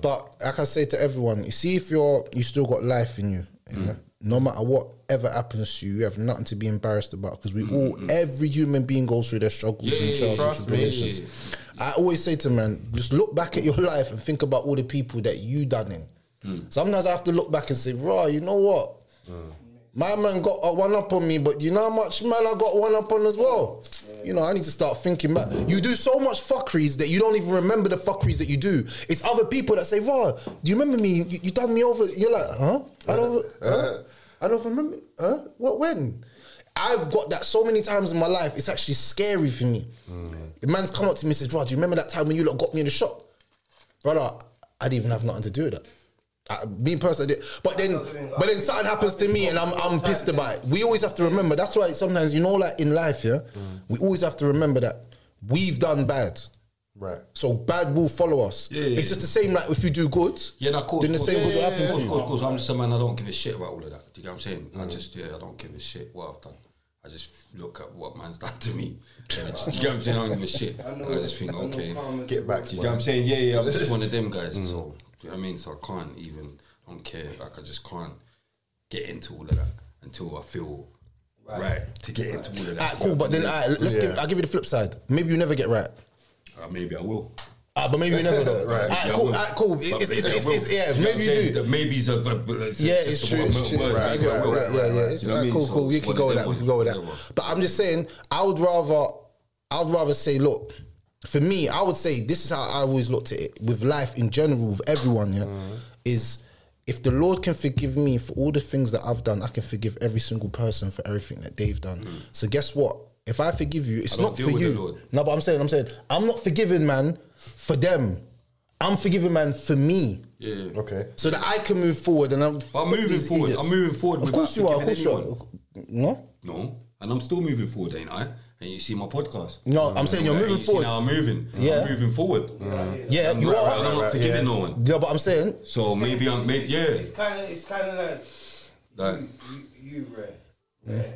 [SPEAKER 1] But like I say to everyone, you see, if you're you still got life in you, yeah? no matter whatever happens to you, you have nothing to be embarrassed about because we all, every human being goes through their struggles and trials and
[SPEAKER 3] trust me.
[SPEAKER 1] tribulations. I always say to man, just look back at your life and think about all the people that you done in. Sometimes I have to look back and say, raw, you know what?
[SPEAKER 3] Mm.
[SPEAKER 1] My man got a one up on me, but you know how much man I got one up on as well. You know, I need to start thinking back. You do so much fuckeries that you don't even remember the fuckeries that you do. It's other people that say, "Raw, do you remember me? You, you done me over." You're like, "Huh? I don't. huh? I don't remember. Huh? What? When?" I've got that so many times in my life. It's actually scary for me.
[SPEAKER 3] Hmm.
[SPEAKER 1] The man's come up to me and says, "Raw, do you remember that time when you lot got me in the shop?" brother, I didn't even have nothing to do with that. I, me personally, did. but then, but then something happens to me and I'm I'm pissed about it. We always have to remember. That's why sometimes you know, like in life, yeah, we always have to remember that we've done bad.
[SPEAKER 3] Right.
[SPEAKER 1] So bad will follow us. it's just the same like if you do good,
[SPEAKER 2] Yeah, no, of course.
[SPEAKER 1] then the
[SPEAKER 2] course,
[SPEAKER 1] same
[SPEAKER 2] yeah,
[SPEAKER 1] good will
[SPEAKER 2] yeah,
[SPEAKER 1] happen
[SPEAKER 2] yeah,
[SPEAKER 1] to
[SPEAKER 2] Of
[SPEAKER 1] you.
[SPEAKER 2] course, of course. I'm just a man. I don't give a shit about all of that. Do you get what I'm saying? I just yeah, I don't give a shit what I've done. I just look at what man's done to me. Do you get what I'm saying? I don't give a shit. I, just think okay,
[SPEAKER 3] Get back.
[SPEAKER 2] Do you know what I'm saying? Yeah, yeah, I'm just one of them guys.
[SPEAKER 1] Mm.
[SPEAKER 2] So, do you know what I mean? So I can't even, I don't care. Like, I just can't get into all of that until I feel right, to get into all of that.
[SPEAKER 1] Alright, Ah, cool. But then, alright, let's give. I'll give you the flip side. Maybe you never get right.
[SPEAKER 2] Uh, maybe I will.
[SPEAKER 1] Ah, but maybe you never though.
[SPEAKER 3] Right.
[SPEAKER 1] Alright,
[SPEAKER 2] Yeah, I
[SPEAKER 1] cool.
[SPEAKER 2] will.
[SPEAKER 1] Alright, cool.
[SPEAKER 2] But
[SPEAKER 1] It's, it's,
[SPEAKER 2] maybe I
[SPEAKER 1] it's,
[SPEAKER 2] will.
[SPEAKER 1] it's, yeah,
[SPEAKER 2] Do you know what
[SPEAKER 1] maybe
[SPEAKER 2] I'm
[SPEAKER 1] you
[SPEAKER 2] saying?
[SPEAKER 1] do.
[SPEAKER 2] The maybe's a, but- but it's
[SPEAKER 1] Yeah,
[SPEAKER 2] just
[SPEAKER 1] it's
[SPEAKER 2] a
[SPEAKER 1] true,
[SPEAKER 2] word,
[SPEAKER 1] it's true.
[SPEAKER 2] word,
[SPEAKER 1] Right,
[SPEAKER 2] maybe I
[SPEAKER 1] right,
[SPEAKER 2] will.
[SPEAKER 1] right, yeah, yeah.
[SPEAKER 2] Do you know what I mean?
[SPEAKER 1] Cool,
[SPEAKER 2] So
[SPEAKER 1] cool. We
[SPEAKER 2] it's
[SPEAKER 1] could
[SPEAKER 2] one
[SPEAKER 1] go
[SPEAKER 2] of
[SPEAKER 1] with
[SPEAKER 2] them
[SPEAKER 1] that. We could
[SPEAKER 2] ones,
[SPEAKER 1] go with
[SPEAKER 2] whatever.
[SPEAKER 1] that. But I'm just saying, I would rather, I would rather say, look, for me, I would say this is how I always looked at it with life in general, with everyone. Yeah,
[SPEAKER 2] Mm-hmm.
[SPEAKER 1] is if the Lord can forgive me for all the things that I've done, I can forgive every single person for everything that they've done. So guess what? If I forgive you, it's
[SPEAKER 2] Mm. I don't
[SPEAKER 1] not
[SPEAKER 2] deal
[SPEAKER 1] for
[SPEAKER 2] with
[SPEAKER 1] you.
[SPEAKER 2] the Lord.
[SPEAKER 1] No, but I'm saying, I'm saying, I'm not forgiving man for them. I'm forgiving man for me
[SPEAKER 3] Okay.
[SPEAKER 1] so that I can move forward. And I'm,
[SPEAKER 2] I'm
[SPEAKER 1] fuck
[SPEAKER 2] moving
[SPEAKER 1] these
[SPEAKER 2] forward. I'm moving forward
[SPEAKER 1] Of course you
[SPEAKER 2] without
[SPEAKER 1] are. Of course
[SPEAKER 2] forgiving
[SPEAKER 1] you are. No,
[SPEAKER 2] No, and I'm still moving forward, ain't I? And you see my podcast.
[SPEAKER 1] no. I'm saying you're
[SPEAKER 2] Like,
[SPEAKER 1] moving
[SPEAKER 2] you see
[SPEAKER 1] forward.
[SPEAKER 2] Now I'm moving.
[SPEAKER 1] Yeah.
[SPEAKER 2] I'm moving forward.
[SPEAKER 1] yeah, you are.
[SPEAKER 2] I'm not forgiving no one.
[SPEAKER 1] Yeah, but I'm saying
[SPEAKER 2] So maybe I'm, maybe, yeah.
[SPEAKER 4] It's kind of, it's kind of like
[SPEAKER 2] Like,
[SPEAKER 4] you, you, you rare, rare.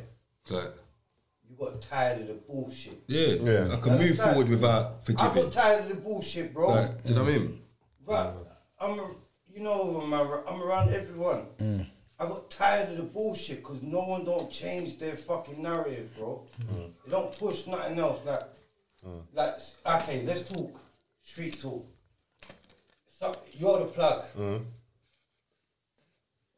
[SPEAKER 2] like,
[SPEAKER 4] You got tired of the bullshit.
[SPEAKER 2] yeah.
[SPEAKER 3] Yeah.
[SPEAKER 2] I can move
[SPEAKER 4] Understand?
[SPEAKER 2] forward without
[SPEAKER 4] I
[SPEAKER 2] forgiving.
[SPEAKER 4] got tired of the bullshit, bro.
[SPEAKER 2] Like, do you know what I mean?
[SPEAKER 4] But I'm, a- you know, I'm, a- I'm around everyone. I got tired of the bullshit because no one don't change their fucking narrative, bro. They don't push nothing else. Like, like, s- okay, let's talk street talk. So, you're the plug.
[SPEAKER 3] Hmm.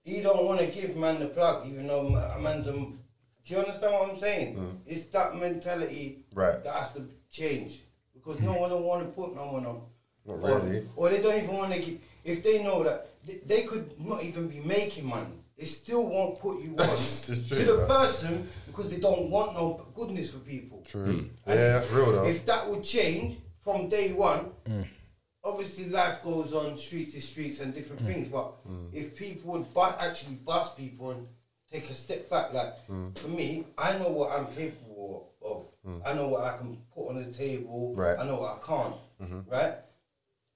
[SPEAKER 4] He don't want to give man the plug, even though ma- man's a. m- Do you understand what I'm saying? It's that mentality
[SPEAKER 3] Mm. Right.
[SPEAKER 4] that has to change because no one don't want to put no one on.
[SPEAKER 3] Not
[SPEAKER 4] Or-
[SPEAKER 3] really.
[SPEAKER 4] Or, they don't even want to get. If they know that they, they could not even be making money, They still won't put you on
[SPEAKER 3] It's- it's true,
[SPEAKER 4] to the
[SPEAKER 3] bro.
[SPEAKER 4] person because they don't want no goodness for people.
[SPEAKER 3] True. Yeah, that's real though.
[SPEAKER 4] If that would change from day one, obviously life goes on, streets is streets and different things. But
[SPEAKER 3] Mm.
[SPEAKER 4] if people would bu- actually bust people and take a step back, like
[SPEAKER 3] Mm.
[SPEAKER 4] for me, I know what I'm capable of. I know what I can put on the table.
[SPEAKER 3] Right. Mm-hmm.
[SPEAKER 4] I know what I can't. Right.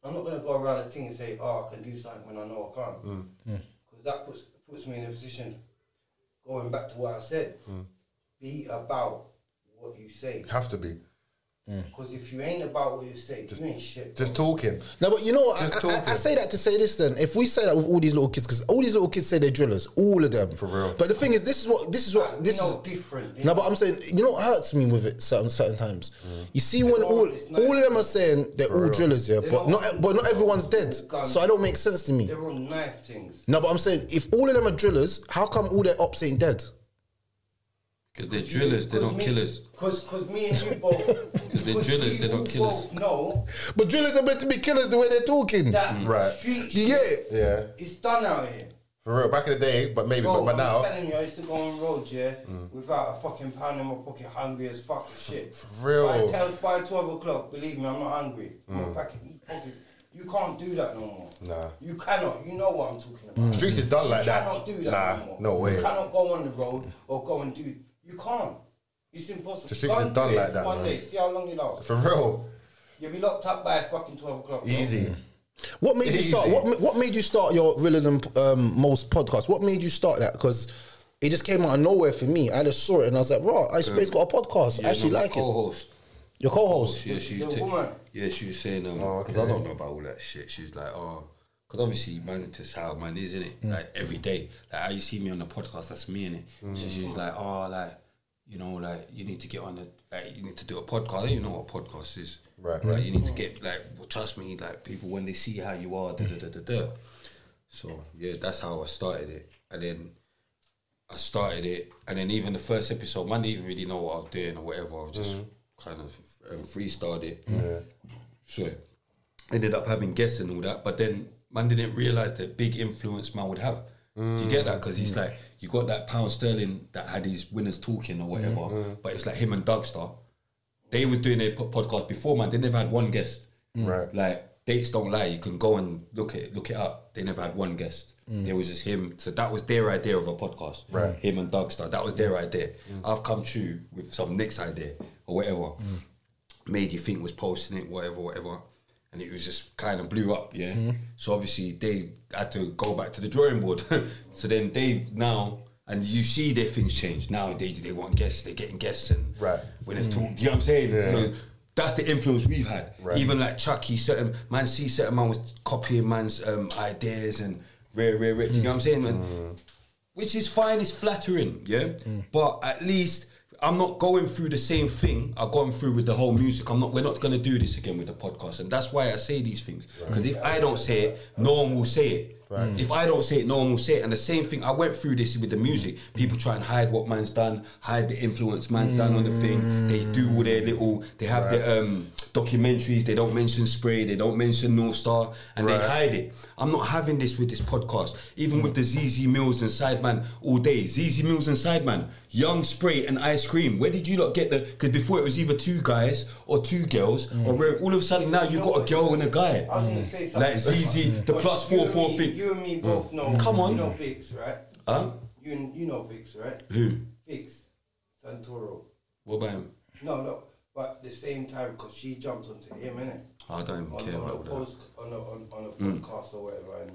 [SPEAKER 4] I'm not gonna go around the thing and say, "Oh, I can do something when I know I can't," because
[SPEAKER 3] Mm.
[SPEAKER 4] that puts puts me in a position. Going back to what I said, be about what you say.
[SPEAKER 3] Mm. Have to be.
[SPEAKER 4] Because if you ain't about what you say, you ain't shit.
[SPEAKER 3] Just talking.
[SPEAKER 1] No, but you know what? I,
[SPEAKER 3] Just
[SPEAKER 1] I- I-
[SPEAKER 3] talking.
[SPEAKER 1] I say that to say this then. If we say that with all these little kids, because all these little kids say they're drillers, all of them. For
[SPEAKER 3] real.
[SPEAKER 1] But the thing is, this is what this is what this
[SPEAKER 4] you
[SPEAKER 1] is
[SPEAKER 4] know, different.
[SPEAKER 1] No, but I'm saying, you know what hurts me with it certain certain times.
[SPEAKER 3] Mm.
[SPEAKER 1] You see, when all
[SPEAKER 4] it's not-
[SPEAKER 1] all of them are saying they're all drillers, yeah, but
[SPEAKER 4] don't-
[SPEAKER 1] not but not everyone's dead,
[SPEAKER 4] Guns.
[SPEAKER 1] so I don't make sense to me.
[SPEAKER 4] they're all knife things.
[SPEAKER 1] No, but I'm saying, if all of them are drillers, how come all their ops ain't dead?
[SPEAKER 2] Because they're drillers, they don't kill us.
[SPEAKER 4] Because cause me and you both. Because
[SPEAKER 2] they're drillers, they don't kill us.
[SPEAKER 4] No,
[SPEAKER 1] But drillers are meant to be killers the way they're talking.
[SPEAKER 4] that
[SPEAKER 3] Right.
[SPEAKER 4] street
[SPEAKER 1] Yeah,
[SPEAKER 4] shit
[SPEAKER 3] Yeah.
[SPEAKER 4] is done out here.
[SPEAKER 3] For real. Back in the day, but maybe,
[SPEAKER 4] Bro,
[SPEAKER 3] but, but
[SPEAKER 4] I'm
[SPEAKER 3] now. Mm.
[SPEAKER 4] telling you, I used to go on roads, yeah, without a fucking pound in my pocket, hungry as fuck and shit.
[SPEAKER 3] for real. Mm.
[SPEAKER 4] By, 10, by 12 o'clock, believe me, I'm not hungry. My pocket, pocket- you can't do that no more.
[SPEAKER 3] Nah. Mm.
[SPEAKER 4] You cannot. You know what I'm talking about.
[SPEAKER 3] Streets is done like
[SPEAKER 4] you
[SPEAKER 3] that.
[SPEAKER 4] cannot do that
[SPEAKER 3] nah,
[SPEAKER 4] no more.
[SPEAKER 3] no
[SPEAKER 4] You
[SPEAKER 3] way.
[SPEAKER 4] cannot go on the road or go and do. You can't. It's impossible.
[SPEAKER 3] The streets
[SPEAKER 4] Go
[SPEAKER 3] is
[SPEAKER 4] and
[SPEAKER 3] done
[SPEAKER 4] do it
[SPEAKER 3] like
[SPEAKER 4] for
[SPEAKER 3] that,
[SPEAKER 4] One
[SPEAKER 3] man.
[SPEAKER 4] day, see how long you last.
[SPEAKER 3] For real.
[SPEAKER 4] You'll be locked up by fucking 12 o'clock. bro.
[SPEAKER 3] Easy.
[SPEAKER 1] What made you start?
[SPEAKER 3] Easy.
[SPEAKER 1] What ma- What made you start your Rilla than um, most podcast? What made you start that? Because it just came out of nowhere for me. I just saw it and I was like, "Raw, Ice Space got a podcast. I actually
[SPEAKER 2] no, my
[SPEAKER 1] like it."
[SPEAKER 2] co-host.
[SPEAKER 1] Your co-host.
[SPEAKER 2] Yeah, she was
[SPEAKER 4] The
[SPEAKER 2] ta-
[SPEAKER 4] woman.
[SPEAKER 2] yeah, she was saying um,
[SPEAKER 3] Oh,
[SPEAKER 2] 'cause
[SPEAKER 3] okay.
[SPEAKER 2] I don't know about all that shit. She was like, oh, because obviously man, just how man is, isn't
[SPEAKER 3] Mm.
[SPEAKER 2] it? Like every day, like how you see me on the podcast, that's me in it. So
[SPEAKER 3] Mm.
[SPEAKER 2] she was like, oh, like you know, like you need to get on the, like you need to do a podcast. I don't even know what a podcast is,
[SPEAKER 3] Right,
[SPEAKER 2] Like,
[SPEAKER 3] right.
[SPEAKER 2] You need to get like, well, trust me, like people when they see how you are, da da da da da. So yeah, that's how I started it, and then. I started it, and then even the first episode, man, didn't even really know what I was doing or whatever. I was just
[SPEAKER 3] Mm.
[SPEAKER 2] kind of um, freestyled it. Yeah. So ended up having guests and all that, but then man didn't realize the big influence man would have. Do you get that? Because he's like, you got that pound sterling that had his winners talking or whatever, but it's like him and Dougstar. They was doing their po- podcast before, man. They never had one guest.
[SPEAKER 3] Right.
[SPEAKER 2] Like dates don't lie. You can go and look it look it up. They never had one guest. There was just him. So that was their idea of a podcast. Right. Him and Dougstar. That was their idea. I've come true with some Nick's idea or whatever. Made you think was posting it, whatever, whatever. And it was just kind of blew up, yeah. So obviously they had to go back to the drawing board. so then they've now and you see their things change. Now they they want guests, they're getting guests and
[SPEAKER 3] Right.
[SPEAKER 2] when
[SPEAKER 4] Mm.
[SPEAKER 1] Mm.
[SPEAKER 2] it's talk, you know what I'm saying? So that's the influence we've had. Even like Chucky, certain man see certain man was copying man's um, ideas and rare, rare, rare. You know what I'm saying? man? Which is fine, it's flattering, yeah. But at least I'm not going through the same thing I've gone through with the whole music. I'm not. We're not going to do this again with the podcast, and that's why I say these things. Because if I don't say it, no one will say it. If I don't say it, no one will say it. And the same thing, I went through this with the music. People try and hide what man's done, hide the influence man's done on the thing. They do all their little. They have their um, documentaries. They don't mention spray. They don't mention North Star, and they hide it. I'm not having this with this podcast. Even with the ZZ Mills and Sideman all day. ZZ Mills and Sideman, Young Spray and Ice Cream. Where did you lot get the? Because before it was either two guys or two girls, or where all of a sudden now you got a girl and a guy.
[SPEAKER 4] Mm. I was gonna say something.
[SPEAKER 2] Like ZZ, the
[SPEAKER 4] But
[SPEAKER 2] plus
[SPEAKER 4] you
[SPEAKER 2] four
[SPEAKER 4] and
[SPEAKER 2] four
[SPEAKER 4] me-
[SPEAKER 2] thing. Mm.
[SPEAKER 4] You and me
[SPEAKER 1] Mm.
[SPEAKER 4] both know.
[SPEAKER 2] Come on.
[SPEAKER 4] You know Vix, right?
[SPEAKER 2] Huh?
[SPEAKER 4] You and you know Vix, right?
[SPEAKER 2] Who?
[SPEAKER 4] Vix Santoro.
[SPEAKER 2] What about him?
[SPEAKER 4] No, no. But at the same time, because she jumped onto him, innit?
[SPEAKER 2] I don't even
[SPEAKER 4] On,
[SPEAKER 2] care
[SPEAKER 4] on, a
[SPEAKER 2] about all that. Mm.
[SPEAKER 4] post, on, a, on, on a podcast or whatever, and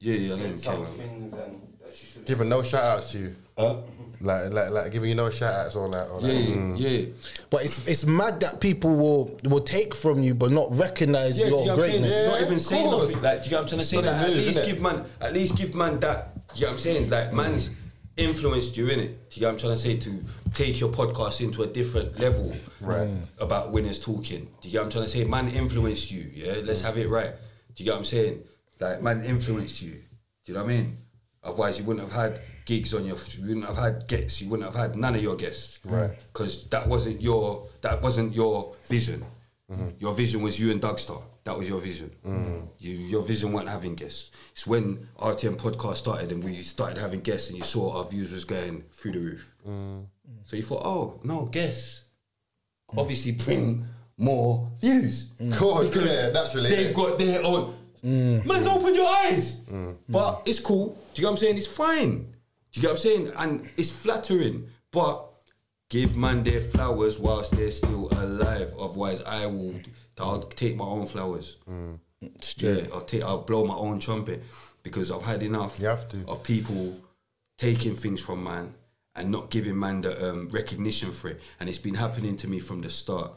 [SPEAKER 2] Yeah, yeah, I
[SPEAKER 4] said
[SPEAKER 2] don't even care
[SPEAKER 4] some
[SPEAKER 2] about that.
[SPEAKER 4] things and that she should.
[SPEAKER 3] Giving no shout outs to you.
[SPEAKER 2] Huh?
[SPEAKER 3] Like, like, like giving you no shout outs or like, or
[SPEAKER 2] Yeah,
[SPEAKER 3] like mm.
[SPEAKER 2] yeah, yeah.
[SPEAKER 1] But it's it's mad that people will will take from you but not recognize
[SPEAKER 2] do you
[SPEAKER 1] your
[SPEAKER 2] know what I'm saying?
[SPEAKER 1] greatness.
[SPEAKER 2] It's
[SPEAKER 3] Yeah,
[SPEAKER 2] not even
[SPEAKER 3] of
[SPEAKER 2] saying
[SPEAKER 3] course.
[SPEAKER 2] nothing. Like, do you know what I'm trying to
[SPEAKER 3] It's
[SPEAKER 2] say?
[SPEAKER 3] not a
[SPEAKER 2] Like, at
[SPEAKER 3] move,
[SPEAKER 2] least
[SPEAKER 3] innit?
[SPEAKER 2] give man, at least give man that. You know what I'm saying? Like, man's influenced you in it. You know what I'm trying to say? To take your podcast into a different level, right? About winners talking. Do you know what I'm trying to say? Man influenced you. Yeah, let's have it right. Do you get what I'm saying? Like, man influenced you. Do you know what I mean? Otherwise, you wouldn't have had gigs on your. You wouldn't have had guests. You wouldn't have had none of your guests. Right.
[SPEAKER 3] Mm-hmm.
[SPEAKER 2] Because that wasn't your. That wasn't your vision. Your vision was you and Doug Star. That was your vision. You, your vision weren't having guests. It's when RTM podcast started and we started having guests, and you saw our views was going through the roof.
[SPEAKER 3] Mm-hmm.
[SPEAKER 2] So you thought, oh no, guests. Obviously, bring more views.
[SPEAKER 3] Mm. Of course, yeah, Mm. naturally.
[SPEAKER 2] They've got their own. Man's open your eyes.
[SPEAKER 1] Mm.
[SPEAKER 3] Mm.
[SPEAKER 2] But it's cool. Do you get what I'm saying? It's fine. Do you get what I'm saying? And it's flattering. But give man their flowers whilst they're still alive. Otherwise, I will. I'll take my own flowers.
[SPEAKER 3] Mm.
[SPEAKER 2] Yeah, I'll take. I'll blow my own trumpet because I've had enough
[SPEAKER 3] You have to.
[SPEAKER 2] of people taking things from man and not giving man the um, recognition for it. And it's been happening to me from the start.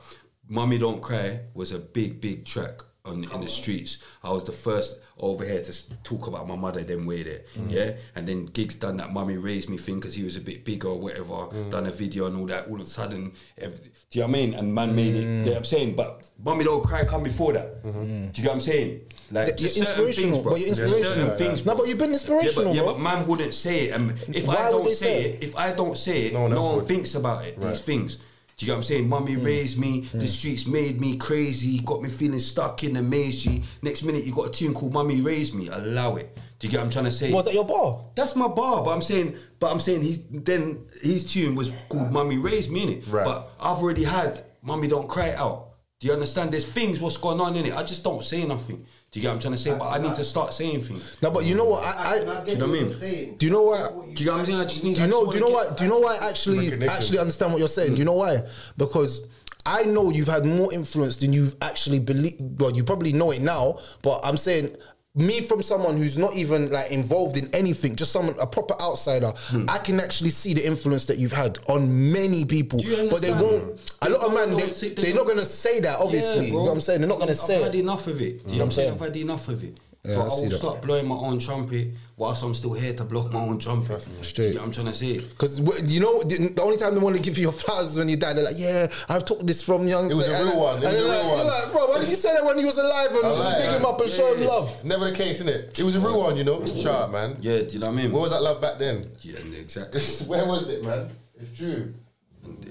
[SPEAKER 2] Mummy Don't Cry was a big, big track on in the streets. I was the first over here to s- talk about my mother, then weird it, yeah. And then gigs done that Mummy raised me thing because he was a bit bigger or whatever.
[SPEAKER 1] Mm.
[SPEAKER 2] Done a video and all that. All of a sudden, ev- do you know what I mean? And man made it.
[SPEAKER 1] Mm.
[SPEAKER 2] You know what I'm saying? But Mummy Don't Cry come before that. Do you get what I'm saying?
[SPEAKER 1] Mm-hmm.
[SPEAKER 2] Like
[SPEAKER 1] You're
[SPEAKER 2] just certain
[SPEAKER 1] inspirational,
[SPEAKER 2] things, bro.
[SPEAKER 1] but you're
[SPEAKER 2] Just
[SPEAKER 1] inspirational.
[SPEAKER 2] Certain
[SPEAKER 1] No,
[SPEAKER 2] things, bro.
[SPEAKER 1] but you've been
[SPEAKER 2] Yeah,
[SPEAKER 1] inspirational,
[SPEAKER 2] but, yeah,
[SPEAKER 1] bro.
[SPEAKER 2] but man wouldn't say it. And if
[SPEAKER 1] Why
[SPEAKER 2] I
[SPEAKER 1] would
[SPEAKER 2] don't
[SPEAKER 1] they
[SPEAKER 2] say,
[SPEAKER 1] say
[SPEAKER 2] it, if I don't say it,
[SPEAKER 3] No
[SPEAKER 2] no
[SPEAKER 3] one
[SPEAKER 2] one,
[SPEAKER 3] else would.
[SPEAKER 2] thinks about it. These things. Do you get what I'm saying? Mummy
[SPEAKER 1] Mm.
[SPEAKER 2] raised me. The streets made me crazy. Got me feeling stuck in the maze. G. Next minute, you got a tune called "Mummy Raised Me." Allow it. Do you get what I'm trying to say?
[SPEAKER 1] Was that your bar?
[SPEAKER 2] That's my bar, but I'm saying, but I'm saying he then his tune was called "Mummy Raised Me" innit?
[SPEAKER 3] Right.
[SPEAKER 2] But I've already had "Mummy Don't Cry" out. Do you understand? There's things what's going on in it. I just don't say nothing. Do you get what I'm trying to say? But I need to start saying things.
[SPEAKER 1] No, but you know what? I, I,
[SPEAKER 4] I get
[SPEAKER 2] know what I mean?
[SPEAKER 4] you're saying.
[SPEAKER 1] Do you know what?
[SPEAKER 2] Do you get what I'm saying? I just need.
[SPEAKER 1] Do you
[SPEAKER 2] I just
[SPEAKER 1] know?
[SPEAKER 2] wanna
[SPEAKER 1] Do you know
[SPEAKER 2] get-
[SPEAKER 1] why? Do you know why? I actually,
[SPEAKER 3] Recognition.
[SPEAKER 1] actually understand what you're saying. Do you know why? Because I know you've had more influence than you've actually believe. Well, you probably know it now, but I'm saying. Me from someone who's not even like involved in anything, just someone a proper outsider, I can actually see the influence that you've had on many people.
[SPEAKER 2] Do you
[SPEAKER 1] But they
[SPEAKER 2] understand?
[SPEAKER 1] won't. A lot of
[SPEAKER 2] They
[SPEAKER 1] man, they,
[SPEAKER 2] don't say- they
[SPEAKER 1] they're not gonna say that. Obviously, you know
[SPEAKER 2] bro.
[SPEAKER 1] what I'm saying they're not gonna
[SPEAKER 2] I've
[SPEAKER 1] say.
[SPEAKER 2] had
[SPEAKER 1] it.
[SPEAKER 2] enough of it. Do you know what I'm saying? I've had enough of it. so
[SPEAKER 1] I
[SPEAKER 2] I,
[SPEAKER 1] see
[SPEAKER 2] will
[SPEAKER 1] that.
[SPEAKER 2] start blowing my own trumpet whilst I'm still here to block my own trumpet. Do you know what I'm trying to say?
[SPEAKER 1] Because you know, the the only time they want to give you your flowers is when you die. They're like, "Yeah, I've took this from young."
[SPEAKER 3] It was a
[SPEAKER 1] and-
[SPEAKER 3] real one. It
[SPEAKER 1] and
[SPEAKER 3] was a
[SPEAKER 1] you're
[SPEAKER 3] real
[SPEAKER 1] like,
[SPEAKER 3] one.
[SPEAKER 1] You're like, bro, why did you say that when he was alive and
[SPEAKER 3] I lied,
[SPEAKER 1] take him
[SPEAKER 3] man.
[SPEAKER 1] up and show him love?
[SPEAKER 3] Never the case, innit? It was a real one, you know.
[SPEAKER 2] Mm.
[SPEAKER 3] Shout out, man.
[SPEAKER 2] Yeah, do you know what I mean?
[SPEAKER 3] What was that love back then?
[SPEAKER 2] yeah, exactly.
[SPEAKER 3] Where was it, man? It's true.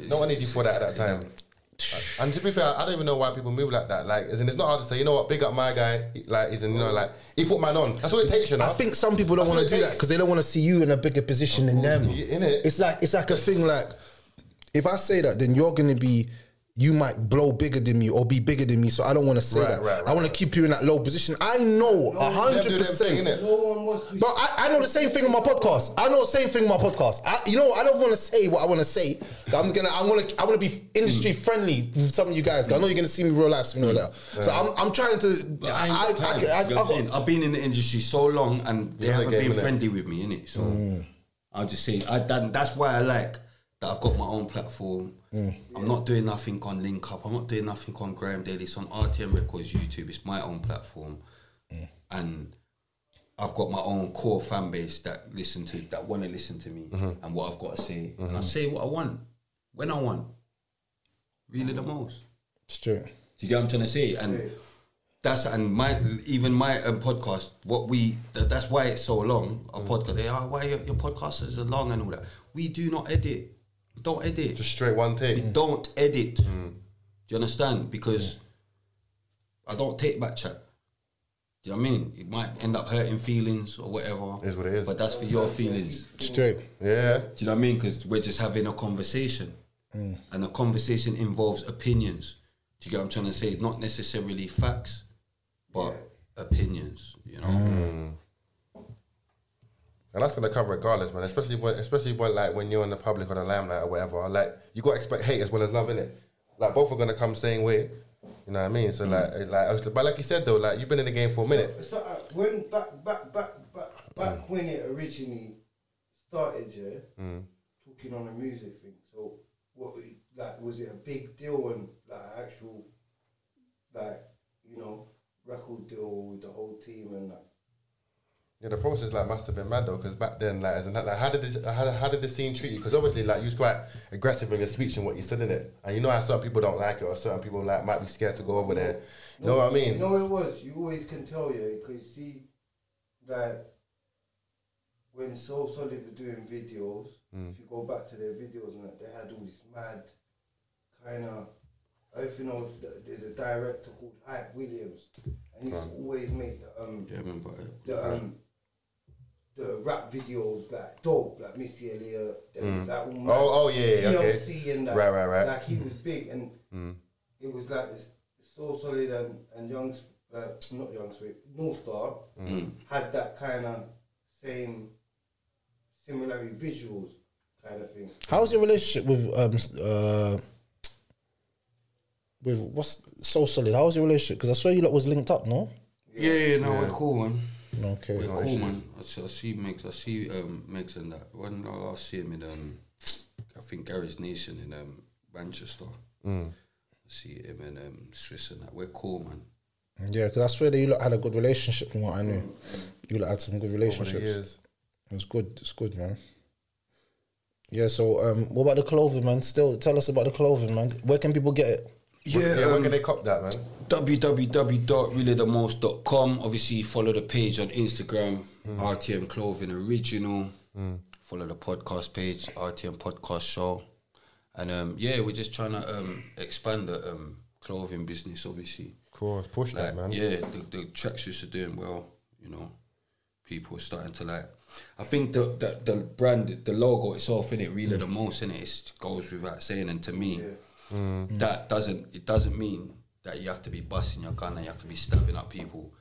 [SPEAKER 3] No one needed you for that at that time. And to be fair, I don't even know why people move like that. Like, as in, it's not hard to say, you know what, big up my guy. he- Like, he's in, you know, like, he put man on. That's all it takes, you know.
[SPEAKER 1] I think some people don't
[SPEAKER 3] That's
[SPEAKER 1] want
[SPEAKER 3] what
[SPEAKER 1] to
[SPEAKER 3] it
[SPEAKER 1] do that
[SPEAKER 3] takes.
[SPEAKER 1] because they don't want to see you in a bigger position than them.
[SPEAKER 3] you- innit?
[SPEAKER 1] It's like it's like a thing. Like if I say that, then you're gonna be. You might blow bigger than me or be bigger than me, so I don't want to say
[SPEAKER 3] Right,
[SPEAKER 1] that.
[SPEAKER 3] right, right,
[SPEAKER 1] I want
[SPEAKER 3] right.
[SPEAKER 1] to keep you in that low position. I know a
[SPEAKER 3] Them
[SPEAKER 1] hundred
[SPEAKER 3] do them thing,
[SPEAKER 1] percent.
[SPEAKER 3] innit?
[SPEAKER 4] No one wants to.
[SPEAKER 1] Bro, I, I know the same thing on my podcast. I know the same thing on my podcast. I, you know, I don't want to say what I want to say. I'm gonna, I'm gonna, I want to be industry
[SPEAKER 2] Hmm.
[SPEAKER 1] friendly with some of you guys. 'cause I know you're gonna see me real life sooner or later. So I'm, I'm trying to.
[SPEAKER 2] But I ain't
[SPEAKER 1] I, I,
[SPEAKER 2] got
[SPEAKER 1] I,
[SPEAKER 2] time,
[SPEAKER 1] I,
[SPEAKER 2] you know what I'm
[SPEAKER 1] I
[SPEAKER 2] saying?
[SPEAKER 1] got,
[SPEAKER 2] I've been in the industry so long and they
[SPEAKER 3] know the
[SPEAKER 2] haven't
[SPEAKER 3] game,
[SPEAKER 2] been
[SPEAKER 3] innit? Mm.
[SPEAKER 2] friendly with me, innit? So I'll just say I, that, that's why I like that I've got my own platform.
[SPEAKER 3] Mm.
[SPEAKER 2] I'm not doing nothing on Link Up. I'm not doing nothing on Graham Daily. It's on RTM Records, YouTube. It's my own platform.
[SPEAKER 3] Mm.
[SPEAKER 2] And I've got my own core fan base that listen to that want to listen to me
[SPEAKER 1] Mm-hmm.
[SPEAKER 2] and what I've got to say. And I say what I want when I want, really the most.
[SPEAKER 1] it's true.
[SPEAKER 2] Do you get what I'm trying to say? And that's and my even my um, podcast. What we that, that's why it's so long.
[SPEAKER 1] Mm.
[SPEAKER 2] Our podcast. They are why your, your podcast is long and all that. We do not edit. We don't edit.
[SPEAKER 3] Just straight one
[SPEAKER 2] we
[SPEAKER 3] take. Mm.
[SPEAKER 2] don't edit. Do you understand? Because I don't take back chat. Do you know what I mean? It might end up hurting feelings or whatever.
[SPEAKER 3] Is what it is.
[SPEAKER 2] But that's for your feelings.
[SPEAKER 1] Straight.
[SPEAKER 3] Yeah.
[SPEAKER 2] Do you know what I mean? Because we're just having a conversation, and the conversation involves opinions. Do you get what I'm trying to say? Not necessarily facts, but opinions. You know.
[SPEAKER 3] And that's gonna come regardless, man. Especially when, especially when, like, when you're in the public or the limelight or whatever. Like, you gotta expect hate as well as love, innit? Like, both are gonna come same way. You know what I mean? So, like, it- like, but like you said though, like, you've been in the game for a minute.
[SPEAKER 4] So uh, when back back back back back when it originally started, yeah, talking on the music thing. So what we- like was it a big deal and like actual like you know record deal with the whole team and that?
[SPEAKER 3] Yeah, the process like must have been mad though, because back then, like, as in, like, how did this, how, how did the scene treat you? Because obviously, like, you was quite aggressive in your speech and what you said in it, and you know how certain people don't like it, or certain people like might be scared to go over there. You know what I mean?
[SPEAKER 4] You know it was. You always can tell, yeah, because you see, like when Soul Solid were doing videos,
[SPEAKER 3] Hmm.
[SPEAKER 4] if you go back to their videos and that, they had all this mad kind of. I everything else, th- there's a director called Hype Williams, and he used to always make the um
[SPEAKER 2] Yeah, I remember it.
[SPEAKER 4] the um the rap videos like Dog, like Missy Elliott, them, that all mad.
[SPEAKER 3] Oh, oh, yeah, yeah, okay.
[SPEAKER 4] TLC and that.
[SPEAKER 3] Right, right, right.
[SPEAKER 4] Like he was big and it was like this, so solid and and young, S- uh, not young, Spirit, North Star had that kind of same similarity visuals kind of thing.
[SPEAKER 1] How's your relationship with um s- uh with what's so solid? How's your relationship? Because I swear you lot was linked up, no?
[SPEAKER 2] Yeah, yeah, no, we're cool, man.
[SPEAKER 1] No, Okay.
[SPEAKER 2] We're cool, oh, man. I see, I see Megs, I see um, Megs and that. When I last see him in, um, I think Gary's Nation in um, Manchester. Hmm. I see him in um, Swiss and that. We're cool, man.
[SPEAKER 1] Yeah, because I swear that you lot had a good relationship from what I knew. You lot had some good relationships.
[SPEAKER 3] Mm. years.
[SPEAKER 1] It's good. It's good, man. Yeah. So, um, what about the clothing, man? Still, tell us about the clothing, man. Where can people get it?
[SPEAKER 2] Yeah,
[SPEAKER 3] Yeah, when
[SPEAKER 2] um,
[SPEAKER 3] can they cop that, man?
[SPEAKER 2] www.reallythemost.com. Obviously, follow the page on Instagram,
[SPEAKER 3] Hmm.
[SPEAKER 2] RTM Clothing Original. Follow the podcast page, RTM Podcast Show. And um, yeah, we're just trying to um, expand the um, clothing business, obviously.
[SPEAKER 3] Of course, push that, man.
[SPEAKER 2] Yeah, the, the tracksuits are doing well. You know, people are starting to like. I think the the, the brand, the logo itself in it, really the most in it, it goes without saying. And to me,
[SPEAKER 3] Hmm.
[SPEAKER 2] that doesn't it doesn't mean that you have to be busting your gun and you have to be stabbing at people.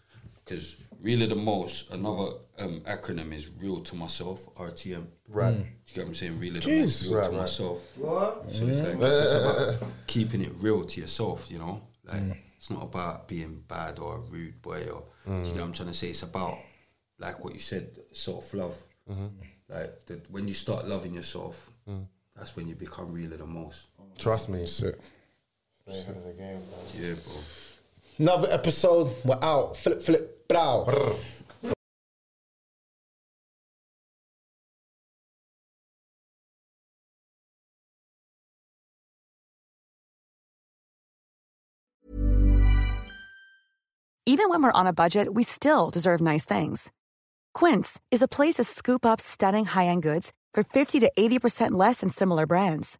[SPEAKER 2] Because really the most, another um, acronym is real to myself, RTM. Right. Do you get what I'm saying? Really the most, real to myself.
[SPEAKER 4] What?
[SPEAKER 2] So it's like it's just about keeping it real to yourself, you know. Like it's not about being bad or a rude boy or do you know what I'm trying to say. It's about like what you said, self love. Like that when you start loving yourself, that's when you become realer the most.
[SPEAKER 3] Trust me.
[SPEAKER 1] That's it.
[SPEAKER 2] Yeah, bro.
[SPEAKER 1] Another episode. We're out. Flip, flip, brow.
[SPEAKER 5] even when we're on a budget, we still deserve nice things. Quince is a place to scoop up stunning high-end goods for 50 to 80% less than similar brands.